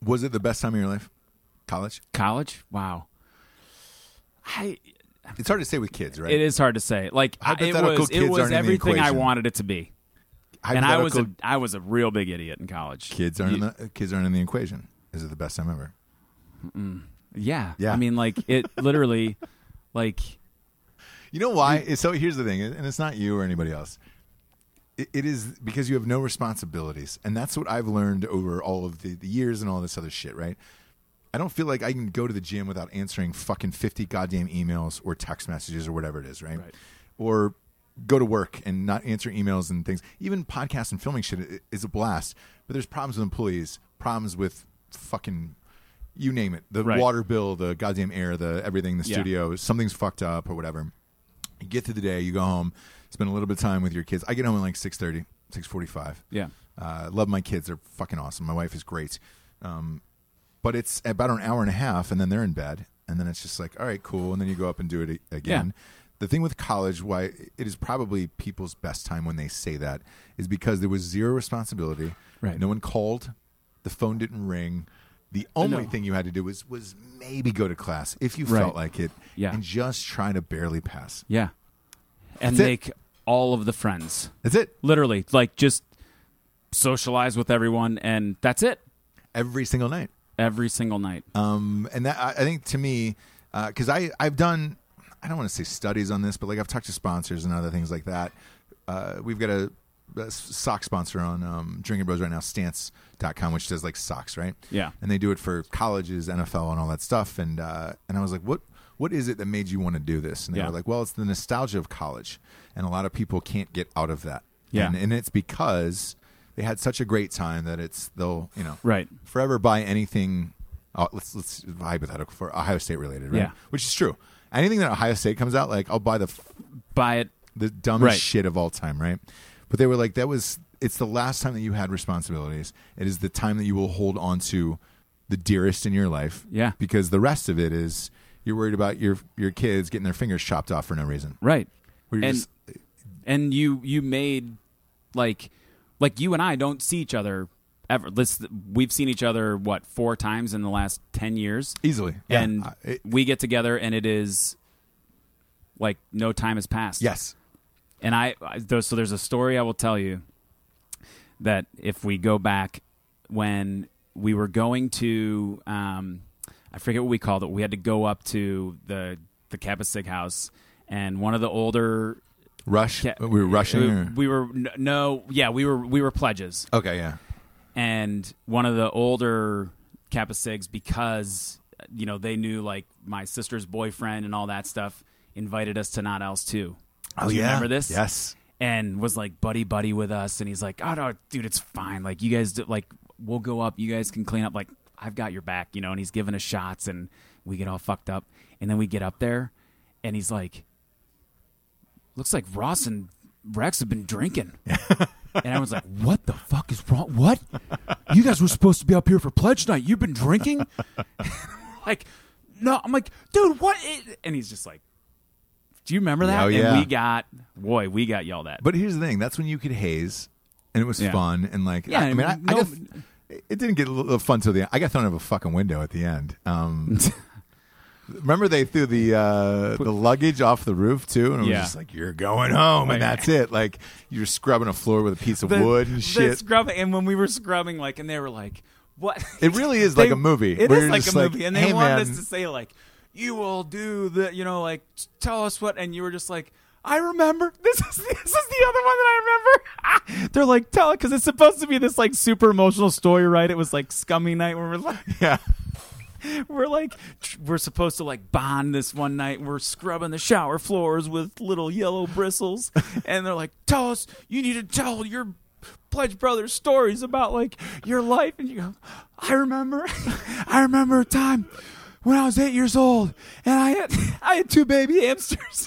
[SPEAKER 1] was it the best time of your life college
[SPEAKER 2] College? Wow. I
[SPEAKER 1] it's hard to say with kids right
[SPEAKER 2] it is hard to say. Like I- it
[SPEAKER 1] Hypothetical
[SPEAKER 2] was
[SPEAKER 1] kids
[SPEAKER 2] it was
[SPEAKER 1] aren't in the
[SPEAKER 2] everything I
[SPEAKER 1] equation.
[SPEAKER 2] wanted it to be, and I was a,
[SPEAKER 1] Hypothetical
[SPEAKER 2] I was a real big idiot in college.
[SPEAKER 1] kids aren't in the kids aren't in the equation is it the best time ever
[SPEAKER 2] Yeah,
[SPEAKER 1] Yeah.
[SPEAKER 2] I mean, like it literally, like
[SPEAKER 1] You know why? So here's the thing, and it's not you or anybody else. It, it is because you have no responsibilities, and that's what I've learned over all of the, the years and all this other shit. Right? I don't feel like I can go to the gym without answering fucking fifty goddamn emails or text messages or whatever it is. Right?
[SPEAKER 2] Right.
[SPEAKER 1] Or go to work and not answer emails and things. Even podcasts and filming shit i- is a blast, but there's problems with employees, problems with fucking. You name it. The
[SPEAKER 2] Right.
[SPEAKER 1] water bill, the goddamn air, the everything, the
[SPEAKER 2] Yeah.
[SPEAKER 1] studio, something's fucked up or whatever. You get through the day, you go home, spend a little bit of time with your kids. I get home at like 6.30, 6.45.
[SPEAKER 2] yeah,
[SPEAKER 1] Uh, love my kids. They're fucking awesome. My wife is great. Um, but it's about an hour and a half, and then they're in bed. And then it's just like, all right, cool. And then you go up and do it a- again. The thing with college, why it is probably people's best time when they say that, is because there was zero responsibility.
[SPEAKER 2] Right.
[SPEAKER 1] No one called. The phone didn't ring. The only thing you had to do was was maybe go to class if you
[SPEAKER 2] Right.
[SPEAKER 1] felt like it,
[SPEAKER 2] Yeah.
[SPEAKER 1] and just try to barely pass.
[SPEAKER 2] yeah, and
[SPEAKER 1] That's it.
[SPEAKER 2] make all of the friends.
[SPEAKER 1] That's it.
[SPEAKER 2] literally like just socialize with everyone and that's it
[SPEAKER 1] Every single night.
[SPEAKER 2] every single night
[SPEAKER 1] um, and that I, I think to me because I I've done I don't want to say studies on this, but like I've talked to sponsors and other things like that. Uh, we've got a, a sock sponsor on um, Drinking Bros right now, Stance.com, which does like socks, right?
[SPEAKER 2] Yeah.
[SPEAKER 1] and they do it for colleges, NFL, and all that stuff. And uh, and I was like, what what is it that made you want to do this? And they
[SPEAKER 2] Yeah.
[SPEAKER 1] were like, well, it's the nostalgia of college, and a lot of people can't get out of that.
[SPEAKER 2] Yeah.
[SPEAKER 1] and, and it's because they had such a great time that it's they'll you know
[SPEAKER 2] Right.
[SPEAKER 1] forever buy anything. Oh, let's let's hypothetical for Ohio State related, right?
[SPEAKER 2] Yeah.
[SPEAKER 1] Which is true. Anything that Ohio State comes out, like I'll buy the f-
[SPEAKER 2] buy it
[SPEAKER 1] the dumbest
[SPEAKER 2] Right.
[SPEAKER 1] shit of all time, right? But they were like, that was it's the last time that you had responsibilities. It is the time that you will hold on to the dearest in your life.
[SPEAKER 2] Yeah.
[SPEAKER 1] Because the rest of it is you're worried about your your kids getting their fingers chopped off for no reason.
[SPEAKER 2] right
[SPEAKER 1] Where you're
[SPEAKER 2] and
[SPEAKER 1] just-
[SPEAKER 2] and you you made like like you and i don't see each other ever Let's we've seen each other what four times in the last 10 years
[SPEAKER 1] easily.
[SPEAKER 2] and
[SPEAKER 1] Uh, it-
[SPEAKER 2] we get together and it is like no time has passed
[SPEAKER 1] yes.
[SPEAKER 2] and I, I th- so there's a story I will tell you that if we go back when we were going to um, I forget what we called it, we had to go up to the the Kapasig house and one of the older
[SPEAKER 1] Rush.
[SPEAKER 2] Ca-
[SPEAKER 1] we were rushing.
[SPEAKER 2] we,
[SPEAKER 1] or-
[SPEAKER 2] we were n- no yeah we were we were pledges
[SPEAKER 1] okay. Yeah.
[SPEAKER 2] and one of the older Kappa Sigs, because you know they knew like my sister's boyfriend and all that stuff, invited us to Not Else too.
[SPEAKER 1] Oh,
[SPEAKER 2] Do you
[SPEAKER 1] yeah.
[SPEAKER 2] remember this?
[SPEAKER 1] Yes.
[SPEAKER 2] And was like buddy buddy with us, and he's like, "Oh no, dude, it's fine. Like you guys, do, like we'll go up. You guys can clean up. Like I've got your back, you know." And he's giving us shots, and we get all fucked up, and then we get up there, and he's like, "Looks like Ross and Rex have been drinking." And I was like, "What the fuck is wrong? What? You guys were supposed to be up here for pledge night. You've been drinking?" like, no. I'm like, "Dude, what?" i-" And he's just like, "Do you remember that?"
[SPEAKER 1] Oh, yeah.
[SPEAKER 2] And we got, boy, we got yelled at.
[SPEAKER 1] But here's the thing: that's when you could haze, and it was
[SPEAKER 2] Yeah.
[SPEAKER 1] fun, and like,
[SPEAKER 2] Yeah,
[SPEAKER 1] I, I mean, I, I
[SPEAKER 2] no-
[SPEAKER 1] got, it didn't get a little fun till the end. I got thrown out of a fucking window at the end. Um, remember they threw the uh, the luggage off the roof too, and it was
[SPEAKER 2] Yeah.
[SPEAKER 1] just like, "You're going home," and
[SPEAKER 2] Like-
[SPEAKER 1] that's it. Like you're scrubbing a floor with a piece of
[SPEAKER 2] The-
[SPEAKER 1] wood and
[SPEAKER 2] the
[SPEAKER 1] shit.
[SPEAKER 2] scrub- and when we were scrubbing, like, and they were like, "What?"
[SPEAKER 1] It really is like
[SPEAKER 2] They-
[SPEAKER 1] a movie,
[SPEAKER 2] It
[SPEAKER 1] where
[SPEAKER 2] is
[SPEAKER 1] you're
[SPEAKER 2] like
[SPEAKER 1] just
[SPEAKER 2] a
[SPEAKER 1] like,
[SPEAKER 2] movie, and they
[SPEAKER 1] "Hey,
[SPEAKER 2] wanted us
[SPEAKER 1] man."
[SPEAKER 2] to say like, "You will do the," you know, like, "Tell us what," and you were just like. I remember this is this is the other one that I remember. They're like tell because it's supposed to be this like super emotional story, right? It was like scummy night where we're like
[SPEAKER 1] yeah,
[SPEAKER 2] we're like tr- we're supposed to like bond this one night we're scrubbing the shower floors with little yellow bristles and they're like tell us you need to tell your pledge brothers stories about like your life and you go i remember i remember a time when i was eight years old and i had i had two baby hamsters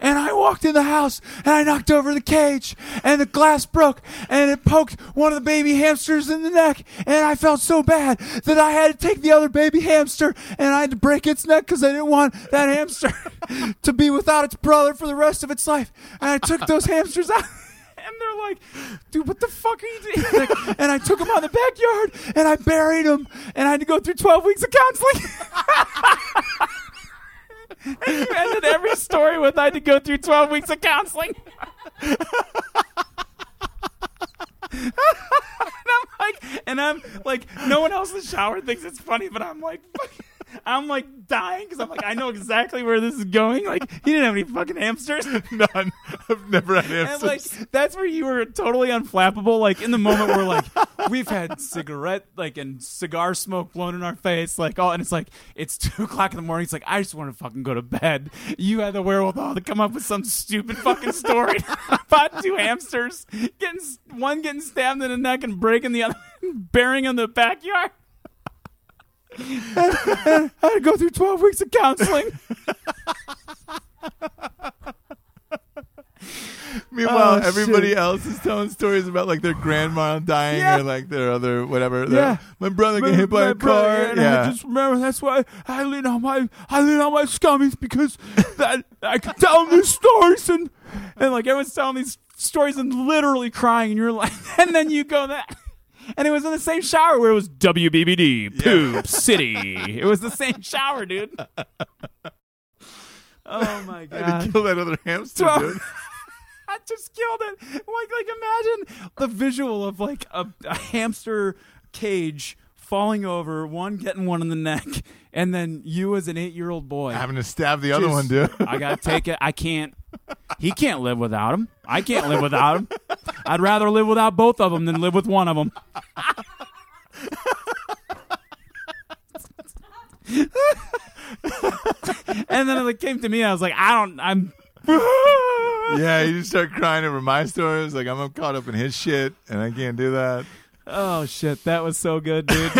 [SPEAKER 2] and I walked in the house and I knocked over the cage and the glass broke and it poked one of the baby hamsters in the neck and I felt so bad that I had to take the other baby hamster and I had to break its neck because I didn't want that hamster to be without its brother for the rest of its life and I took those hamsters out. And they're like, dude, what the fuck are you doing? He's like, and I took him out in the backyard and I buried him and I had to go through 12 weeks of counseling. you ended every story with I had to go through 12 weeks of counseling. and I'm like, and I'm like, no one else in the shower thinks it's funny, but I'm like, I'm like dying because I'm like, I know exactly where this is going. Like, he didn't have any fucking hamsters.
[SPEAKER 1] none. I've never had
[SPEAKER 2] And
[SPEAKER 1] answers.
[SPEAKER 2] like that's where you were totally unflappable. Like in the moment we're like, we've had cigarette like and cigar smoke blown in our face, like all and it's like it's two o'clock in the morning. It's like I just want to fucking go to bed. You had the wherewithal to come up with some stupid fucking story about two hamsters getting s- one getting stabbed in the neck and breaking the other, burying in the backyard. I had to go through twelve weeks of counseling.
[SPEAKER 1] Meanwhile,
[SPEAKER 2] Oh,
[SPEAKER 1] everybody
[SPEAKER 2] shit.
[SPEAKER 1] else is telling stories about like their grandma dying
[SPEAKER 2] Yeah.
[SPEAKER 1] or like their other whatever.
[SPEAKER 2] Yeah.
[SPEAKER 1] my brother got
[SPEAKER 2] My-
[SPEAKER 1] hit by
[SPEAKER 2] my
[SPEAKER 1] a
[SPEAKER 2] brother,
[SPEAKER 1] car.
[SPEAKER 2] And
[SPEAKER 1] Yeah,
[SPEAKER 2] I just remember that's why I lean on my I lean on my scummies because that I could tell them these stories and and like everyone's telling these stories and literally crying and you're like and then you go that and it was in the same shower where it was WBBD poop city. It was the same shower, dude. Oh my
[SPEAKER 1] I had to
[SPEAKER 2] god.
[SPEAKER 1] kill that other hamster.
[SPEAKER 2] Well-
[SPEAKER 1] dude.
[SPEAKER 2] I just killed it. Like, like imagine the visual of like a, a hamster cage falling over, one getting one in the neck, and then you as an eight-year-old boy.
[SPEAKER 1] Having to stab the other one, dude.
[SPEAKER 2] Just, I gotta take it. I can't. He can't live without him. I can't live without him. I'd rather live without both of them than live with one of them. and then it came to me. I was like, I don't. I'm.
[SPEAKER 1] yeah, you just start crying over my stories. Like I'm caught up in his shit, and I can't do that.
[SPEAKER 2] Oh shit, that was so good, dude.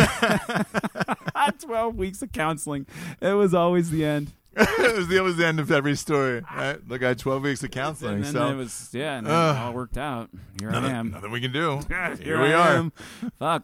[SPEAKER 2] Twelve weeks of counseling. It was always the end.
[SPEAKER 1] it was the it was the end of every story. Right? Look, I had 12 weeks of counseling,
[SPEAKER 2] And then
[SPEAKER 1] so
[SPEAKER 2] it was yeah, and then
[SPEAKER 1] Ugh.
[SPEAKER 2] it all worked out. Here I
[SPEAKER 1] nothing,
[SPEAKER 2] am.
[SPEAKER 1] nothing we can do.
[SPEAKER 2] Yeah,
[SPEAKER 1] Here we
[SPEAKER 2] I
[SPEAKER 1] are.
[SPEAKER 2] am. Fuck.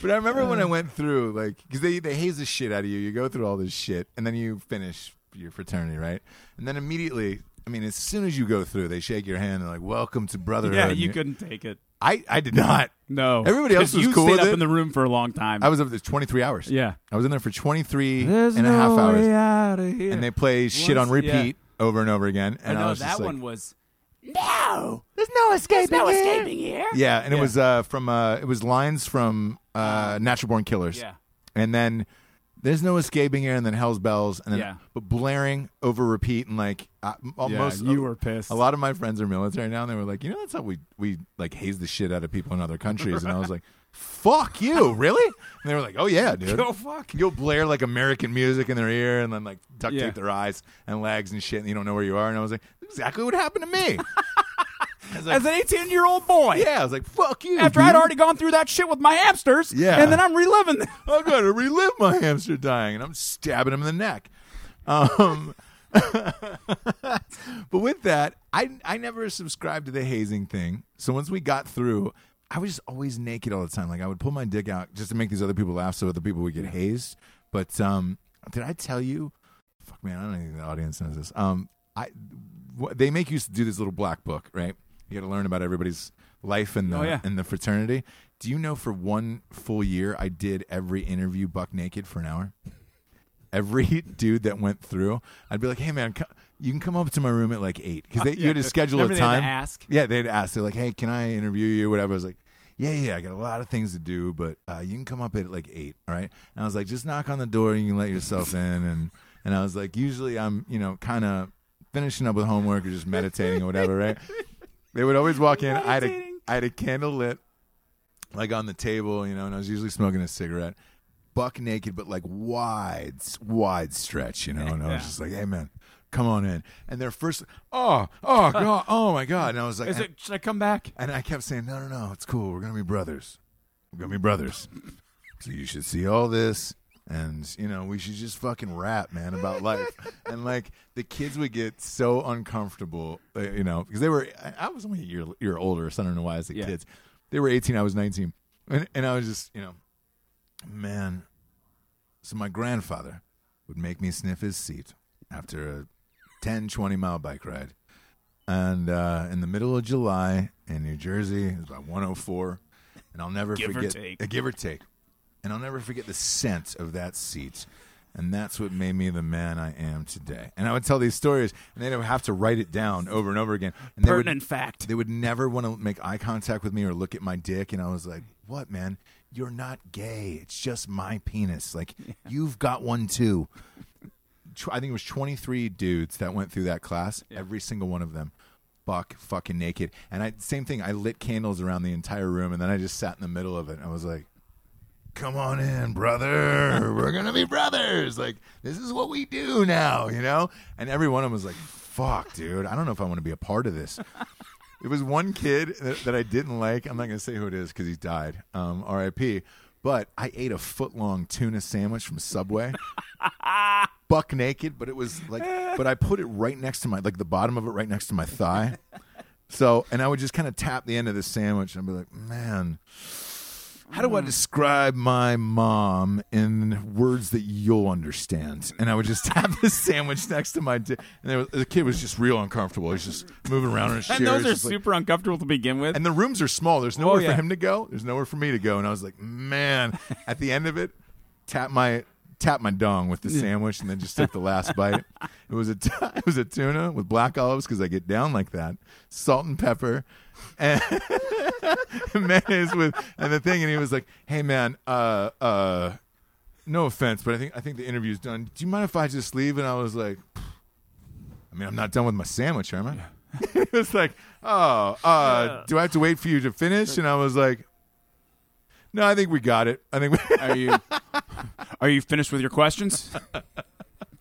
[SPEAKER 1] But I remember
[SPEAKER 2] Um,
[SPEAKER 1] when I went through, like, because they, they haze the shit out of you. You go through all this shit, and then you finish your fraternity, right? And then immediately, I mean, as soon as you go through, they shake your hand. They're like, welcome to brotherhood.
[SPEAKER 2] Yeah,
[SPEAKER 1] And
[SPEAKER 2] you couldn't take it.
[SPEAKER 1] I, I did not.
[SPEAKER 2] No,
[SPEAKER 1] Everybody else
[SPEAKER 2] 'Cause
[SPEAKER 1] was
[SPEAKER 2] you
[SPEAKER 1] cool
[SPEAKER 2] Stayed
[SPEAKER 1] with
[SPEAKER 2] up
[SPEAKER 1] it.
[SPEAKER 2] in the room for a long time.
[SPEAKER 1] I was up there 23 hours.
[SPEAKER 2] yeah,
[SPEAKER 1] I was in there for 23
[SPEAKER 2] There's
[SPEAKER 1] and a
[SPEAKER 2] no
[SPEAKER 1] half hours.
[SPEAKER 2] Way out of here.
[SPEAKER 1] And they play shit on
[SPEAKER 2] Once- yeah.
[SPEAKER 1] repeat over and over again.
[SPEAKER 2] I
[SPEAKER 1] And I,
[SPEAKER 2] know
[SPEAKER 1] was
[SPEAKER 2] that
[SPEAKER 1] just like,
[SPEAKER 2] one was. No,
[SPEAKER 1] there's no escaping
[SPEAKER 2] no escaping here.
[SPEAKER 1] Yeah, and it
[SPEAKER 2] Yeah.
[SPEAKER 1] was uh, from uh, it was lines from uh, Natural Born Killers.
[SPEAKER 2] Yeah.
[SPEAKER 1] and then there's no escaping air, and then Hell's Bells, and then
[SPEAKER 2] Yeah.
[SPEAKER 1] but blaring over repeat, and like uh, m- almost
[SPEAKER 2] you were pissed.
[SPEAKER 1] A lot of my friends are military now, and they were like, you know, that's how we we like haze the shit out of people in other countries, and I was like, fuck you, really? And they were like, oh yeah, dude.
[SPEAKER 2] Go fuck.
[SPEAKER 1] You'll blare like American music in their ear and then like duct
[SPEAKER 2] Yeah.
[SPEAKER 1] tape their eyes and legs and shit and you don't know where you are. And I was like, exactly what happened to me. I was like,
[SPEAKER 2] As an 18 year old boy.
[SPEAKER 1] yeah, I was like, fuck you.
[SPEAKER 2] After I'd
[SPEAKER 1] dude.
[SPEAKER 2] already gone through that shit with my hamsters.
[SPEAKER 1] Yeah.
[SPEAKER 2] And then I'm reliving that.
[SPEAKER 1] I'm gonna relive my hamster dying, and I'm stabbing him in the neck. Um, but with that, I I never subscribed to the hazing thing. So once we got through, I was just always naked all the time. Like I would pull my dick out just to make these other people laugh, so other people would get hazed. But um, did I tell you? Fuck man, I don't think the audience knows this. Um, I wh- they make you do this little black book, right? You got to learn about everybody's life and the
[SPEAKER 2] Oh, yeah.
[SPEAKER 1] in the fraternity. Do you know for one full year I did every interview buck naked for an hour? Every dude that went through, I'd be like, "Hey man, co- you can come up to my room at like 8 because you had to schedule
[SPEAKER 2] Uh, Remember
[SPEAKER 1] a
[SPEAKER 2] they had to
[SPEAKER 1] time."
[SPEAKER 2] ask?
[SPEAKER 1] Yeah, they'd ask. They're like, "Hey, can I interview you?" Whatever. I was like, "Yeah, yeah, I got a lot of things to do, but uh, you can come up at like eight, all right?" And I was like, "Just knock on the door and you can let yourself in." And and I was like, "Usually I'm, you know, kind of finishing up with homework or just meditating or whatever, right?" They would always walk in. I had a
[SPEAKER 2] Meditating.
[SPEAKER 1] I had a candle lit, like on the table, you know, and I was usually smoking a cigarette, buck naked, but like wide, wide stretch, you know. And I was
[SPEAKER 2] Yeah.
[SPEAKER 1] just like, "Hey, man." Come on in, and their first, oh, oh, god, oh my god, and I was like,
[SPEAKER 2] Is it, should I come back?
[SPEAKER 1] and I kept saying, no, no, no, it's cool. We're going to be brothers. We're going to be brothers. so you should see all this. And, you know, we should just fucking rap, man, about life. and, like, the kids would get so uncomfortable, uh, you know, because they were, I- I was only a year, year older, so I don't know why I said
[SPEAKER 2] Yeah.
[SPEAKER 1] kids. They were 18, I was 19. And, and I was just, you know, man. So my grandfather would make me sniff his seat after a 10, 20 mile bike ride and uh, in the middle of July in New Jersey, it was about 104, and I'll never
[SPEAKER 2] Give or
[SPEAKER 1] forget
[SPEAKER 2] take.
[SPEAKER 1] uh, give or take, and I'll never forget the scent of that seat, and that's what made me the man I am today. And I would tell these stories, and they'd have to write it down over and over again. And they would-
[SPEAKER 2] Pertinent fact.
[SPEAKER 1] they would never want to make eye contact with me or look at my dick. And I was like, what, man? You're not gay. It's just my penis. Like, you've got one too. Tw- I think it was 23 dudes that went through that class, every single one of them. Buck fucking naked. And I, same thing, I lit candles around the entire room and then I just sat in the middle of it. And I was like, come on in, brother. We're going to be brothers. Like, this is what we do now, you know? And every one of them was like, fuck, dude. I don't know if I want to be a part of this. It was one kid that, that I didn't like. I'm not going to say who it is because he died. Um, R.I.P. But I ate a foot long tuna sandwich from Subway, buck naked. But it was like, but I put it right next to my like the bottom of it, right next to my thigh. So, and I would just kind of tap the end of the sandwich and I'd be like, man, how do I
[SPEAKER 2] Mm.
[SPEAKER 1] describe my mom in words that you'll understand? And I would just tap the sandwich next to my dick. And there was, the kid was just real uncomfortable. He's just moving around in his chair.
[SPEAKER 2] And those
[SPEAKER 1] He's
[SPEAKER 2] are
[SPEAKER 1] just like-
[SPEAKER 2] super uncomfortable to begin with. Oh,
[SPEAKER 1] and the rooms are small. There's nowhere
[SPEAKER 2] yeah.
[SPEAKER 1] for him to go. There's nowhere for me to go. And I was like, man. At the end of it, tap my tap my dong with the sandwich, and then just took the last bite. It was a t- it was a tuna with black olives because I get down like that. Salt and pepper, and mayonnaise with and the thing. And he was like, hey man, uh uh. No offense, but I think I think the interview's done. Do you mind if I just leave? And I was like, I mean, I'm not done with my sandwich, am I? it was like, oh, uh, do I have to wait for you to finish? And I was like, no, I think we got it. I think we.
[SPEAKER 2] Are you Are you finished with your questions?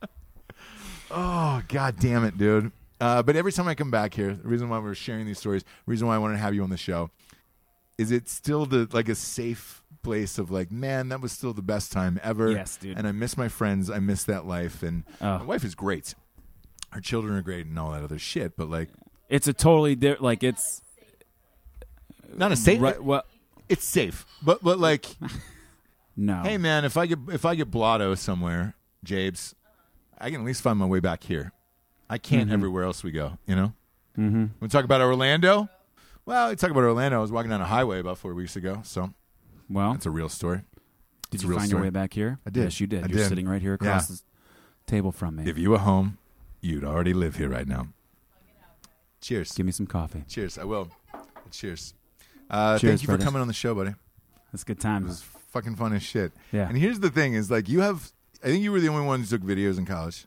[SPEAKER 1] oh, god damn it, dude. Uh, but every time I come back here, the reason why we're sharing these stories, the reason why I wanted to have you on the show, is it still the like a safe place of like, man, that was still the best time ever.
[SPEAKER 2] Yes, dude.
[SPEAKER 1] And I miss my friends. I miss that life. And
[SPEAKER 2] Oh.
[SPEAKER 1] my wife is great. Her children are great and all that other shit. But like,
[SPEAKER 2] It's a totally different like it's
[SPEAKER 1] not a safe.
[SPEAKER 2] Uh, right, well
[SPEAKER 1] It's safe, but but like.
[SPEAKER 2] no.
[SPEAKER 1] Hey man, if I get if I get blotto somewhere, Jabes, I can at least find my way back here. I can't everywhere else we go, you know? Mm-hmm. We talk about Orlando. Well, we talk about Orlando. I was walking down a highway about four weeks ago, so
[SPEAKER 2] well,
[SPEAKER 1] that's a real story.
[SPEAKER 2] did
[SPEAKER 1] a
[SPEAKER 2] you
[SPEAKER 1] real
[SPEAKER 2] find
[SPEAKER 1] story.
[SPEAKER 2] your way back here?
[SPEAKER 1] I did.
[SPEAKER 2] Yes, you did.
[SPEAKER 1] I
[SPEAKER 2] You're
[SPEAKER 1] did.
[SPEAKER 2] sitting right here across
[SPEAKER 1] Yeah.
[SPEAKER 2] the table from me.
[SPEAKER 1] If you were home, you'd already live here right now. Cheers.
[SPEAKER 2] Give me some coffee.
[SPEAKER 1] Cheers. I will. Cheers. Uh,
[SPEAKER 2] Cheers,
[SPEAKER 1] thank you for
[SPEAKER 2] brother.
[SPEAKER 1] coming on the show, buddy.
[SPEAKER 2] That's good times.
[SPEAKER 1] was fucking fun as shit.
[SPEAKER 2] Yeah.
[SPEAKER 1] And here's the thing: is like you have. I think you were the only one who took videos in college.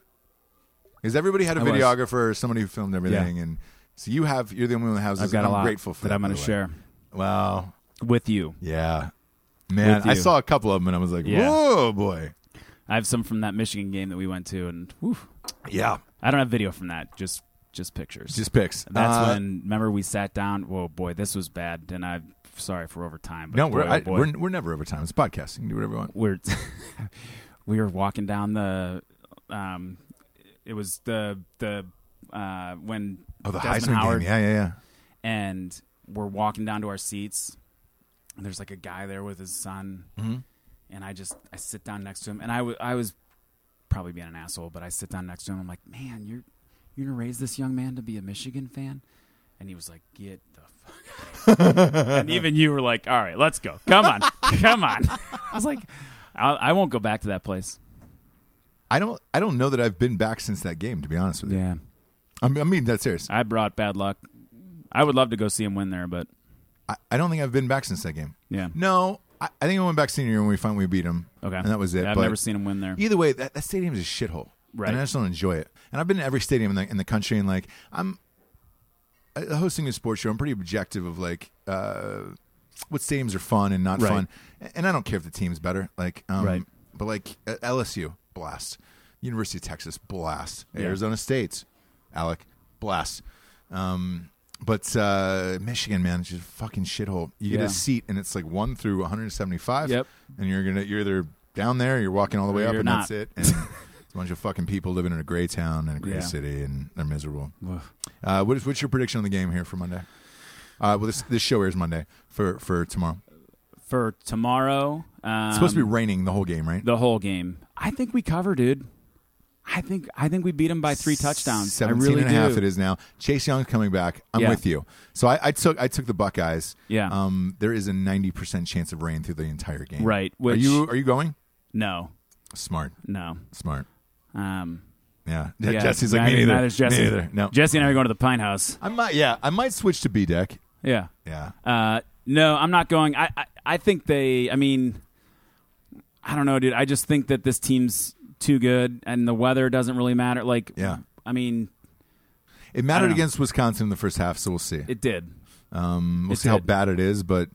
[SPEAKER 1] Because everybody had a
[SPEAKER 2] I was.
[SPEAKER 1] videographer or somebody who filmed everything, and so you have. You're the only one that has.
[SPEAKER 2] I've
[SPEAKER 1] this,
[SPEAKER 2] got
[SPEAKER 1] and
[SPEAKER 2] a
[SPEAKER 1] I'm
[SPEAKER 2] lot
[SPEAKER 1] grateful for
[SPEAKER 2] that I'm
[SPEAKER 1] by
[SPEAKER 2] going to
[SPEAKER 1] the way.
[SPEAKER 2] share
[SPEAKER 1] Wow.
[SPEAKER 2] with you.
[SPEAKER 1] Yeah. Man,
[SPEAKER 2] with
[SPEAKER 1] I
[SPEAKER 2] you.
[SPEAKER 1] saw a couple of them and I was like,
[SPEAKER 2] Yeah.
[SPEAKER 1] whoa, boy.
[SPEAKER 2] I have some from that Michigan game that we went to, and whew,
[SPEAKER 1] Yeah.
[SPEAKER 2] I don't have video from that. Just just pictures.
[SPEAKER 1] Just picks.
[SPEAKER 2] That's
[SPEAKER 1] Uh,
[SPEAKER 2] when remember we sat down. Whoa, boy, this was bad, and I'm sorry for overtime. But
[SPEAKER 1] No, we're,
[SPEAKER 2] boy, oh,
[SPEAKER 1] I,
[SPEAKER 2] boy.
[SPEAKER 1] we're, we're never over time. It's podcasting. You can do whatever you want.
[SPEAKER 2] we're we were walking down the um it was the the uh when
[SPEAKER 1] Oh, the
[SPEAKER 2] Desmond
[SPEAKER 1] Heisman
[SPEAKER 2] Howard
[SPEAKER 1] game. Yeah, yeah, yeah.
[SPEAKER 2] and we're walking down to our seats and there's like a guy there with his son and I just I sit down next to him and I wa- I was probably being an asshole but I sit down next to him I'm like man you're you're gonna raise this young man to be a Michigan fan and he was like get the fuck out. and even you were like all right let's go come on come on I was like I, I won't go back to that place
[SPEAKER 1] I don't. I don't know that I've been back since that game. To be honest with you,
[SPEAKER 2] yeah
[SPEAKER 1] I mean, I mean that serious.
[SPEAKER 2] I brought bad luck I would love to go see him win there but
[SPEAKER 1] I, I don't think I've been back since that game.
[SPEAKER 2] yeah
[SPEAKER 1] No, I, I think I went back senior year when we finally beat them.
[SPEAKER 2] okay
[SPEAKER 1] and that was it.
[SPEAKER 2] Yeah, I've
[SPEAKER 1] but
[SPEAKER 2] never seen him win there
[SPEAKER 1] Either way, that, that stadium is a shithole.
[SPEAKER 2] Right.
[SPEAKER 1] And I just don't enjoy it. And I've been to every stadium in the, in the country, and like I'm uh, hosting a sports show. I'm pretty objective of like uh, what stadiums are fun and not
[SPEAKER 2] Right.
[SPEAKER 1] fun. A- And I don't care if the team's better. Like, um,
[SPEAKER 2] Right.
[SPEAKER 1] But like uh, LSU, blast. University of Texas, blast.
[SPEAKER 2] Yeah.
[SPEAKER 1] Arizona State, Alec, blast. Um, but uh, Michigan, man, it's just a fucking shithole. You get
[SPEAKER 2] Yeah.
[SPEAKER 1] a seat, and it's like one through 175
[SPEAKER 2] Yep.
[SPEAKER 1] and you're gonna you're either down there, you're walking all the way
[SPEAKER 2] Or
[SPEAKER 1] up,
[SPEAKER 2] you're
[SPEAKER 1] and
[SPEAKER 2] not.
[SPEAKER 1] that's it. And it's a bunch of fucking people living in a gray town and a gray
[SPEAKER 2] Yeah.
[SPEAKER 1] city, and they're miserable.
[SPEAKER 2] Ugh.
[SPEAKER 1] Uh, what is what's your prediction on the game here for Monday? Uh, well, this this show airs Monday for for tomorrow.
[SPEAKER 2] for tomorrow. Um,
[SPEAKER 1] It's supposed to be raining the whole game, right?
[SPEAKER 2] the whole game. I think we cover, dude. I think I think we beat him by three touchdowns.
[SPEAKER 1] 17
[SPEAKER 2] I really
[SPEAKER 1] and a half
[SPEAKER 2] do.
[SPEAKER 1] it is now. Chase Young's coming back. I'm
[SPEAKER 2] Yeah.
[SPEAKER 1] with you. So I, I took I took the Buckeyes.
[SPEAKER 2] Yeah.
[SPEAKER 1] Um, there is a 90% chance of rain through the entire game.
[SPEAKER 2] Right,
[SPEAKER 1] are
[SPEAKER 2] which-
[SPEAKER 1] you are you going?
[SPEAKER 2] No,
[SPEAKER 1] Smart.
[SPEAKER 2] no.
[SPEAKER 1] Smart.
[SPEAKER 2] Um,
[SPEAKER 1] Yeah. yeah.
[SPEAKER 2] yeah,
[SPEAKER 1] Jesse's like
[SPEAKER 2] neither-
[SPEAKER 1] me neither.
[SPEAKER 2] neither's Jesse.
[SPEAKER 1] Me neither. No.
[SPEAKER 2] Jesse and I are going to the Pine House.
[SPEAKER 1] I might yeah, I might switch to B deck.
[SPEAKER 2] Yeah.
[SPEAKER 1] Yeah.
[SPEAKER 2] Uh, no, I'm not going. I, I I think they. I mean, I don't know, dude. I just think that this team's too good, and the weather doesn't really matter. Like,
[SPEAKER 1] Yeah.
[SPEAKER 2] I mean,
[SPEAKER 1] It
[SPEAKER 2] I
[SPEAKER 1] mattered
[SPEAKER 2] don't know.
[SPEAKER 1] against Wisconsin in the first half, so we'll see.
[SPEAKER 2] it did,
[SPEAKER 1] um, we'll
[SPEAKER 2] it
[SPEAKER 1] see how
[SPEAKER 2] did.
[SPEAKER 1] bad it is, but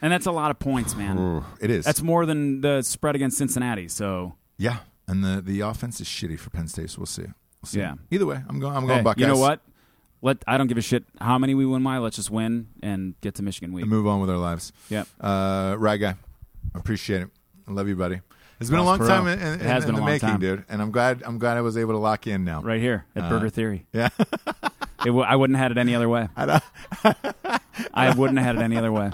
[SPEAKER 2] and that's a lot of points, man.
[SPEAKER 1] ooh, it is.
[SPEAKER 2] That's more than the spread against Cincinnati. So
[SPEAKER 1] yeah, and the, the offense is shitty for Penn State, so we'll see. We'll see.
[SPEAKER 2] Yeah.
[SPEAKER 1] Either way, I'm going. I'm
[SPEAKER 2] Hey,
[SPEAKER 1] going Buckeyes.
[SPEAKER 2] you know what? Let I don't give a shit how many we win by. Let's just win and get to Michigan week.
[SPEAKER 1] And move on with our lives.
[SPEAKER 2] Yep.
[SPEAKER 1] Uh, Rye guy, I appreciate it. I love you, buddy. It's been a long
[SPEAKER 2] Ross
[SPEAKER 1] time
[SPEAKER 2] Perot.
[SPEAKER 1] in, in,
[SPEAKER 2] It has
[SPEAKER 1] in
[SPEAKER 2] been
[SPEAKER 1] the
[SPEAKER 2] a long
[SPEAKER 1] making,
[SPEAKER 2] time.
[SPEAKER 1] dude, and I'm glad. I'm glad I was able to lock in now.
[SPEAKER 2] Right here at Burger Theory.
[SPEAKER 1] Uh, yeah.
[SPEAKER 2] It w- I wouldn't have had it any other way. I, wouldn't have had it any other way.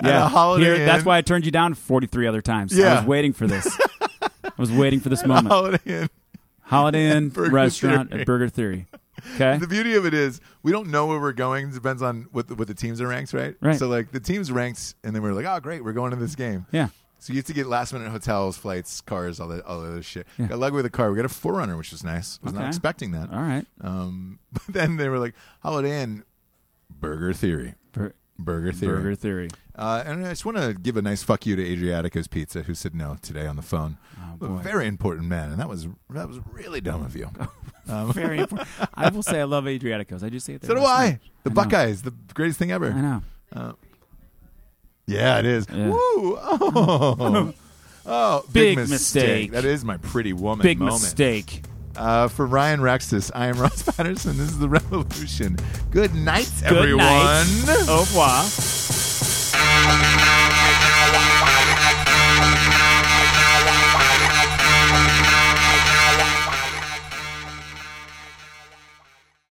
[SPEAKER 1] a Holiday
[SPEAKER 2] here- that's
[SPEAKER 1] Inn.
[SPEAKER 2] why I turned you down 43 other times. I
[SPEAKER 1] Yeah.
[SPEAKER 2] was waiting for this. I was waiting for this moment.
[SPEAKER 1] Holiday Inn.
[SPEAKER 2] Holiday Inn
[SPEAKER 1] Burger
[SPEAKER 2] restaurant
[SPEAKER 1] Theory.
[SPEAKER 2] at Burger Theory. Okay?
[SPEAKER 1] The beauty of it is we don't know where we're going. It depends on what the, what the teams are ranked, right?
[SPEAKER 2] Right.
[SPEAKER 1] So like the teams ranked, and then we're like, oh great, we're going to this game.
[SPEAKER 2] Yeah.
[SPEAKER 1] So you have to get last minute hotels, flights, cars, all that, all that other shit.
[SPEAKER 2] Yeah.
[SPEAKER 1] Got lucky with a car. We got a Forerunner, which was nice. Was not
[SPEAKER 2] Okay. Uh.
[SPEAKER 1] expecting that.
[SPEAKER 2] All right.
[SPEAKER 1] Um, but then they were like Holiday Inn, Burger Theory,
[SPEAKER 2] Bur-
[SPEAKER 1] Burger Theory.
[SPEAKER 2] Burger Theory.
[SPEAKER 1] Uh, and I just want to give a nice fuck you to Adriatico's Pizza, who said no today on the phone.
[SPEAKER 2] Oh,
[SPEAKER 1] A
[SPEAKER 2] boy.
[SPEAKER 1] very important man, and that was that was really dumb of you.
[SPEAKER 2] Very important. I will say I love Adriaticos. I just say it there
[SPEAKER 1] so do
[SPEAKER 2] last
[SPEAKER 1] I.
[SPEAKER 2] night.
[SPEAKER 1] The
[SPEAKER 2] I know.
[SPEAKER 1] Buckeyes, the greatest thing ever.
[SPEAKER 2] I know.
[SPEAKER 1] Yeah, it is.
[SPEAKER 2] Yeah.
[SPEAKER 1] Woo! Oh, oh,
[SPEAKER 2] Big mistake.
[SPEAKER 1] That is my pretty woman.
[SPEAKER 2] Big
[SPEAKER 1] moment.
[SPEAKER 2] mistake.
[SPEAKER 1] Uh, for Ryan Rexis, I am Ross Patterson. This is the Revolution. Good night,
[SPEAKER 2] Good
[SPEAKER 1] everyone.
[SPEAKER 2] night. Au revoir.
[SPEAKER 3] Thank